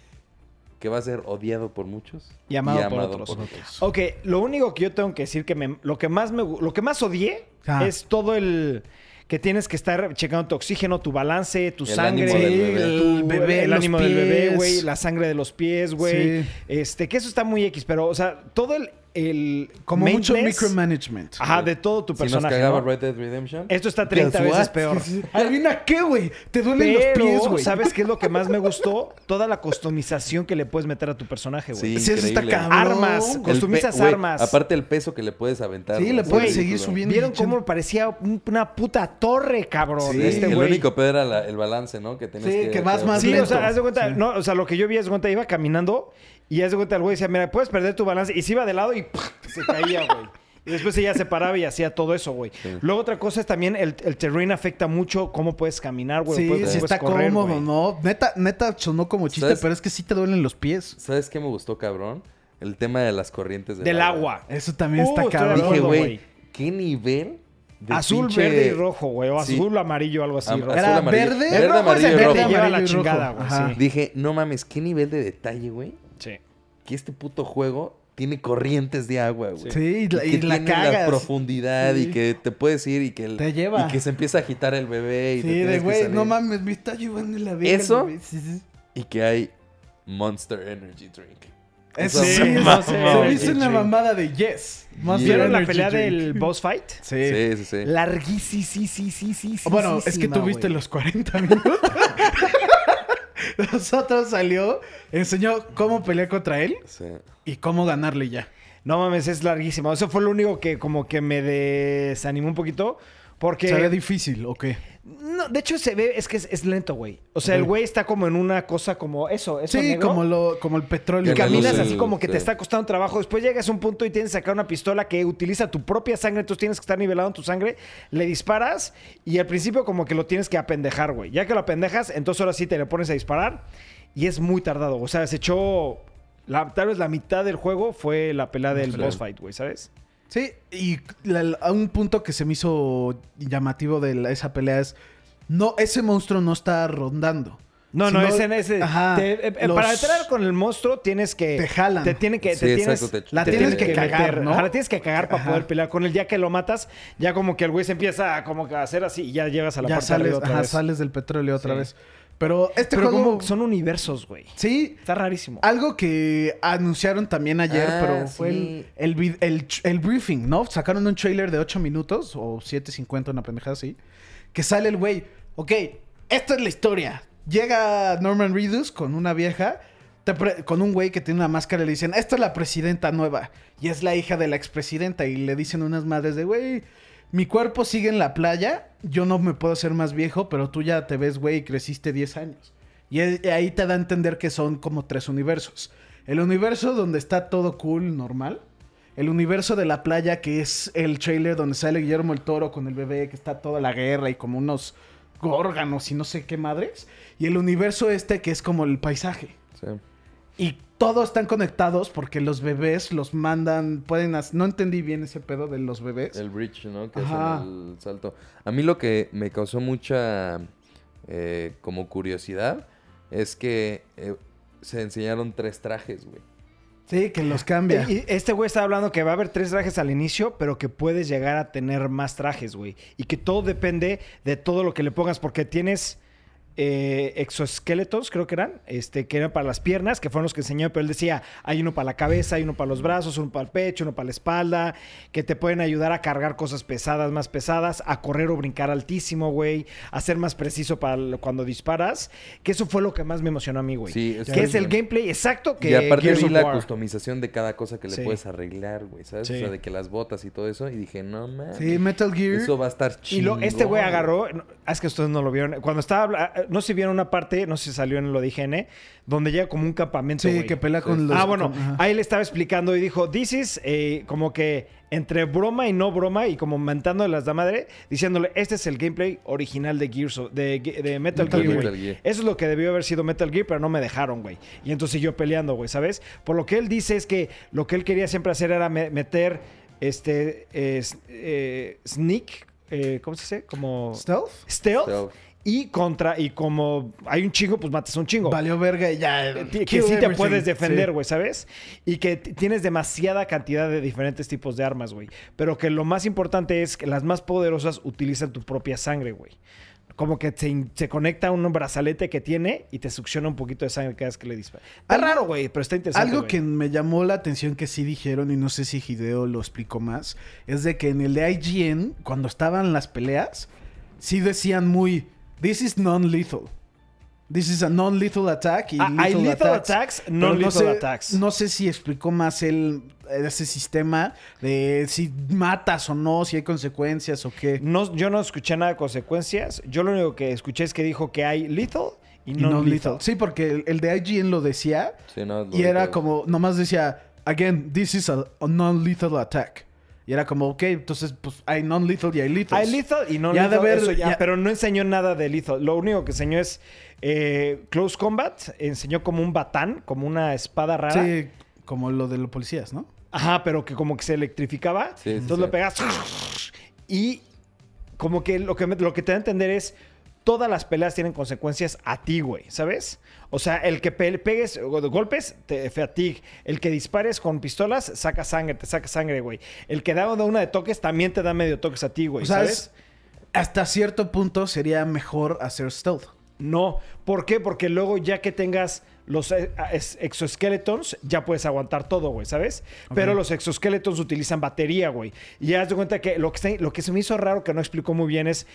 [SPEAKER 2] que va a ser odiado por muchos
[SPEAKER 1] Y amado por otros. Ok, lo único que yo tengo que decir que me- lo que más me gu- lo que más odié
[SPEAKER 3] Ah.
[SPEAKER 1] es todo el que tienes que estar checando tu oxígeno, tu balance, tu
[SPEAKER 2] El
[SPEAKER 1] sangre,
[SPEAKER 2] ánimo del bebé.
[SPEAKER 1] tu-
[SPEAKER 3] El bebé,
[SPEAKER 1] el
[SPEAKER 3] los
[SPEAKER 1] ánimo del bebé,
[SPEAKER 3] pies.
[SPEAKER 1] güey, la sangre de los pies, güey.
[SPEAKER 3] Sí.
[SPEAKER 1] Este, que eso está muy X, pero o sea, todo el, el
[SPEAKER 3] Como mucho
[SPEAKER 1] maintenance,
[SPEAKER 3] micromanagement.
[SPEAKER 1] Ajá, de todo tu
[SPEAKER 2] Si nos
[SPEAKER 1] personaje.
[SPEAKER 2] cagaba
[SPEAKER 1] ¿no?
[SPEAKER 2] Red Dead Redemption.
[SPEAKER 1] Esto está 30
[SPEAKER 3] Pues,
[SPEAKER 2] Guess
[SPEAKER 1] veces peor.
[SPEAKER 2] what?
[SPEAKER 3] Adivina qué, güey. Te duelen los
[SPEAKER 1] Pero,
[SPEAKER 3] pies, güey.
[SPEAKER 1] ¿sabes qué es lo que más me gustó? Toda la customización que le puedes meter a tu personaje, güey.
[SPEAKER 2] Sí,
[SPEAKER 3] Sí, eso está
[SPEAKER 2] increíble.
[SPEAKER 3] cabrón.
[SPEAKER 1] Armas,
[SPEAKER 2] El
[SPEAKER 1] costumizas
[SPEAKER 2] pe- güey,
[SPEAKER 1] armas.
[SPEAKER 2] Aparte el peso que le puedes aventar.
[SPEAKER 3] Sí,
[SPEAKER 2] güey,
[SPEAKER 3] le
[SPEAKER 2] es
[SPEAKER 3] puedes
[SPEAKER 2] ridículo.
[SPEAKER 3] seguir subiendo.
[SPEAKER 1] Vieron cómo parecía un- una puta torre, cabrón,
[SPEAKER 2] Sí,
[SPEAKER 1] este
[SPEAKER 2] el
[SPEAKER 1] güey.
[SPEAKER 2] único pedo era la- el balance, ¿no? Que tenías
[SPEAKER 3] Sí, que vas más
[SPEAKER 1] Sí,
[SPEAKER 3] lento.
[SPEAKER 1] o sea, haz de cuenta,
[SPEAKER 3] Sí.
[SPEAKER 1] no, o sea, lo que yo vi, haz de cuenta, iba caminando y haz de cuenta el güey decía, mira, puedes perder tu balance. Y se iba de lado y ¡puf! se caía, güey. Y después ella se paraba y hacía todo eso, güey. Luego otra cosa es también el, el terreno afecta mucho cómo puedes caminar, güey.
[SPEAKER 3] Sí,
[SPEAKER 1] puedes-
[SPEAKER 3] sí
[SPEAKER 1] puedes
[SPEAKER 3] está
[SPEAKER 1] pues, correr,
[SPEAKER 3] cómodo,
[SPEAKER 1] güey.
[SPEAKER 3] ¿no? Neta, neta sonó como chiste,
[SPEAKER 2] ¿Sabes?
[SPEAKER 3] pero es que sí te duelen los pies.
[SPEAKER 2] ¿Sabes qué me gustó, cabrón? El tema de las corrientes
[SPEAKER 1] Del agua.
[SPEAKER 3] Eso también está
[SPEAKER 1] Uh, estoy de
[SPEAKER 3] cabrón.
[SPEAKER 2] Dije,
[SPEAKER 1] Gordo,
[SPEAKER 2] güey,
[SPEAKER 1] güey.
[SPEAKER 2] ¿qué nivel de
[SPEAKER 1] Azul,
[SPEAKER 2] pinche-
[SPEAKER 1] verde y rojo, güey. O
[SPEAKER 2] Sí.
[SPEAKER 1] azul, amarillo, algo así.
[SPEAKER 2] Am-
[SPEAKER 1] rojo.
[SPEAKER 2] azul,
[SPEAKER 3] Era
[SPEAKER 2] amarillo-
[SPEAKER 3] verde.
[SPEAKER 2] verde,
[SPEAKER 3] El rojo
[SPEAKER 2] amarillo
[SPEAKER 3] es
[SPEAKER 2] y
[SPEAKER 3] el
[SPEAKER 2] rojo.
[SPEAKER 3] verde,
[SPEAKER 1] Lleva la
[SPEAKER 3] amarillo y rojo.
[SPEAKER 1] chingada, güey,
[SPEAKER 3] Ajá.
[SPEAKER 1] sí.
[SPEAKER 2] Dije, no mames, ¿qué nivel de detalle, güey?
[SPEAKER 1] Sí.
[SPEAKER 2] Que este puto juego tiene corrientes de agua, güey.
[SPEAKER 3] Sí, y la- y
[SPEAKER 2] que
[SPEAKER 3] la
[SPEAKER 2] tiene
[SPEAKER 3] cagas.
[SPEAKER 2] profundidad y
[SPEAKER 3] Sí.
[SPEAKER 2] que te puedes ir y que... el-
[SPEAKER 3] Te lleva.
[SPEAKER 2] Y que se empieza a agitar el bebé y te
[SPEAKER 3] Sí,
[SPEAKER 2] tienes
[SPEAKER 3] de
[SPEAKER 2] que
[SPEAKER 3] güey,
[SPEAKER 2] salir.
[SPEAKER 3] no mames, me está llevando la verga.
[SPEAKER 2] ¿Eso?
[SPEAKER 3] güey. Sí, sí.
[SPEAKER 2] Y que hay Monster Energy Drink.
[SPEAKER 3] Eso
[SPEAKER 1] Sí,
[SPEAKER 3] sí,
[SPEAKER 1] no
[SPEAKER 3] eso
[SPEAKER 1] sé,
[SPEAKER 3] sí.
[SPEAKER 1] güey.
[SPEAKER 3] Se me hizo una mamada de yes. Más
[SPEAKER 2] Yeah.
[SPEAKER 1] ¿Vieron la
[SPEAKER 3] energy
[SPEAKER 1] pelea
[SPEAKER 3] drink.
[SPEAKER 1] del boss fight?
[SPEAKER 3] Sí. Oh,
[SPEAKER 2] Sí, sí, sí.
[SPEAKER 1] Larguísima, sí, sí, sí, sí, sí.
[SPEAKER 3] Bueno,
[SPEAKER 1] sí,
[SPEAKER 3] es
[SPEAKER 1] sí,
[SPEAKER 3] que
[SPEAKER 1] no,
[SPEAKER 3] tuviste
[SPEAKER 1] güey.
[SPEAKER 3] los 40 minutos. (laughs) Nosotros salió, enseñó cómo pelear contra él
[SPEAKER 2] Sí.
[SPEAKER 3] y cómo ganarle ya.
[SPEAKER 1] No mames, es larguísimo. Eso fue lo único que como que me desanimó un poquito. Porque...
[SPEAKER 3] ¿Será difícil o qué?
[SPEAKER 1] No, de hecho se ve, es que es, es lento, güey. O sea, el
[SPEAKER 3] Ok.
[SPEAKER 1] güey está como en una cosa como eso, eso
[SPEAKER 3] Sí,
[SPEAKER 1] negro.
[SPEAKER 3] como, lo, como el
[SPEAKER 1] Y
[SPEAKER 3] petróleo.
[SPEAKER 2] Que la luz
[SPEAKER 1] caminas
[SPEAKER 2] del-
[SPEAKER 1] así como que te
[SPEAKER 2] sí.
[SPEAKER 1] está costando trabajo. Después llegas a un punto y tienes que sacar una pistola que utiliza tu propia sangre. Entonces tienes que estar nivelado en tu sangre. Le disparas y al principio como que lo tienes que apendejar, güey. Ya que lo apendejas, entonces ahora sí te le pones a disparar. Y es muy tardado. O sea, se echó... la- tal vez la mitad del juego fue la pelea del boss fight, güey, ¿sabes?
[SPEAKER 3] Sí, y la- a un punto que se me hizo llamativo de la- esa pelea es, no, ese monstruo no está rondando.
[SPEAKER 1] No, no,
[SPEAKER 3] Sino-
[SPEAKER 1] ese, ese
[SPEAKER 3] Ajá,
[SPEAKER 1] te- eh, eh,
[SPEAKER 3] los-
[SPEAKER 1] Para entrar con el monstruo tienes que.
[SPEAKER 3] Te jalan.
[SPEAKER 1] Te tiene que.
[SPEAKER 2] Sí,
[SPEAKER 1] te
[SPEAKER 2] exacto,
[SPEAKER 1] tienes,
[SPEAKER 2] te-
[SPEAKER 3] La
[SPEAKER 1] te
[SPEAKER 3] tienes que
[SPEAKER 1] meter.
[SPEAKER 3] cagar, ¿no?
[SPEAKER 1] Ajá, la tienes que cagar para
[SPEAKER 3] Ajá.
[SPEAKER 1] poder pelear con él. Ya que lo matas, ya como que el güey se empieza a como que a hacer así y ya llegas a la
[SPEAKER 3] ya
[SPEAKER 1] parte de
[SPEAKER 3] sales,
[SPEAKER 1] arriba otra
[SPEAKER 3] ajá,
[SPEAKER 1] vez.
[SPEAKER 3] sales del petróleo otra
[SPEAKER 1] Sí.
[SPEAKER 3] vez. Pero este
[SPEAKER 1] Pero
[SPEAKER 3] juego...
[SPEAKER 1] como son universos, güey.
[SPEAKER 3] Sí,
[SPEAKER 1] Está rarísimo.
[SPEAKER 3] algo que anunciaron también ayer,
[SPEAKER 2] Ah,
[SPEAKER 3] pero fue
[SPEAKER 2] sí.
[SPEAKER 3] el, el vid- el ch- el briefing, ¿no? Sacaron un trailer de 8 minutos o 7.50, una pendejada así, que sale el güey, ok, esta es la historia. Llega Norman Reedus con una vieja, te pre- con un güey que tiene una máscara y le dicen, esta es la presidenta nueva y es la hija de la expresidenta y le dicen unas madres de, güey, mi cuerpo sigue en la playa, yo no me puedo hacer más viejo, pero tú ya te ves, güey, y creciste 10 años. Y e- y ahí te da a entender que son como tres universos. El universo donde está todo cool, normal. El universo de la playa, que es el trailer donde sale Guillermo el Toro con el bebé, que está toda la guerra y como unos órganos y no sé qué madres. Y el universo este, que es como el paisaje.
[SPEAKER 2] Sí.
[SPEAKER 3] Y todos están conectados porque los bebés los mandan, pueden... hac- No entendí bien ese pedo de los bebés.
[SPEAKER 2] El bridge, ¿no? Que
[SPEAKER 3] Ajá.
[SPEAKER 2] hacen el salto. A mí lo que me causó mucha eh, como curiosidad es que eh, se enseñaron tres trajes, güey.
[SPEAKER 3] Sí, que
[SPEAKER 2] (laughs)
[SPEAKER 3] los cambia.
[SPEAKER 1] Y- y Este güey está hablando que va a haber tres trajes al inicio, pero que puedes llegar a tener más trajes, güey. Y que todo depende de todo lo que le pongas, porque tienes eh, exoesqueletos, creo que eran, este, que eran para las piernas, que fueron los que enseñó, pero él decía, hay uno para la cabeza, hay uno para los brazos, uno para el pecho, uno para la espalda, que te pueden ayudar a cargar cosas pesadas, más pesadas, a correr o brincar altísimo, güey, a ser más preciso para lo- cuando disparas, que eso fue lo que más me emocionó a mí, güey.
[SPEAKER 2] Sí, está
[SPEAKER 1] que es el
[SPEAKER 2] bien.
[SPEAKER 1] gameplay exacto que
[SPEAKER 2] y aparte
[SPEAKER 1] Gears
[SPEAKER 2] vi
[SPEAKER 1] of
[SPEAKER 2] la
[SPEAKER 1] War.
[SPEAKER 2] customización de cada cosa que le
[SPEAKER 1] Sí.
[SPEAKER 2] puedes arreglar, güey, ¿sabes? O
[SPEAKER 1] Sí.
[SPEAKER 2] sea, de que las botas y todo eso. Y dije, no, man.
[SPEAKER 3] Sí, Metal Gear.
[SPEAKER 2] Eso va a estar
[SPEAKER 1] Y
[SPEAKER 2] chido.
[SPEAKER 1] lo, este güey agarró, no, es que ustedes no lo vieron, cuando estaba, habla- no sé si vieron una parte, no sé si salió en lo de IGN, donde llega como un campamento.
[SPEAKER 3] Sí,
[SPEAKER 1] güey.
[SPEAKER 3] que pelea con los...
[SPEAKER 1] ah, bueno,
[SPEAKER 3] con- ajá.
[SPEAKER 1] ahí le estaba explicando y dijo, this is, eh, como que entre broma y no broma y como mantándole las da madre, diciéndole, este es el gameplay original de Gears of- de, Ge- de Metal,
[SPEAKER 2] Metal
[SPEAKER 1] Gear,
[SPEAKER 2] Gear.
[SPEAKER 1] güey. Eso es lo que debió haber sido Metal Gear, pero no me dejaron, güey. Y entonces siguió peleando, güey, ¿sabes? Por lo que él dice es que lo que él quería siempre hacer era me- meter, este, eh, s- eh, sneak, eh, ¿cómo se dice? Como...
[SPEAKER 3] ¿Stealth?
[SPEAKER 1] Stealth.
[SPEAKER 2] Stealth.
[SPEAKER 1] Y contra, y como hay un chingo, pues matas a un chingo.
[SPEAKER 3] Valió verga y ya.
[SPEAKER 1] Que- eh, que
[SPEAKER 3] Eh, kill
[SPEAKER 1] sí te
[SPEAKER 3] everything.
[SPEAKER 1] puedes defender,
[SPEAKER 3] Sí.
[SPEAKER 1] güey, ¿sabes? Y que t- tienes demasiada cantidad de diferentes tipos de armas, güey. Pero que lo más importante es que las más poderosas utilizan tu propia sangre, güey. Como que se, in- se conecta un brazalete que tiene y te succiona un poquito de sangre cada vez que le disparas. Está
[SPEAKER 3] Algo-
[SPEAKER 1] raro, güey, pero está interesante.
[SPEAKER 3] Algo
[SPEAKER 1] güey.
[SPEAKER 3] que me llamó la atención que sí dijeron, y no sé si Hideo lo explicó más, es de que en el de IGN, cuando estaban las peleas, sí decían muy, this is non-lethal. This is a non-lethal attack. Y
[SPEAKER 1] Ah, hay lethal
[SPEAKER 3] attacks".
[SPEAKER 1] attacks,
[SPEAKER 3] Pero
[SPEAKER 1] non-lethal
[SPEAKER 3] sé-
[SPEAKER 1] attacks.
[SPEAKER 3] No sé si explicó más el, ese sistema de si matas o no, si hay consecuencias o qué.
[SPEAKER 1] No- yo no escuché nada de consecuencias. Yo lo único que escuché es que dijo que hay lethal y
[SPEAKER 3] Y
[SPEAKER 1] no lethal.
[SPEAKER 3] non-lethal. Sí, porque el, el de IGN lo decía,
[SPEAKER 2] Sí, no, lo
[SPEAKER 3] Y era
[SPEAKER 2] dijo.
[SPEAKER 3] como, nomás decía, again, this is a, a non-lethal attack. Y era como, ok, entonces, pues hay non-lethal y hay lethal.
[SPEAKER 1] Hay lethal Ah, y no
[SPEAKER 3] Pues, Ya de
[SPEAKER 1] lethal,
[SPEAKER 3] haber-
[SPEAKER 1] eso ya,
[SPEAKER 3] ya-
[SPEAKER 1] pero no enseñó nada de lethal. Lo único que enseñó es eh, close combat, enseñó como un batán, como una espada rara.
[SPEAKER 3] Sí, como lo de los policías, ¿no?
[SPEAKER 1] Ajá, pero que como que se electrificaba.
[SPEAKER 2] Sí, sí,
[SPEAKER 1] entonces
[SPEAKER 2] sí.
[SPEAKER 1] lo pegas y como que lo que, me- lo que te da a entender es todas las peleas tienen consecuencias a ti, güey, ¿sabes? O sea, el que pe- pegues o de golpes te fatigue, el que dispares con pistolas saca sangre, te saca sangre, güey. El que da una de toques también te da medio toques a ti, güey,
[SPEAKER 3] O sea,
[SPEAKER 1] ¿sabes?
[SPEAKER 3] es- hasta cierto punto sería mejor hacer stealth.
[SPEAKER 1] No. ¿Por qué? Porque luego ya que tengas los eh, es- exoskeletons, ya puedes aguantar todo, güey, ¿sabes? Pero los exoskeletons utilizan batería, güey. Y haz de cuenta que lo que, está- lo que se me hizo raro, que no explicó muy bien, es...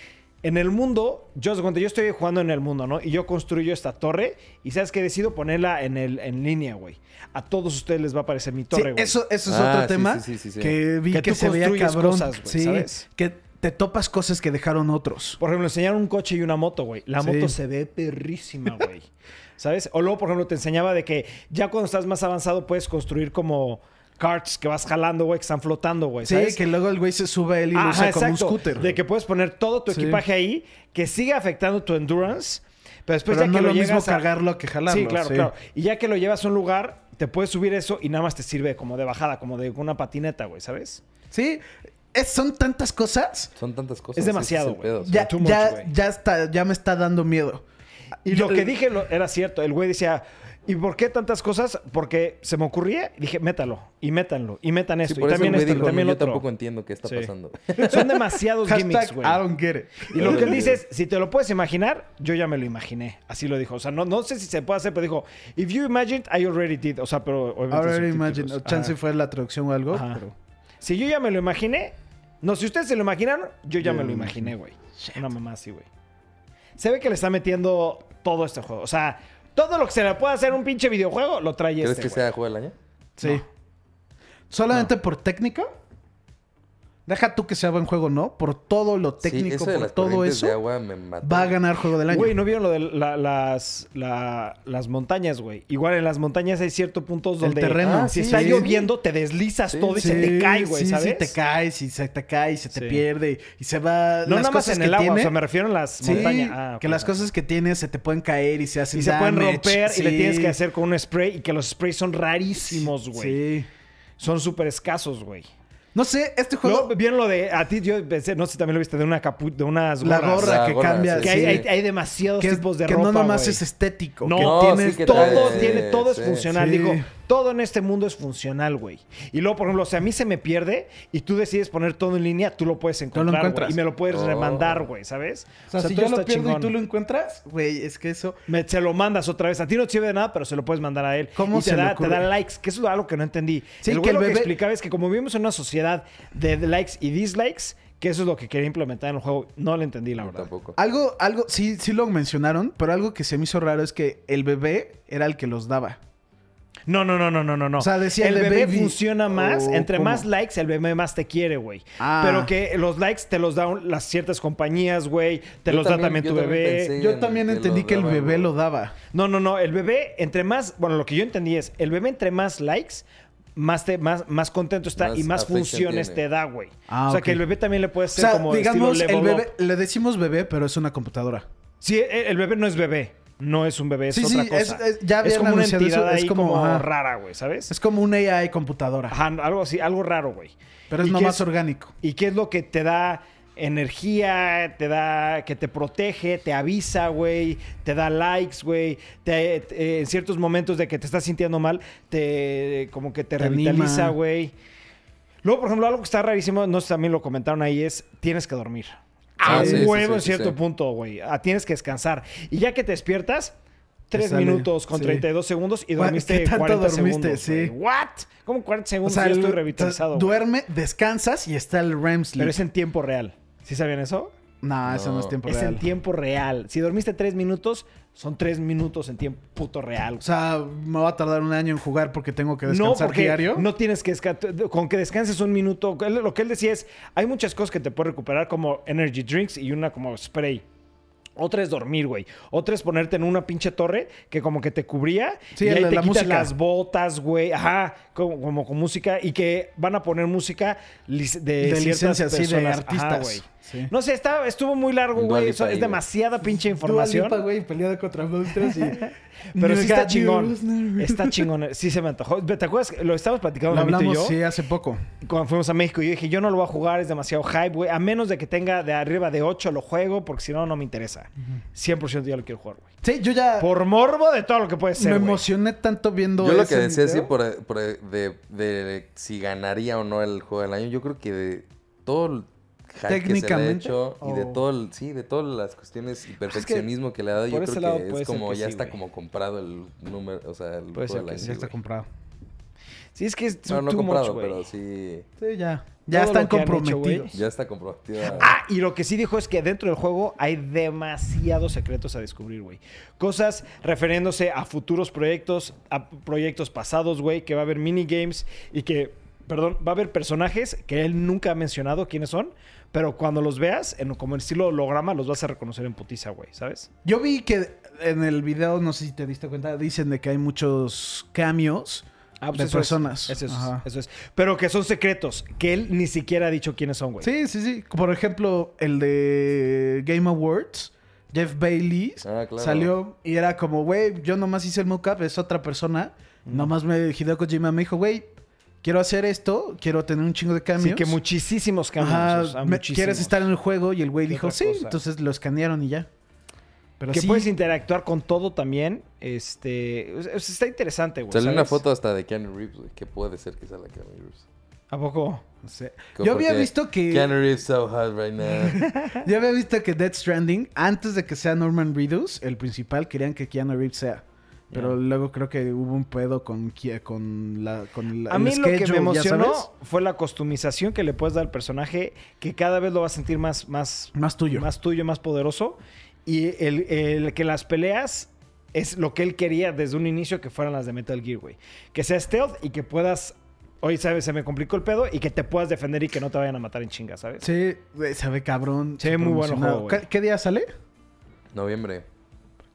[SPEAKER 1] En el mundo, yo haz de cuenta, yo estoy jugando en el mundo, ¿no? Y yo construyo esta torre y sabes que decido ponerla en, el, en línea, güey. A todos ustedes les va a aparecer mi
[SPEAKER 3] Sí,
[SPEAKER 1] torre, güey.
[SPEAKER 3] eso, eso es
[SPEAKER 2] Ah,
[SPEAKER 3] otro
[SPEAKER 2] sí,
[SPEAKER 3] tema
[SPEAKER 2] sí, sí, sí, sí.
[SPEAKER 3] que vi
[SPEAKER 1] Que
[SPEAKER 3] que,
[SPEAKER 1] tú
[SPEAKER 3] se veía
[SPEAKER 1] construyes
[SPEAKER 3] cabrón.
[SPEAKER 1] cosas, güey,
[SPEAKER 3] sí,
[SPEAKER 1] ¿sabes?
[SPEAKER 3] que te topas cosas que dejaron otros.
[SPEAKER 1] Por ejemplo, enseñaron un coche y una moto, güey. La
[SPEAKER 3] Sí.
[SPEAKER 1] moto se ve perrísima, güey. (laughs) ¿Sabes? O luego, por ejemplo, te enseñaba de que ya cuando estás más avanzado puedes construir como carts que vas jalando, güey, que están flotando, güey.
[SPEAKER 3] Sí,
[SPEAKER 1] ¿sabes?
[SPEAKER 3] que luego el güey se sube a él y lo
[SPEAKER 1] Ajá,
[SPEAKER 3] usa como
[SPEAKER 1] exacto.
[SPEAKER 3] un scooter.
[SPEAKER 1] De que puedes poner todo tu
[SPEAKER 3] Sí.
[SPEAKER 1] equipaje ahí, que sigue afectando tu endurance, pero después
[SPEAKER 3] Pero
[SPEAKER 1] ya
[SPEAKER 3] no
[SPEAKER 1] que
[SPEAKER 3] lo, mismo
[SPEAKER 1] llegas a-
[SPEAKER 3] cargarlo que jalarlo.
[SPEAKER 1] Sí, claro, claro. Y ya que lo llevas a un lugar, te puedes subir eso y nada más te sirve como de bajada, como de una patineta, güey, ¿sabes?
[SPEAKER 3] Sí, es- son tantas cosas
[SPEAKER 2] Son tantas cosas.
[SPEAKER 1] Es demasiado,
[SPEAKER 2] el
[SPEAKER 1] güey.
[SPEAKER 2] pedo, o sea,
[SPEAKER 3] Ya,
[SPEAKER 1] too much,
[SPEAKER 3] ya,
[SPEAKER 1] güey.
[SPEAKER 3] ya, está, ya me está dando miedo.
[SPEAKER 1] Y lo que dije lo- era cierto. El güey decía, ¿Y por qué tantas cosas? Porque se me ocurría y dije, métalo, y métanlo, y metan
[SPEAKER 2] Sí,
[SPEAKER 1] esto,
[SPEAKER 2] por
[SPEAKER 1] y
[SPEAKER 2] eso el
[SPEAKER 1] también
[SPEAKER 2] güey
[SPEAKER 1] esto, y
[SPEAKER 2] dijo,
[SPEAKER 1] también
[SPEAKER 2] yo
[SPEAKER 1] lo otro.
[SPEAKER 2] tampoco entiendo qué está
[SPEAKER 1] Sí.
[SPEAKER 2] pasando.
[SPEAKER 1] Son
[SPEAKER 2] (laughs)
[SPEAKER 1] demasiados gimmicks,
[SPEAKER 3] Hashtag
[SPEAKER 1] güey.
[SPEAKER 3] I don't get it.
[SPEAKER 1] Y lo que él dice es, si te lo puedes imaginar, yo ya me lo imaginé. Así lo dijo. O sea, no, no sé si se puede hacer, pero dijo, if you imagined, I already did. O sea, pero obviamente
[SPEAKER 3] Already
[SPEAKER 1] subtítulos.
[SPEAKER 3] imagine. O chance
[SPEAKER 1] Ajá.
[SPEAKER 3] fue la traducción o algo.
[SPEAKER 1] Ajá.
[SPEAKER 3] Pero...
[SPEAKER 1] Si yo ya me lo imaginé, no, si ustedes se lo imaginaron, yo ya me lo imaginé, güey. Una mamá así, güey. Se ve que le está metiendo todo este juego. O sea, todo lo que se le puede hacer a un pinche videojuego, lo trae
[SPEAKER 2] ¿Crees
[SPEAKER 1] este,
[SPEAKER 2] que
[SPEAKER 1] güey.
[SPEAKER 2] sea juego del año?
[SPEAKER 3] Sí. Solamente por técnica. Deja tú que sea buen juego, ¿no? Por todo lo
[SPEAKER 2] sí,
[SPEAKER 3] técnico,
[SPEAKER 2] eso de
[SPEAKER 3] por
[SPEAKER 2] las
[SPEAKER 3] todo
[SPEAKER 2] corrientes
[SPEAKER 3] eso,
[SPEAKER 2] de agua me mató.
[SPEAKER 3] va a ganar juego del año.
[SPEAKER 1] Güey, ¿no vieron lo de la- las, la- las montañas, güey? Igual en las montañas hay ciertos puntos
[SPEAKER 3] El
[SPEAKER 1] donde... Ah,
[SPEAKER 3] terreno,
[SPEAKER 1] si
[SPEAKER 3] sí.
[SPEAKER 1] está
[SPEAKER 3] Sí.
[SPEAKER 1] lloviendo, te deslizas
[SPEAKER 2] Sí,
[SPEAKER 1] todo y
[SPEAKER 3] Sí,
[SPEAKER 1] se te cae, güey,
[SPEAKER 3] sí,
[SPEAKER 1] ¿sabes?
[SPEAKER 3] Sí, te caes y se te cae y se te
[SPEAKER 1] Sí.
[SPEAKER 3] pierde y se va.
[SPEAKER 1] No nada
[SPEAKER 3] las
[SPEAKER 1] más
[SPEAKER 3] cosas
[SPEAKER 1] en
[SPEAKER 3] que
[SPEAKER 1] el agua,
[SPEAKER 3] tiene-
[SPEAKER 1] o sea, me refiero a las
[SPEAKER 3] Sí,
[SPEAKER 1] montañas. Ah,
[SPEAKER 3] que
[SPEAKER 1] ok.
[SPEAKER 3] las cosas que tienes se te pueden caer y se hacen
[SPEAKER 1] Y se pueden
[SPEAKER 3] damage,
[SPEAKER 1] romper y le
[SPEAKER 3] sí.
[SPEAKER 1] tienes que hacer con un spray y que los sprays son rarísimos, güey.
[SPEAKER 3] Sí.
[SPEAKER 1] Son súper escasos, güey.
[SPEAKER 3] No sé, este juego.
[SPEAKER 1] Luego, bien lo de... A ti, yo pensé, no sé si también lo viste, de una capu- de unas
[SPEAKER 3] la
[SPEAKER 1] gorras.
[SPEAKER 3] gorra
[SPEAKER 2] La
[SPEAKER 3] que
[SPEAKER 2] gorra,
[SPEAKER 3] cambia.
[SPEAKER 2] sí.
[SPEAKER 1] Que hay,
[SPEAKER 3] sí.
[SPEAKER 1] hay- hay demasiados
[SPEAKER 3] que,
[SPEAKER 1] tipos de
[SPEAKER 3] que
[SPEAKER 1] ropa,
[SPEAKER 3] no nomás
[SPEAKER 1] güey.
[SPEAKER 3] es estético.
[SPEAKER 1] No,
[SPEAKER 3] que
[SPEAKER 2] No,
[SPEAKER 3] tienes
[SPEAKER 2] sí que
[SPEAKER 3] todo.
[SPEAKER 2] trae-
[SPEAKER 1] este, todo
[SPEAKER 2] Sí,
[SPEAKER 1] tiene, todo
[SPEAKER 2] sí.
[SPEAKER 1] es funcional.
[SPEAKER 3] Sí.
[SPEAKER 1] Digo, todo en este mundo es funcional, güey. Y luego, por ejemplo, si a mí se me pierde y tú decides poner todo en línea, tú lo puedes encontrar, güey,
[SPEAKER 3] encuentras.
[SPEAKER 1] y me lo puedes
[SPEAKER 2] Oh.
[SPEAKER 1] remandar, güey, ¿sabes?
[SPEAKER 3] O sea, si
[SPEAKER 1] todo
[SPEAKER 3] yo lo
[SPEAKER 1] está
[SPEAKER 3] pierdo
[SPEAKER 1] chingón.
[SPEAKER 3] y tú lo encuentras, güey, es que eso.
[SPEAKER 1] Me- se lo mandas otra vez. A ti no te sirve de nada, pero se lo puedes mandar a él.
[SPEAKER 3] ¿Cómo
[SPEAKER 1] y te,
[SPEAKER 3] se le
[SPEAKER 1] da, te
[SPEAKER 3] ocurre?
[SPEAKER 1] da likes, que eso es algo que no entendí.
[SPEAKER 3] Sí,
[SPEAKER 1] el
[SPEAKER 3] que
[SPEAKER 1] güey
[SPEAKER 3] el
[SPEAKER 1] lo que
[SPEAKER 3] bebé-
[SPEAKER 1] explicaba es que como vivimos en una sociedad de likes y dislikes, que eso es lo que quería implementar en el juego, no lo entendí, la
[SPEAKER 2] No,
[SPEAKER 1] verdad.
[SPEAKER 2] Tampoco.
[SPEAKER 3] Algo, algo, sí, sí lo mencionaron, pero algo que se me hizo raro es que el bebé era el que los daba.
[SPEAKER 1] No, no, no, no, no, no. no.
[SPEAKER 3] O sea, decía
[SPEAKER 1] el
[SPEAKER 3] de
[SPEAKER 1] bebé
[SPEAKER 3] baby.
[SPEAKER 1] funciona más.
[SPEAKER 3] ¿O
[SPEAKER 1] entre
[SPEAKER 3] cómo?
[SPEAKER 1] más likes, el bebé más te quiere, güey.
[SPEAKER 3] Ah.
[SPEAKER 1] Pero que los likes te los dan las ciertas compañías, güey. Te
[SPEAKER 2] Yo
[SPEAKER 1] los da también
[SPEAKER 2] yo
[SPEAKER 1] tu bebé.
[SPEAKER 2] pensé
[SPEAKER 3] Yo
[SPEAKER 2] en
[SPEAKER 3] también
[SPEAKER 2] que
[SPEAKER 3] entendí
[SPEAKER 2] los
[SPEAKER 3] que el
[SPEAKER 2] daban,
[SPEAKER 3] bebé
[SPEAKER 2] güey.
[SPEAKER 3] lo daba.
[SPEAKER 1] No, no, no. El bebé, entre más. Bueno, lo que yo entendí es: el bebé, entre más likes, más, te, más, más contento está
[SPEAKER 2] Más
[SPEAKER 1] y más
[SPEAKER 2] affection
[SPEAKER 1] funciones
[SPEAKER 2] tiene.
[SPEAKER 1] te da, güey.
[SPEAKER 3] Ah,
[SPEAKER 1] o sea,
[SPEAKER 3] ok.
[SPEAKER 1] que el bebé también le puede
[SPEAKER 3] O
[SPEAKER 1] hacer
[SPEAKER 3] sea,
[SPEAKER 1] como.
[SPEAKER 3] digamos,
[SPEAKER 1] estilo
[SPEAKER 3] el
[SPEAKER 1] level
[SPEAKER 3] bebé,
[SPEAKER 1] up.
[SPEAKER 3] le decimos bebé, pero es una computadora.
[SPEAKER 1] Sí, e, el el bebé no es bebé. No es un bebé, es
[SPEAKER 3] Sí,
[SPEAKER 1] otra
[SPEAKER 3] sí,
[SPEAKER 1] cosa.
[SPEAKER 3] es- es- ya
[SPEAKER 1] es
[SPEAKER 3] habían
[SPEAKER 1] como una
[SPEAKER 3] anunciado eso,
[SPEAKER 1] entidad
[SPEAKER 3] es
[SPEAKER 1] ahí como,
[SPEAKER 3] como, ajá.
[SPEAKER 1] rara, güey, ¿sabes?
[SPEAKER 3] Es como una AI computadora,
[SPEAKER 1] Ajá, algo así, algo raro, güey.
[SPEAKER 3] pero es
[SPEAKER 1] ¿Y qué
[SPEAKER 3] nomás orgánico.
[SPEAKER 1] ¿Y qué es lo que te da energía? Te da. que te protege, te avisa, güey. Te da likes, güey. Te- te- en ciertos momentos de que te estás sintiendo mal, te. como que te,
[SPEAKER 3] Te
[SPEAKER 1] revitaliza,
[SPEAKER 3] anima.
[SPEAKER 1] güey. Luego, por ejemplo, algo que está rarísimo, no sé si también lo comentaron ahí, es tienes que dormir.
[SPEAKER 2] Ah,
[SPEAKER 1] A
[SPEAKER 2] sí, sí,
[SPEAKER 1] huevo
[SPEAKER 2] sí,
[SPEAKER 1] en
[SPEAKER 2] sí,
[SPEAKER 1] cierto
[SPEAKER 2] sí.
[SPEAKER 1] punto, güey. Ah, Tienes que descansar. Y ya que te despiertas,
[SPEAKER 3] Te
[SPEAKER 1] 3
[SPEAKER 3] sale,
[SPEAKER 1] minutos con
[SPEAKER 3] sí.
[SPEAKER 1] 32 segundos y
[SPEAKER 3] ¿Qué
[SPEAKER 1] dormiste
[SPEAKER 3] tanto
[SPEAKER 1] 40
[SPEAKER 3] dormiste?
[SPEAKER 1] segundos. güey.
[SPEAKER 3] Sí.
[SPEAKER 1] ¿What? ¿Cómo 40 segundos? ya estoy
[SPEAKER 3] el-
[SPEAKER 1] revitalizado. güey.
[SPEAKER 3] duerme, descansas y está el REM sleep.
[SPEAKER 1] Pero es en tiempo real. ¿Sí sabían eso?
[SPEAKER 3] No, eso no es
[SPEAKER 2] No.
[SPEAKER 3] tiempo
[SPEAKER 1] es
[SPEAKER 3] real.
[SPEAKER 1] en tiempo real. Si dormiste tres minutos, son tres minutos en tiempo puto real.
[SPEAKER 3] O sea, me va a tardar un año en jugar porque tengo que
[SPEAKER 1] no,
[SPEAKER 3] descansar
[SPEAKER 1] porque
[SPEAKER 3] diario.
[SPEAKER 1] no tienes que desca- con que descanses un minuto. Él- Lo que él decía es, hay muchas cosas que te puedes recuperar como energy drinks y una como spray. Otra es dormir, güey. Otra es ponerte en una pinche torre que como que te cubría
[SPEAKER 3] Sí,
[SPEAKER 1] y
[SPEAKER 3] el
[SPEAKER 1] ahí
[SPEAKER 3] de
[SPEAKER 1] te
[SPEAKER 3] la
[SPEAKER 1] quitas
[SPEAKER 3] música.
[SPEAKER 1] las botas, güey. Ajá, como, como con música y que van a poner música lic- de,
[SPEAKER 3] De
[SPEAKER 1] ciertas
[SPEAKER 3] licencia, sí, de
[SPEAKER 1] personas. Ajá,
[SPEAKER 3] artistas.
[SPEAKER 1] güey.
[SPEAKER 3] Sí.
[SPEAKER 1] No sé, está, estuvo muy largo,
[SPEAKER 2] Dua
[SPEAKER 1] güey.
[SPEAKER 2] Lipa
[SPEAKER 1] Eso
[SPEAKER 2] ahí,
[SPEAKER 1] Es
[SPEAKER 2] güey.
[SPEAKER 1] demasiada pinche
[SPEAKER 3] Dua
[SPEAKER 1] información.
[SPEAKER 3] Lipa, güey, peleada contra monstruos (laughs) y...
[SPEAKER 1] Pero sí está
[SPEAKER 3] Nervous,
[SPEAKER 1] chingón.
[SPEAKER 3] (laughs) nervous.
[SPEAKER 1] Está chingón. Sí se me antojó. ¿Te acuerdas? que Lo estábamos platicando
[SPEAKER 3] Lo
[SPEAKER 1] Namito y
[SPEAKER 3] hablamos,
[SPEAKER 1] yo.
[SPEAKER 3] sí, hace poco.
[SPEAKER 1] Cuando fuimos a México, yo dije, yo no lo voy a jugar, es demasiado hype, güey. A menos de que tenga de arriba de 8 lo juego, porque si no, no me interesa. 100% ya lo quiero jugar, güey.
[SPEAKER 3] Sí, yo ya
[SPEAKER 1] Por morbo de todo lo que puede ser,
[SPEAKER 3] me
[SPEAKER 1] güey.
[SPEAKER 3] emocioné tanto viendo
[SPEAKER 2] Yo lo
[SPEAKER 3] ese
[SPEAKER 2] que decía sí,
[SPEAKER 3] video.
[SPEAKER 2] por, por- de, de si ganaría o no el juego del año, yo creo que de todo el hack que se le ha
[SPEAKER 3] Técnicamente,
[SPEAKER 2] hecho y de
[SPEAKER 3] o-
[SPEAKER 2] todo el, sí, de todas las cuestiones y perfeccionismo que, le ha dado, yo
[SPEAKER 1] por ese
[SPEAKER 2] creo
[SPEAKER 1] lado
[SPEAKER 2] que
[SPEAKER 1] puede
[SPEAKER 2] es
[SPEAKER 1] ser
[SPEAKER 2] como
[SPEAKER 1] que
[SPEAKER 2] ya
[SPEAKER 1] sí,
[SPEAKER 2] está
[SPEAKER 1] güey.
[SPEAKER 2] como comprado el número, o sea, el
[SPEAKER 1] Puede
[SPEAKER 2] juego
[SPEAKER 1] ser
[SPEAKER 2] del
[SPEAKER 1] que
[SPEAKER 2] año.
[SPEAKER 1] sí,
[SPEAKER 3] Ya está
[SPEAKER 2] güey.
[SPEAKER 3] comprado.
[SPEAKER 1] Sí, es que es
[SPEAKER 2] No,
[SPEAKER 1] too,
[SPEAKER 2] no
[SPEAKER 1] too much,
[SPEAKER 2] comprado,
[SPEAKER 1] güey.
[SPEAKER 2] pero sí,
[SPEAKER 3] Sí, ya. Ya
[SPEAKER 1] Todo
[SPEAKER 3] están
[SPEAKER 1] lo que han hecho,
[SPEAKER 3] comprometidos.
[SPEAKER 1] güey.
[SPEAKER 2] ya está comprometido.
[SPEAKER 1] Ah, y lo que sí dijo es que dentro del juego hay demasiados secretos a descubrir, güey. Cosas refiriéndose a futuros proyectos, a proyectos pasados, güey, que va a haber minigames y que, perdón, va a haber personajes que él nunca ha mencionado quiénes son, pero cuando los veas, en, como en estilo holograma, los vas a reconocer en putiza, güey, ¿sabes?
[SPEAKER 3] Yo vi que en el video, no sé si te diste cuenta, dicen de que hay muchos cambios
[SPEAKER 1] Ah,
[SPEAKER 3] Ah, de
[SPEAKER 1] pues eso es.
[SPEAKER 3] personas.
[SPEAKER 1] Eso es,
[SPEAKER 3] Ajá.
[SPEAKER 1] eso es. Pero que son secretos, que él ni siquiera ha dicho quiénes son, güey.
[SPEAKER 3] Sí, sí, sí. Por ejemplo, el de Game Awards, Jeff Bailey
[SPEAKER 2] Ah, claro.
[SPEAKER 3] salió y era como, güey, yo nomás hice el mockup, es otra persona. Nomás me Hideo Kojima me dijo, güey, quiero hacer esto, quiero tener un chingo de
[SPEAKER 1] Así
[SPEAKER 3] cambios.
[SPEAKER 1] que muchísimos cambios.
[SPEAKER 3] Ajá,
[SPEAKER 1] o sea,
[SPEAKER 3] me-
[SPEAKER 1] muchísimos.
[SPEAKER 3] ¿Quieres estar en el juego? Y el güey
[SPEAKER 1] ¿Qué
[SPEAKER 3] dijo,
[SPEAKER 1] otra
[SPEAKER 3] sí,
[SPEAKER 1] cosa?
[SPEAKER 3] entonces lo escanearon y ya. Pero
[SPEAKER 1] que
[SPEAKER 3] sí,
[SPEAKER 1] puedes interactuar con todo también. Este. o sea, Está interesante, güey.
[SPEAKER 2] Salió una
[SPEAKER 1] ¿sabes?
[SPEAKER 2] foto hasta de Keanu Reeves, güey. Que puede ser que salga Keanu Reeves.
[SPEAKER 1] ¿A poco?
[SPEAKER 3] no sé.
[SPEAKER 2] Co-
[SPEAKER 3] Yo había
[SPEAKER 2] porque
[SPEAKER 3] visto que...
[SPEAKER 2] Keanu Reeves so hot
[SPEAKER 1] (laughs)
[SPEAKER 2] right now.
[SPEAKER 3] Yo había visto que Death Stranding, antes de que sea Norman Reedus, el principal, querían que Keanu Reeves sea. Pero luego creo que hubo un pedo con, Kie- con, la, con la,
[SPEAKER 1] A
[SPEAKER 3] el
[SPEAKER 1] mí lo que
[SPEAKER 3] schedule,
[SPEAKER 1] me
[SPEAKER 3] ¿ya
[SPEAKER 1] emocionó
[SPEAKER 3] sabes?
[SPEAKER 1] fue la costumización que le puedes dar al personaje, que cada vez lo vas a sentir más, más,
[SPEAKER 3] Más tuyo.
[SPEAKER 1] más tuyo, más poderoso. Y el, el que las peleas es lo que él quería desde un inicio que fueran las de Metal Gear, güey. Que sea stealth y que puedas. Hoy, ¿sabes? Se me complicó el pedo y que te puedas defender y que no te vayan a matar en chinga, ¿sabes?
[SPEAKER 3] Sí, güey, se ve cabrón.
[SPEAKER 1] Se ve
[SPEAKER 3] súper
[SPEAKER 1] muy bueno
[SPEAKER 3] emocionado.
[SPEAKER 1] juego, güey.
[SPEAKER 3] ¿Qué, qué día sale? Eh,
[SPEAKER 2] Noviembre.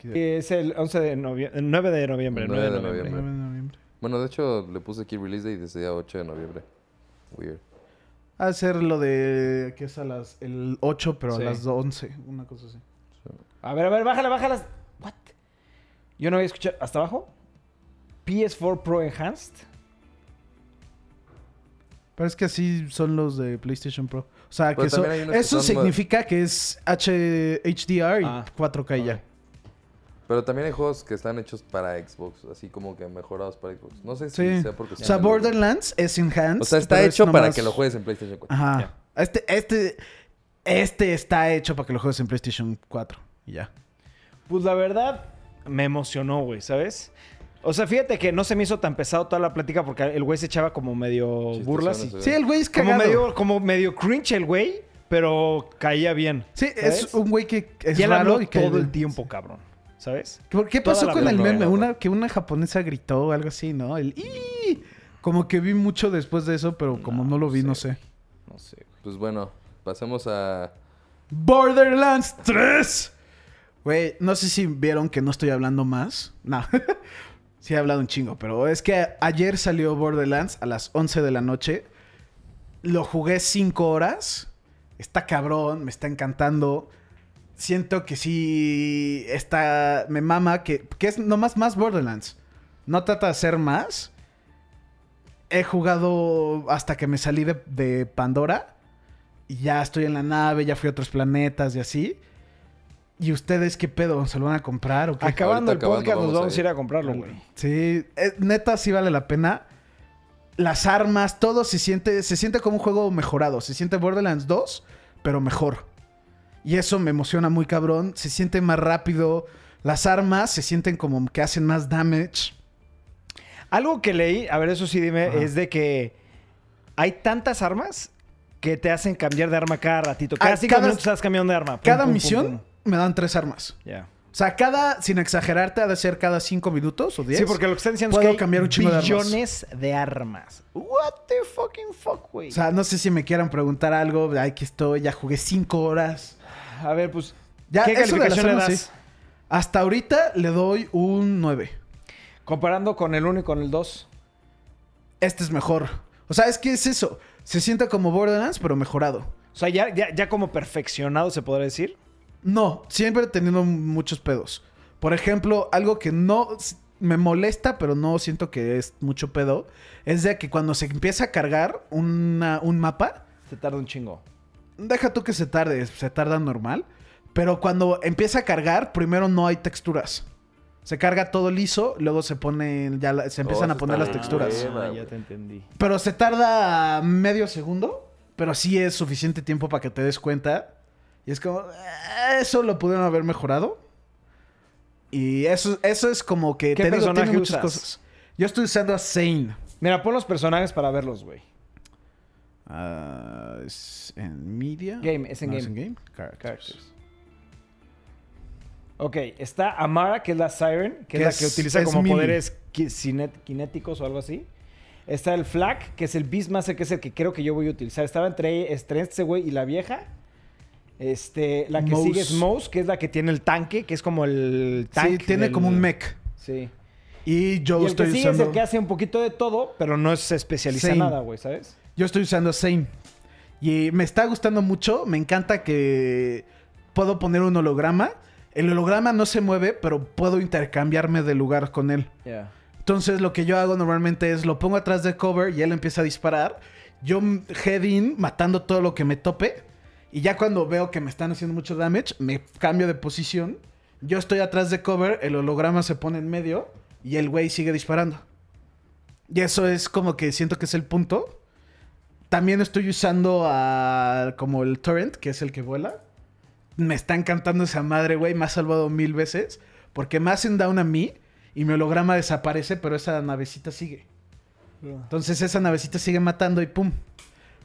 [SPEAKER 1] Es el 11 de noviembre. 9 de noviembre. 9 de noviembre.
[SPEAKER 2] Nueve de
[SPEAKER 3] noviembre.
[SPEAKER 2] Bueno, de hecho, le puse aquí release day y decía 8 de noviembre. Weird.
[SPEAKER 3] Va a ser lo de que es a las el 8, pero
[SPEAKER 1] Sí.
[SPEAKER 3] a las 11, una cosa así.
[SPEAKER 1] A ver, a ver, bájala, bájala. What? Yo no voy a escuchar. ¿Hasta abajo? PS4 Pro Enhanced.
[SPEAKER 3] Pero es que así son los de PlayStation Pro. O sea,
[SPEAKER 2] Pero
[SPEAKER 3] que eso,
[SPEAKER 2] también hay unos que
[SPEAKER 3] eso
[SPEAKER 2] son-
[SPEAKER 3] significa que es H, HDR y
[SPEAKER 1] Ah,
[SPEAKER 3] 4K ya.
[SPEAKER 1] ok.
[SPEAKER 2] Pero también hay juegos que están hechos para Xbox, así como que mejorados para Xbox. No sé si
[SPEAKER 3] Sí.
[SPEAKER 2] sea porque...
[SPEAKER 3] O sea,
[SPEAKER 2] sean de-
[SPEAKER 3] Borderlands es enhanced.
[SPEAKER 2] O sea, está
[SPEAKER 3] pero es
[SPEAKER 2] hecho para
[SPEAKER 3] nomás-
[SPEAKER 2] que lo juegues en PlayStation 4.
[SPEAKER 3] Ajá. Este, este, este está hecho para que lo juegues en PlayStation 4. Y ya.
[SPEAKER 1] Pues la verdad, me emocionó, güey, ¿sabes? O sea, fíjate que no se me hizo tan pesado toda la plática porque el güey se echaba como medio
[SPEAKER 2] Chistosón
[SPEAKER 1] burlas. y-
[SPEAKER 2] ese
[SPEAKER 3] Sí, el güey es
[SPEAKER 1] como,
[SPEAKER 3] cagado.
[SPEAKER 1] medio, como medio cringe el güey, pero caía bien.
[SPEAKER 3] Sí,
[SPEAKER 1] ¿sabes?
[SPEAKER 3] es un güey que es
[SPEAKER 1] y él habló
[SPEAKER 3] raro y que...
[SPEAKER 1] todo el tiempo, cabrón. ¿Sabes?
[SPEAKER 3] ¿Por qué
[SPEAKER 1] Toda
[SPEAKER 3] pasó
[SPEAKER 1] la
[SPEAKER 3] con el
[SPEAKER 1] vida,
[SPEAKER 3] meme?
[SPEAKER 1] ¿no?
[SPEAKER 3] Una, que una japonesa gritó o algo así, ¿no? El "¡Ii!". Como que vi mucho después de eso, pero como no, lo vi, no sé.
[SPEAKER 1] No sé,
[SPEAKER 3] Ah.
[SPEAKER 1] güey.
[SPEAKER 2] Pues bueno, pasemos a...
[SPEAKER 3] Borderlands 3. Güey, no sé si vieron que no estoy hablando más. No. sí he hablado un chingo, pero es que ayer salió Borderlands a las 11 de la noche. Lo jugué 5 horas. Está cabrón, me está encantando. Siento que sí está... Me mama que, que es nomás más Borderlands. No trata de hacer más. He jugado hasta que me salí de, de Pandora. Y ya estoy en la nave, ya fui a otros planetas y así. ¿Y ustedes qué pedo? ¿Se lo van a comprar o qué?
[SPEAKER 1] Acabando el
[SPEAKER 2] acabando,
[SPEAKER 1] podcast, nos
[SPEAKER 2] vamos a
[SPEAKER 1] vamos a ir
[SPEAKER 2] ir.
[SPEAKER 1] a comprarlo, güey.
[SPEAKER 3] Sí, eh, neta sí vale la pena. Las armas, todo se siente, se siente como un juego mejorado. Se siente Borderlands 2, pero mejor. Y eso me emociona muy cabrón. Se siente más rápido. Las armas se sienten como que hacen más damage.
[SPEAKER 1] Algo que leí, a ver, eso sí dime,
[SPEAKER 3] Ajá.
[SPEAKER 1] es de que hay tantas armas que te hacen cambiar de arma cada ratito. Cada
[SPEAKER 3] Ah,
[SPEAKER 1] cinco
[SPEAKER 3] cada-
[SPEAKER 1] minutos estás cambiando de arma. Pum,
[SPEAKER 3] Cada
[SPEAKER 1] pum, pum,
[SPEAKER 3] misión
[SPEAKER 1] pum.
[SPEAKER 3] me dan tres armas.
[SPEAKER 1] Ya.
[SPEAKER 3] O sea, cada, sin exagerarte, ha de ser cada cinco minutos o diez.
[SPEAKER 1] Sí, porque lo que están diciendo
[SPEAKER 3] Puedo
[SPEAKER 1] es que
[SPEAKER 3] cambiar un chingo de armas.
[SPEAKER 1] billones de armas. What the fucking fuck, güey.
[SPEAKER 3] O sea, no sé si me quieran preguntar algo. Ay, que estoy, ya jugué cinco horas.
[SPEAKER 1] a ver, pues,
[SPEAKER 3] Ya,
[SPEAKER 1] ¿qué
[SPEAKER 3] eso de las
[SPEAKER 1] calificación le
[SPEAKER 3] armas,
[SPEAKER 1] das?
[SPEAKER 3] sí. Hasta ahorita le doy un 9.
[SPEAKER 1] Comparando con el 1 y con el 2.
[SPEAKER 3] Este es mejor. O sea, es que es eso. Se siente como Borderlands, pero mejorado.
[SPEAKER 1] O sea, ya, ya, ya como perfeccionado, se podría decir.
[SPEAKER 3] No, siempre teniendo muchos pedos. Por ejemplo, algo que no s- me molesta, pero no siento que es mucho pedo, es de que cuando se empieza a cargar una- un mapa,
[SPEAKER 1] Se tarda un chingo.
[SPEAKER 3] deja tú que se tarde, se tarda normal, pero cuando empieza a cargar, primero no hay texturas. Se carga todo liso, luego se ponen ya la- se empiezan
[SPEAKER 2] eso
[SPEAKER 3] a poner
[SPEAKER 2] está
[SPEAKER 3] las
[SPEAKER 2] bien,
[SPEAKER 3] texturas.
[SPEAKER 2] güey.
[SPEAKER 1] Ah,
[SPEAKER 2] güey.
[SPEAKER 1] ya te entendí.
[SPEAKER 3] Pero se tarda medio segundo, pero sí es suficiente tiempo para que te des cuenta. Y es como, "Ah, eso lo pudieron haber mejorado. Y eso, eso es como que
[SPEAKER 1] ¿Qué
[SPEAKER 3] te digo, tiene
[SPEAKER 1] personaje
[SPEAKER 3] muchas
[SPEAKER 1] usas?
[SPEAKER 3] cosas. Yo estoy usando a Zane.
[SPEAKER 1] Mira, pon los personajes para verlos, güey.
[SPEAKER 3] Ah, es en media.
[SPEAKER 1] Game, es en
[SPEAKER 3] No,
[SPEAKER 1] game.
[SPEAKER 3] Characters.
[SPEAKER 1] Characters. Ok, está Amara, que es la Siren, que es
[SPEAKER 3] Que
[SPEAKER 1] la
[SPEAKER 3] es-
[SPEAKER 1] que utiliza
[SPEAKER 3] es
[SPEAKER 1] como
[SPEAKER 3] melee.
[SPEAKER 1] poderes qui- cinet- kinéticos o algo así. Está el Flak, que es el Beastmaster, que es el que creo que yo voy a utilizar. Estaba entre, entre este güey y la vieja. Este, la que
[SPEAKER 3] Mouse.
[SPEAKER 1] sigue es Mouse, que es la que tiene el tanque, que es como el tanque.
[SPEAKER 3] Sí, tiene como un mech.
[SPEAKER 1] Sí.
[SPEAKER 3] Y yo
[SPEAKER 1] y el
[SPEAKER 3] estoy
[SPEAKER 1] que sigue
[SPEAKER 3] usando.
[SPEAKER 1] es el que hace un poquito de todo, pero no se especializa en
[SPEAKER 3] Same.
[SPEAKER 1] nada, güey, ¿sabes?
[SPEAKER 3] Yo estoy usando Zane. Y me está gustando mucho. Me encanta que puedo poner un holograma. El holograma no se mueve, pero puedo intercambiarme de lugar con él.
[SPEAKER 1] Ya.
[SPEAKER 3] Entonces lo que yo hago normalmente es lo pongo atrás de cover y él empieza a disparar. Yo mm, head in matando todo lo que me tope. Y ya cuando veo que me están haciendo mucho damage, me cambio de posición Yo estoy atrás de cover, el holograma se pone en medio y el güey sigue disparando. Y eso es como que siento que es el punto. También estoy usando a, como el torrent, que es el que vuela. Me está encantando esa madre, güey. Me ha salvado mil veces. Porque me hacen down a mí y mi holograma desaparece, pero esa navecita sigue. Entonces esa navecita sigue matando y pum.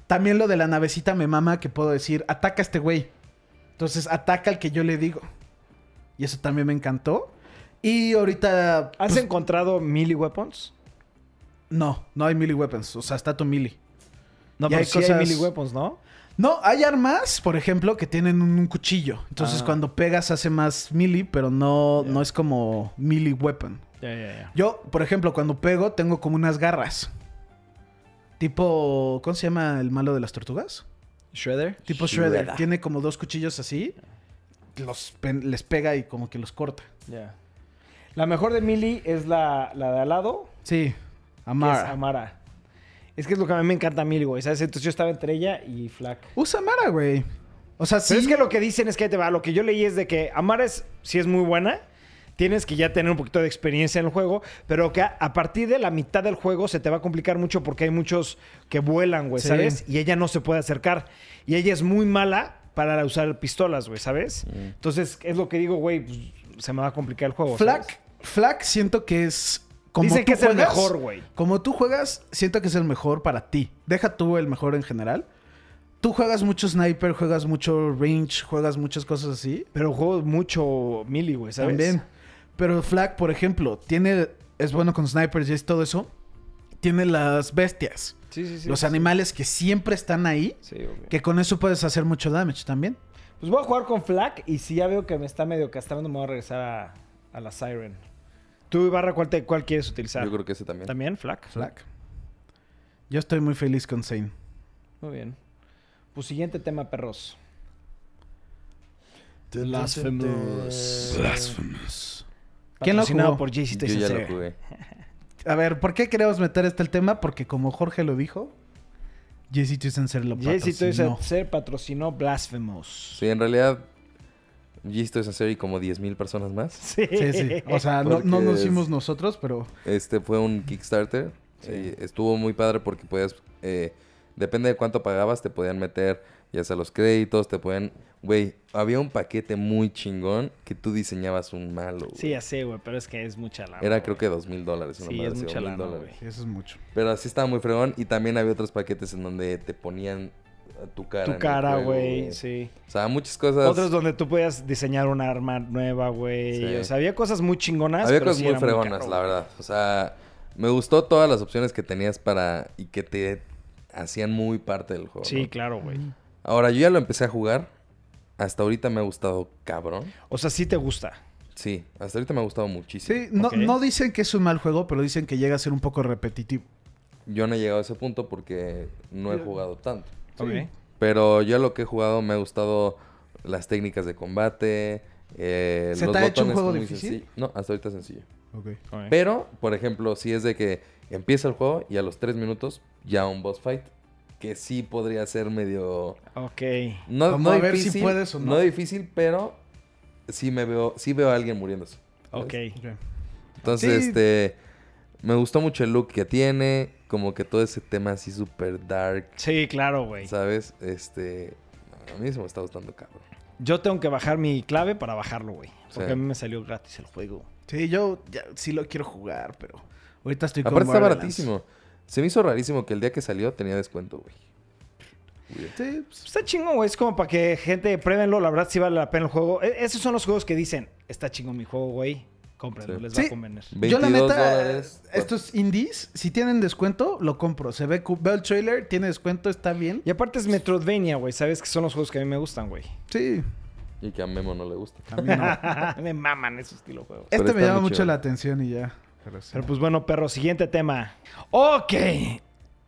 [SPEAKER 3] También lo de la navecita me mama que puedo decir, ataca a este güey. Entonces ataca al que yo le digo. Y eso también me encantó. Y ahorita...
[SPEAKER 1] ¿Has
[SPEAKER 3] pues,
[SPEAKER 1] encontrado melee weapons?
[SPEAKER 3] No, no hay melee weapons. O sea, está tu melee.
[SPEAKER 1] No,
[SPEAKER 3] Y
[SPEAKER 1] pero
[SPEAKER 3] hay
[SPEAKER 1] sí
[SPEAKER 3] cosas-
[SPEAKER 1] hay melee weapons, ¿no?
[SPEAKER 3] No, hay armas, por ejemplo, que tienen un un cuchillo. Entonces
[SPEAKER 1] Ah.
[SPEAKER 3] cuando pegas hace más melee, pero no,
[SPEAKER 1] Ya.
[SPEAKER 3] no es como melee weapon.
[SPEAKER 1] Ya, ya, ya.
[SPEAKER 3] Yo, por ejemplo, cuando pego tengo como unas garras. Tipo, ¿cómo se llama el malo de las tortugas?
[SPEAKER 1] Shredder.
[SPEAKER 3] Tipo Shredder.
[SPEAKER 2] Shredder.
[SPEAKER 3] Tiene como dos cuchillos así. Los pe- les pega y como que los corta.
[SPEAKER 1] Ya. La mejor de melee es la, la de al lado,
[SPEAKER 3] Sí.
[SPEAKER 1] que
[SPEAKER 3] Amara.
[SPEAKER 1] es Amara. Es que es lo que a mí me encanta melee, güey. ¿Sabes? Entonces yo estaba entre ella y Flak.
[SPEAKER 3] Usa Amara, güey. O sea, sí.
[SPEAKER 1] Pero es que lo que dicen es que ahí te va. Lo que yo leí es de que Amara es, sí es muy buena. Tienes que ya tener un poquito de experiencia en el juego, pero que a, a partir de la mitad del juego se te va a complicar mucho porque hay muchos que vuelan, güey,
[SPEAKER 3] Sí.
[SPEAKER 1] ¿sabes? Y ella no se puede acercar. Y ella es muy mala para usar pistolas, güey, ¿sabes? Entonces, es lo que digo, güey, pues, se me va a complicar el juego. ¿sabes?
[SPEAKER 3] Flack, Flack siento que es... Como
[SPEAKER 1] Dicen
[SPEAKER 3] tú
[SPEAKER 1] que es el
[SPEAKER 3] juegas-
[SPEAKER 1] mejor, güey.
[SPEAKER 3] Como tú juegas, siento que es el mejor para ti. Deja tú el mejor en general. Tú juegas mucho sniper, juegas mucho range, juegas muchas cosas así.
[SPEAKER 1] Pero juego mucho melee, güey, ¿sabes?
[SPEAKER 3] También. Pero Flack, por ejemplo, tiene... Es bueno con snipers y es todo eso. Tiene las bestias.
[SPEAKER 1] Sí, sí, sí.
[SPEAKER 3] los animales que siempre están ahí.
[SPEAKER 1] Sí, obvio.
[SPEAKER 3] Que con eso puedes hacer mucho damage también.
[SPEAKER 1] Pues voy a jugar con Flak y si ya veo que me está medio castrando, me voy a regresar a, a la Siren. Tú, Ibarra, ¿cuál, te- cuál quieres utilizar?
[SPEAKER 2] Yo creo que ese también.
[SPEAKER 1] ¿También Flak?
[SPEAKER 3] Flack. Yo estoy muy feliz con Zane.
[SPEAKER 1] Muy bien. Pues siguiente tema, perros. Blasphemous.
[SPEAKER 3] ¿Quién lo
[SPEAKER 1] Patrocinado
[SPEAKER 3] jugó?
[SPEAKER 1] por
[SPEAKER 2] Yo ya lo
[SPEAKER 1] JCTC.
[SPEAKER 2] jugué.
[SPEAKER 3] A ver, ¿por qué queremos meter este el tema? Porque como Jorge lo dijo, Jesse Tuisenser lo patrocinó.
[SPEAKER 1] JCTC patrocinó Blasphemous.
[SPEAKER 2] Sí, en realidad, visto esa serie como 10.000 personas más.
[SPEAKER 1] Sí,
[SPEAKER 3] Sí, sí. O sea, no, no
[SPEAKER 2] Porque
[SPEAKER 3] nos
[SPEAKER 2] es-
[SPEAKER 3] hicimos nosotros, pero
[SPEAKER 2] Este fue un Kickstarter. eh, estuvo muy padre porque podías. eh, depende de cuánto pagabas, te podían meter ya sea los créditos, te podían. Güey, había un paquete muy chingón que tú diseñabas un malo. güey.
[SPEAKER 1] sí, ya sé, güey, pero es que es mucha lana.
[SPEAKER 2] Era creo
[SPEAKER 1] güey.
[SPEAKER 2] que dos mil dólares. una
[SPEAKER 1] Sí,
[SPEAKER 2] madre
[SPEAKER 1] es
[SPEAKER 2] así,
[SPEAKER 1] mucha
[SPEAKER 2] o mil
[SPEAKER 1] lana,
[SPEAKER 2] dólares.
[SPEAKER 1] güey.
[SPEAKER 3] eso es mucho.
[SPEAKER 2] Pero así estaba muy fregón. Y también había otros paquetes en donde te ponían tu cara. en
[SPEAKER 1] Tu
[SPEAKER 2] el
[SPEAKER 1] cara,
[SPEAKER 2] juego,
[SPEAKER 1] güey, sí.
[SPEAKER 2] O sea, muchas cosas.
[SPEAKER 1] Otros donde tú podías diseñar un arma nueva, güey.
[SPEAKER 2] Sí.
[SPEAKER 1] O sea, había cosas muy chingonas.
[SPEAKER 2] Había
[SPEAKER 1] pero
[SPEAKER 2] cosas
[SPEAKER 1] sí
[SPEAKER 2] muy
[SPEAKER 1] era
[SPEAKER 2] fregonas,
[SPEAKER 1] caro,
[SPEAKER 2] la
[SPEAKER 1] güey.
[SPEAKER 2] verdad. O sea, me gustó todas las opciones que tenías para. y que te hacían muy parte del juego.
[SPEAKER 1] Sí,
[SPEAKER 2] ¿no?
[SPEAKER 1] claro, güey.
[SPEAKER 2] Ahora, yo ya lo empecé a jugar. Hasta ahorita me ha gustado cabrón.
[SPEAKER 1] O sea, sí te gusta.
[SPEAKER 2] Sí, hasta ahorita me ha gustado muchísimo.
[SPEAKER 3] Sí, no,
[SPEAKER 1] Ok.
[SPEAKER 3] no dicen que es un mal juego, pero dicen que llega a ser un poco repetitivo.
[SPEAKER 2] Yo no he llegado a ese punto porque no he jugado tanto.
[SPEAKER 1] Ok.
[SPEAKER 2] Pero yo lo que he jugado me ha gustado las técnicas de combate. eh,
[SPEAKER 3] ¿Se
[SPEAKER 2] los
[SPEAKER 3] te ha hecho un
[SPEAKER 2] botones
[SPEAKER 3] juego
[SPEAKER 2] muy
[SPEAKER 3] difícil?
[SPEAKER 2] sencillo- No, hasta ahorita es sencillo.
[SPEAKER 1] Ok.
[SPEAKER 2] Pero, por ejemplo, si es de que empieza el juego y a los tres minutos ya un boss fight. Que sí podría ser medio.
[SPEAKER 1] Ok.
[SPEAKER 2] No,
[SPEAKER 3] Como
[SPEAKER 2] no
[SPEAKER 3] a ver si
[SPEAKER 2] difícil,
[SPEAKER 3] puedes o no.
[SPEAKER 2] difícil, pero sí me veo, sí veo a alguien muriéndose. ¿sabes?
[SPEAKER 1] Ok.
[SPEAKER 2] Entonces,
[SPEAKER 3] Sí.
[SPEAKER 2] este. Me gustó mucho el look que tiene. Como que todo ese tema así super dark.
[SPEAKER 1] Sí, claro, güey.
[SPEAKER 2] ¿Sabes? Este. A mí se me está gustando, cabrón.
[SPEAKER 1] Yo tengo que bajar mi clave para bajarlo, güey. Porque
[SPEAKER 2] Sí.
[SPEAKER 1] a mí me salió gratis el juego.
[SPEAKER 3] Sí, yo ya- sí lo quiero jugar, pero ahorita estoy con
[SPEAKER 2] Aparte está
[SPEAKER 3] Borderlands.
[SPEAKER 2] baratísimo. Se me hizo rarísimo que el día que salió tenía descuento, güey.
[SPEAKER 3] Sí, pues,
[SPEAKER 1] Está chingón, güey. Es como para que gente pruébenlo. La verdad, sí vale la pena el juego. E- esos son los juegos que dicen: Está chingón mi juego, güey. Cómprenlo,
[SPEAKER 2] Sí.
[SPEAKER 1] les va
[SPEAKER 3] Sí.
[SPEAKER 1] a convenir.
[SPEAKER 3] Yo la
[SPEAKER 2] 22
[SPEAKER 3] neta,
[SPEAKER 2] dólares.
[SPEAKER 3] estos indies, si tienen descuento, lo compro. Se ve, cu- veo el trailer, tiene descuento, está bien.
[SPEAKER 1] Y aparte es Metroidvania, güey. Sabes que son los juegos que a mí me gustan, güey.
[SPEAKER 3] Sí.
[SPEAKER 2] Y que a Memo no le gusta. (laughs) Ah.
[SPEAKER 1] (laughs) me maman ese estilo de juego.
[SPEAKER 2] Pero
[SPEAKER 3] este me
[SPEAKER 2] está
[SPEAKER 3] llama
[SPEAKER 2] muy
[SPEAKER 3] mucho
[SPEAKER 2] chido.
[SPEAKER 3] la atención y ya. Pero sí.
[SPEAKER 1] Pero pues bueno, perro, siguiente tema. Ok.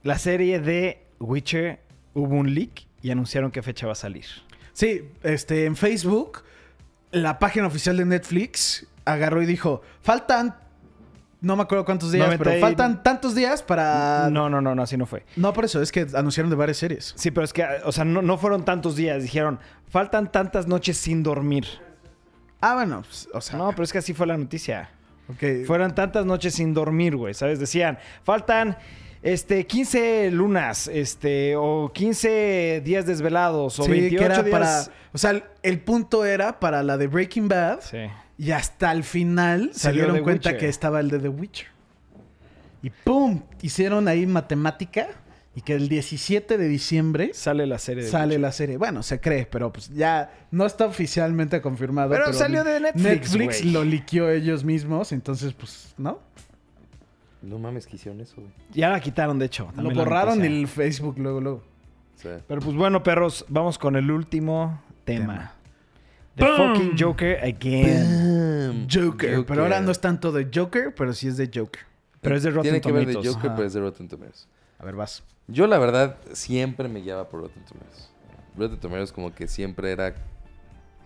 [SPEAKER 1] La serie de Witcher hubo un leak y anunciaron qué fecha va a salir.
[SPEAKER 3] Sí, este, en Facebook, la página oficial de Netflix agarró y dijo, faltan, no me acuerdo cuántos días,
[SPEAKER 1] Noventa
[SPEAKER 3] pero
[SPEAKER 1] y-
[SPEAKER 3] faltan tantos días para...
[SPEAKER 1] No, no, no, no, así no fue.
[SPEAKER 3] No, por eso, es que anunciaron de varias series.
[SPEAKER 1] Sí, pero es que, o sea, no, no fueron tantos días. Dijeron, faltan tantas noches sin dormir.
[SPEAKER 3] Ah, bueno, pues, o sea.
[SPEAKER 1] No, pero es que así fue la noticia.
[SPEAKER 3] ok.
[SPEAKER 1] Fueron tantas noches sin dormir, güey, ¿sabes? Decían, faltan este 15 lunas, este o 15 días desvelados o
[SPEAKER 3] Sí, que
[SPEAKER 1] 28
[SPEAKER 3] era
[SPEAKER 1] días
[SPEAKER 3] para. O sea, el- el punto era para la de Breaking Bad.
[SPEAKER 1] Sí.
[SPEAKER 3] Y hasta el final se
[SPEAKER 1] Salió
[SPEAKER 3] dieron
[SPEAKER 1] The
[SPEAKER 3] cuenta
[SPEAKER 1] Witcher.
[SPEAKER 3] que estaba el de The Witcher. Y ¡pum! Hicieron ahí matemática. Y que el 17 de diciembre
[SPEAKER 1] Sale la serie de
[SPEAKER 3] sale la serie. Bueno, se cree, pero pues ya no está oficialmente confirmado.
[SPEAKER 1] Pero salió de Netflix,
[SPEAKER 3] Netflix
[SPEAKER 1] güey.
[SPEAKER 3] lo liqueó ellos mismos. Entonces, pues, ¿no?
[SPEAKER 2] No mames que hicieron eso, güey.
[SPEAKER 1] Ya la quitaron, de hecho. también
[SPEAKER 3] lo
[SPEAKER 1] la
[SPEAKER 3] borraron
[SPEAKER 1] noticia.
[SPEAKER 3] el Facebook luego, luego.
[SPEAKER 2] O sea,
[SPEAKER 1] Pero pues bueno, perros, vamos con el último tema. The fucking Joker again.
[SPEAKER 3] Joker. Pero ahora no es tanto de Joker, pero sí es de Joker.
[SPEAKER 1] Pero es de Rotten
[SPEAKER 2] Tiene que ver de
[SPEAKER 1] Tomatoes.
[SPEAKER 2] Joker,
[SPEAKER 3] ajá.
[SPEAKER 2] pero es de Rotten Tomatoes.
[SPEAKER 3] A ver, vas.
[SPEAKER 2] Yo, la verdad, siempre me guiaba por Rotten Tomatoes. Rotten Tomatoes como que siempre era...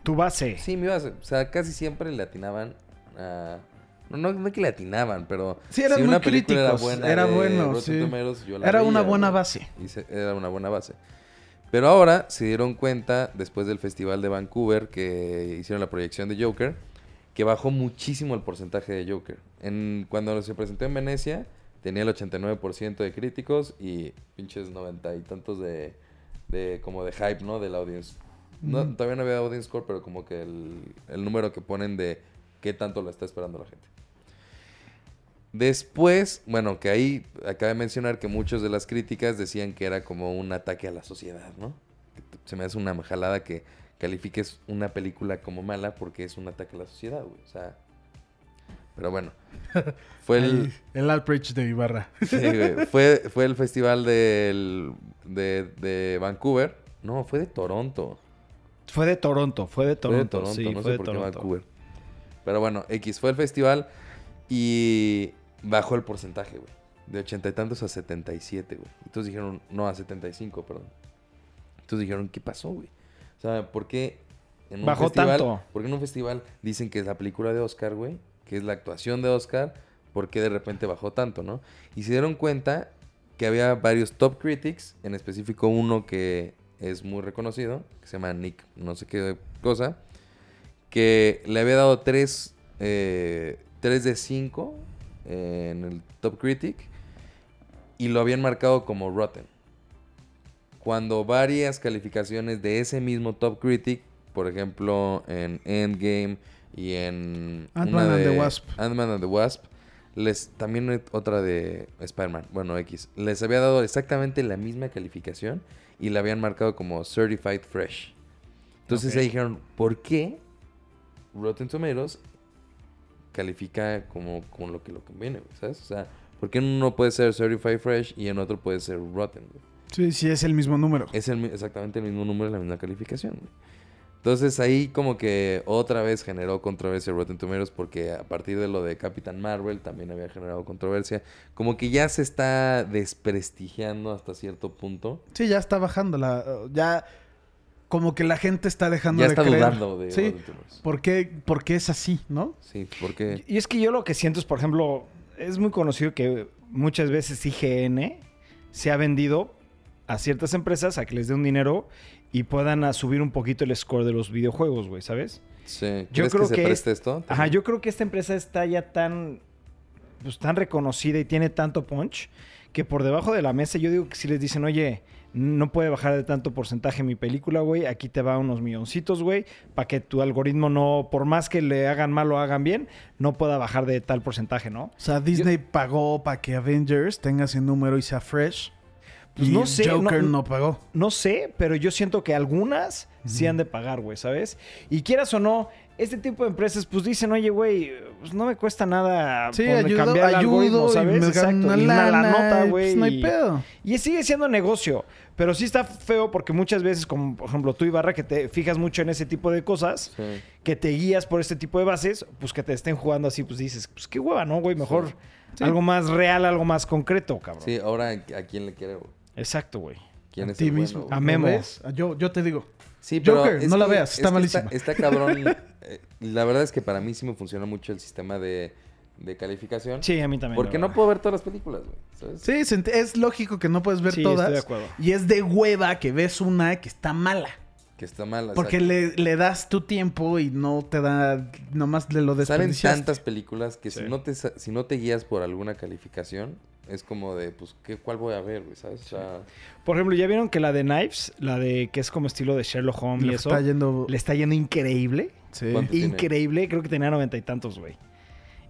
[SPEAKER 1] Tu base.
[SPEAKER 2] Sí, me iba a... O sea, casi siempre le atinaban a... No, no, no que le atinaban, pero...
[SPEAKER 3] Sí, eran muy críticos, era
[SPEAKER 2] de
[SPEAKER 3] bueno,
[SPEAKER 2] Rotten
[SPEAKER 3] sí.
[SPEAKER 2] Tomatoes, yo la
[SPEAKER 3] Era una
[SPEAKER 2] veía,
[SPEAKER 3] buena
[SPEAKER 2] güey.
[SPEAKER 3] base.
[SPEAKER 2] Y se- era una buena base. Pero ahora se dieron cuenta, después del Festival de Vancouver, que hicieron la proyección de Joker, que bajó muchísimo el porcentaje de Joker. En, cuando se presentó en Venecia, tenía el 89% de críticos y pinches 90 y tantos de, de como de hype, ¿no? Del audience. No, Todavía no había audience score, pero como que el, el número que ponen de qué tanto lo está esperando la gente. Después, bueno, que ahí acabé de mencionar que muchas de las críticas decían que era como un ataque a la sociedad, ¿no? Que t- Se me hace una majalada que califiques una película como mala porque es un ataque a la sociedad, güey. O sea. Pero bueno. Fue
[SPEAKER 3] (laughs)
[SPEAKER 2] el.
[SPEAKER 3] El outreach
[SPEAKER 1] (laughs)
[SPEAKER 3] de Ibarra.
[SPEAKER 2] Sí, güey. Fue, fue el festival del, de, de Vancouver. No, fue de Toronto.
[SPEAKER 1] Fue de Toronto, fue de
[SPEAKER 2] Fue de
[SPEAKER 1] Toronto. sí,
[SPEAKER 2] no
[SPEAKER 1] fue
[SPEAKER 2] sé
[SPEAKER 1] de
[SPEAKER 2] por qué
[SPEAKER 1] Toronto.
[SPEAKER 2] Vancouver. Pero bueno, X fue el festival y bajó el porcentaje, güey. De ochenta y tantos a 77, güey. Entonces dijeron, no, a 75, perdón. Entonces dijeron, ¿qué pasó, güey? O sea, ¿por qué en un
[SPEAKER 1] Bajó
[SPEAKER 2] festival,
[SPEAKER 1] tanto.
[SPEAKER 2] ¿Por qué en un festival dicen que es la película de Oscar, güey? Que es la actuación de Oscar. ¿Por qué de repente bajó tanto, no? Y se dieron cuenta que había varios top critics, en específico uno que es muy reconocido, que se llama Nick, no sé qué cosa, que le había dado 3, de 5 en el top critic y lo habían marcado como rotten. Cuando varias calificaciones de ese mismo top critic, por ejemplo en Endgame y en
[SPEAKER 3] Ant-Man
[SPEAKER 2] una
[SPEAKER 3] and the
[SPEAKER 2] de-
[SPEAKER 3] Wasp.
[SPEAKER 2] Ant-Man and the Wasp, les, también otra de Spider-Man, bueno, X, les había dado exactamente la misma calificación y la habían marcado como Certified Fresh. Entonces
[SPEAKER 1] Ok.
[SPEAKER 2] ahí dijeron, ¿por qué Rotten Tomatoes califica como, como lo que lo conviene, güey, ¿sabes? O sea, ¿por qué en uno puede ser Certified Fresh y en otro puede ser Rotten, güey?
[SPEAKER 3] Sí, sí, es el mismo número.
[SPEAKER 1] Eh.
[SPEAKER 2] Es el mi- exactamente el mismo número, la misma calificación, güey. Entonces ahí como que otra vez generó controversia Rotten Tomatoes porque a partir de lo de Capitán Marvel también había generado controversia. Como que ya se está desprestigiando hasta cierto punto.
[SPEAKER 3] Sí, ya está bajando la... Ya... Como que la gente está dejando
[SPEAKER 2] Ya
[SPEAKER 3] de
[SPEAKER 2] está
[SPEAKER 3] creer.
[SPEAKER 2] dudando de
[SPEAKER 3] Sí.
[SPEAKER 2] Rotten Tomatoes.
[SPEAKER 3] ¿Por qué, por qué es así, no?
[SPEAKER 2] Sí, porque...
[SPEAKER 1] Y es que yo lo que siento es, por ejemplo, es muy conocido que muchas veces IGN se ha vendido a ciertas empresas a que les dé un dinero y puedan a subir un poquito el score de los videojuegos, güey, ¿sabes?
[SPEAKER 2] Sí. ¿Crees
[SPEAKER 1] Yo creo
[SPEAKER 2] que se
[SPEAKER 1] que
[SPEAKER 2] preste
[SPEAKER 1] es-
[SPEAKER 2] esto?
[SPEAKER 1] Ajá, yo creo que esta empresa está ya tan, pues, tan reconocida y tiene tanto punch que por debajo de la mesa yo digo que si les dicen, oye, no puede bajar de tanto porcentaje mi película, güey, aquí te va unos milloncitos, güey, para que tu algoritmo no, por más que le hagan mal o hagan bien, no pueda bajar de tal porcentaje, ¿no?
[SPEAKER 3] O sea, Disney pagó para que Avengers tenga ese número y sea fresh.
[SPEAKER 1] Pues
[SPEAKER 3] y
[SPEAKER 1] no sé,
[SPEAKER 3] Joker
[SPEAKER 1] no-
[SPEAKER 3] no, pagó.
[SPEAKER 1] No sé, pero yo siento que algunas sí han de pagar, güey, ¿sabes? Y quieras o no, este tipo de empresas pues dicen, oye, güey, pues no me cuesta nada
[SPEAKER 3] Sí,
[SPEAKER 1] ponle-
[SPEAKER 3] ayudo,
[SPEAKER 1] cambiar el algoritmo,
[SPEAKER 3] ayudo y
[SPEAKER 1] ¿sabes?
[SPEAKER 3] me
[SPEAKER 1] Exacto,
[SPEAKER 3] gano una
[SPEAKER 1] y una
[SPEAKER 3] lana,
[SPEAKER 1] lanota,
[SPEAKER 3] y,
[SPEAKER 1] güey.
[SPEAKER 3] pues, no
[SPEAKER 1] y-
[SPEAKER 3] hay pedo.
[SPEAKER 1] Y sigue siendo negocio, pero sí está feo porque muchas veces, como por ejemplo tú, Ibarra, que te fijas mucho en ese tipo de cosas,
[SPEAKER 2] Sí.
[SPEAKER 1] que te guías por este tipo de bases, pues que te estén jugando así, pues dices, pues qué hueva, ¿no, güey? Mejor
[SPEAKER 2] Sí.
[SPEAKER 1] algo más real, algo más concreto, cabrón.
[SPEAKER 2] Sí, ahora ¿a quién le quiere? güey?
[SPEAKER 1] Exacto, güey.
[SPEAKER 2] ¿Quién es
[SPEAKER 3] ti
[SPEAKER 2] el bueno,
[SPEAKER 3] mismo.
[SPEAKER 2] güey?
[SPEAKER 1] A Memo.
[SPEAKER 3] ¿Ves? Yo, yo te digo.
[SPEAKER 2] Sí,
[SPEAKER 3] Joker,
[SPEAKER 2] es
[SPEAKER 3] no la
[SPEAKER 2] que-
[SPEAKER 3] veas,
[SPEAKER 2] es
[SPEAKER 3] está
[SPEAKER 2] que
[SPEAKER 3] malísima.
[SPEAKER 2] Está, cabrón. eh, la verdad es que para mí sí me funciona mucho el sistema de, de calificación.
[SPEAKER 1] Sí, a mí también.
[SPEAKER 2] Porque
[SPEAKER 1] la
[SPEAKER 2] no
[SPEAKER 1] verdad.
[SPEAKER 2] puedo ver todas las películas, güey. ¿sabes?
[SPEAKER 3] Sí, se ent- es lógico que no puedes ver
[SPEAKER 1] Sí, estoy
[SPEAKER 3] todas.
[SPEAKER 1] de acuerdo.
[SPEAKER 3] Y es de hueva que ves una que está mala.
[SPEAKER 2] Que que está mal. o sea,
[SPEAKER 3] Porque le, le das tu tiempo y no te da. Nomás le lo
[SPEAKER 2] Salen
[SPEAKER 3] desperdicias.
[SPEAKER 2] tantas películas que
[SPEAKER 1] Sí.
[SPEAKER 2] si, no te, sa- si no te guías por alguna calificación, es como de, pues, ¿qué, ¿cuál voy a ver, güey? ¿Sabes? O sea,
[SPEAKER 1] Por ejemplo, ¿ya vieron que la de Knives, la de que es como estilo de Sherlock Holmes y
[SPEAKER 3] Le
[SPEAKER 1] eso,
[SPEAKER 3] está yendo.
[SPEAKER 1] le está yendo increíble?
[SPEAKER 3] Sí.
[SPEAKER 2] ¿Cuánto tiene?
[SPEAKER 1] Increíble, creo que tenía noventa y tantos, güey.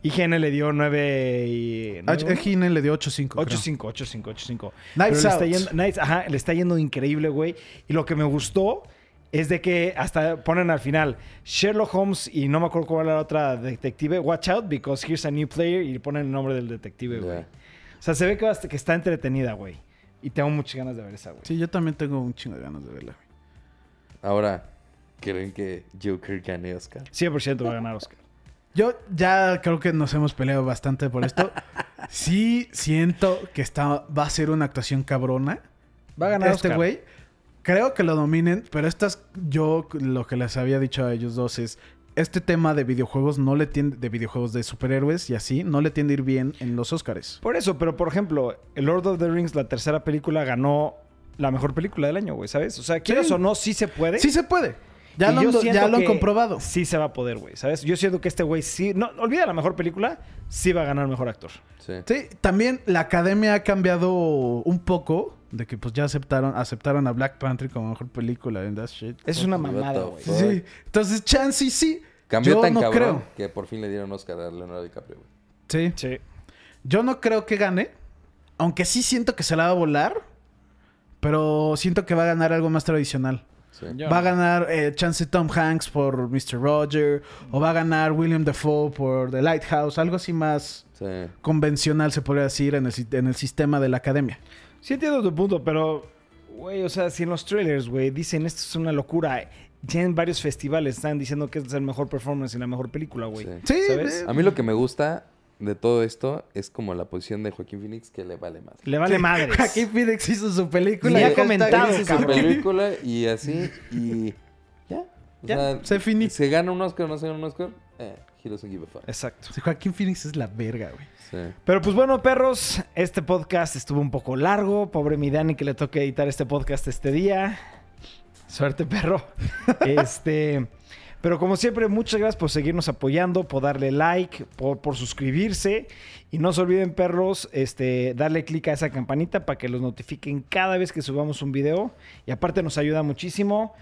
[SPEAKER 1] IGN le dio nueve y...
[SPEAKER 3] H-
[SPEAKER 1] nueve,
[SPEAKER 3] H.G. Ah, le dio 8.5. creo.
[SPEAKER 1] 8-5, 8-5, 8-5.
[SPEAKER 3] Knives
[SPEAKER 1] Pero
[SPEAKER 3] Out.
[SPEAKER 1] Le está, yendo, Knives- ajá, le está yendo increíble, güey. Y lo que me gustó es de que hasta ponen al final Sherlock Holmes y no me acuerdo cuál era la otra detective. Watch out because here's a new player y ponen el nombre del detective, güey.
[SPEAKER 2] ya.
[SPEAKER 1] O sea, se ve que, va- que está entretenida, güey. Y tengo muchas ganas de ver esa, güey.
[SPEAKER 3] Sí, yo también tengo un chingo de ganas de verla.
[SPEAKER 2] Ahora, ¿creen que Joker gane Oscar?
[SPEAKER 1] 100% va a ganar Oscar.
[SPEAKER 3] Yo ya creo que nos hemos peleado bastante por
[SPEAKER 1] (laughs)
[SPEAKER 3] esto. Sí siento que está, va a ser una actuación cabrona.
[SPEAKER 1] Va a ganar
[SPEAKER 3] este
[SPEAKER 1] Oscar.
[SPEAKER 3] güey. Creo que lo dominen, pero estas yo lo que les había dicho a ellos dos es este tema de videojuegos no le tiende de videojuegos de superhéroes y así no le tiende a ir bien en los Oscars.
[SPEAKER 1] Por eso, pero por ejemplo, el Lord of the Rings, la tercera película, ganó la mejor película del año, güey, ¿sabes? O sea, quieras o no, sí se puede.
[SPEAKER 3] Sí se puede. Ya
[SPEAKER 1] Y
[SPEAKER 3] lo,
[SPEAKER 1] yo
[SPEAKER 3] han-
[SPEAKER 1] siento
[SPEAKER 3] ya lo han
[SPEAKER 1] que
[SPEAKER 3] comprobado.
[SPEAKER 1] Sí se va a poder, güey, ¿sabes? Yo siento que este güey sí... No, olvida la mejor película, sí va a ganar mejor actor.
[SPEAKER 2] Sí.
[SPEAKER 3] Sí, también la academia ha cambiado un poco de que pues ya aceptaron aceptaron a Black Panther como mejor película and that shit.
[SPEAKER 1] Es una
[SPEAKER 2] What the
[SPEAKER 1] mamada, güey.
[SPEAKER 2] fuck?
[SPEAKER 3] Sí, entonces chance y sí.
[SPEAKER 2] Cambió
[SPEAKER 3] Yo
[SPEAKER 2] tan
[SPEAKER 3] no
[SPEAKER 2] cabrón
[SPEAKER 3] creo.
[SPEAKER 2] que por fin le dieron Oscar a Leonardo DiCaprio, güey.
[SPEAKER 3] Sí.
[SPEAKER 1] Sí.
[SPEAKER 3] Yo no creo que gane, aunque sí siento que se la va a volar, pero siento que va a ganar algo más tradicional.
[SPEAKER 2] Sí.
[SPEAKER 1] Yo
[SPEAKER 3] va a
[SPEAKER 1] no.
[SPEAKER 3] ganar eh, chance Tom Hanks por Mr. Roger o va a ganar William Dafoe por The Lighthouse, algo así más
[SPEAKER 2] Sí.
[SPEAKER 3] convencional se podría decir en el, si- en el sistema de la academia.
[SPEAKER 1] Sí entiendo tu punto, pero... Güey, o sea, si en los trailers, güey, dicen esto es una locura. Ya en varios festivales están diciendo que es el mejor performance y la mejor película, güey.
[SPEAKER 2] Sí.
[SPEAKER 3] Sí,
[SPEAKER 1] ¿Sabes?
[SPEAKER 3] eh,
[SPEAKER 2] A mí lo que me gusta de todo esto es como la posición de Joaquín Phoenix que le vale más.
[SPEAKER 1] Le vale madre.
[SPEAKER 3] (laughs) Joaquín Phoenix hizo su película.
[SPEAKER 1] Ni ha
[SPEAKER 3] Hashtag
[SPEAKER 1] comentado,
[SPEAKER 3] hizo su
[SPEAKER 1] cabrón.
[SPEAKER 3] película.
[SPEAKER 2] película y así y ya. O
[SPEAKER 3] Ya,
[SPEAKER 2] sea,
[SPEAKER 3] se finí.
[SPEAKER 2] Se gana un Oscar o no se gana un Oscar, eh, he doesn't give a fuck.
[SPEAKER 1] Exacto.
[SPEAKER 3] Sí, Joaquín Phoenix es la verga, güey.
[SPEAKER 2] Sí.
[SPEAKER 1] Pero pues bueno, perros, este podcast estuvo un poco largo. Pobre mi Dani que le toque editar este podcast este día. Suerte, perro. este. Pero como siempre, muchas gracias por seguirnos apoyando, por darle like, por, por suscribirse. Y no se olviden, perros, este, darle clic a esa campanita para que los notifiquen cada vez que subamos un video. Y aparte nos ayuda muchísimo.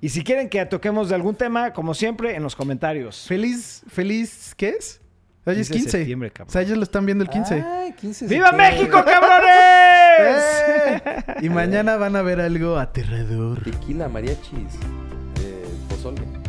[SPEAKER 1] Y si quieren que toquemos de algún tema, como siempre, en los comentarios.
[SPEAKER 3] Feliz, feliz, ¿qué es? Hoy es
[SPEAKER 1] 15 de
[SPEAKER 3] 15.
[SPEAKER 1] septiembre, Ah. cabrón.
[SPEAKER 3] O sea, ellos lo están viendo el 15.
[SPEAKER 2] Ay, 15 de
[SPEAKER 1] ¡Viva
[SPEAKER 2] septiembre.
[SPEAKER 1] México, cabrones!
[SPEAKER 3] ¡Eh! Y mañana van a ver algo aterrador.
[SPEAKER 2] Tequila, mariachis, eh, pozole.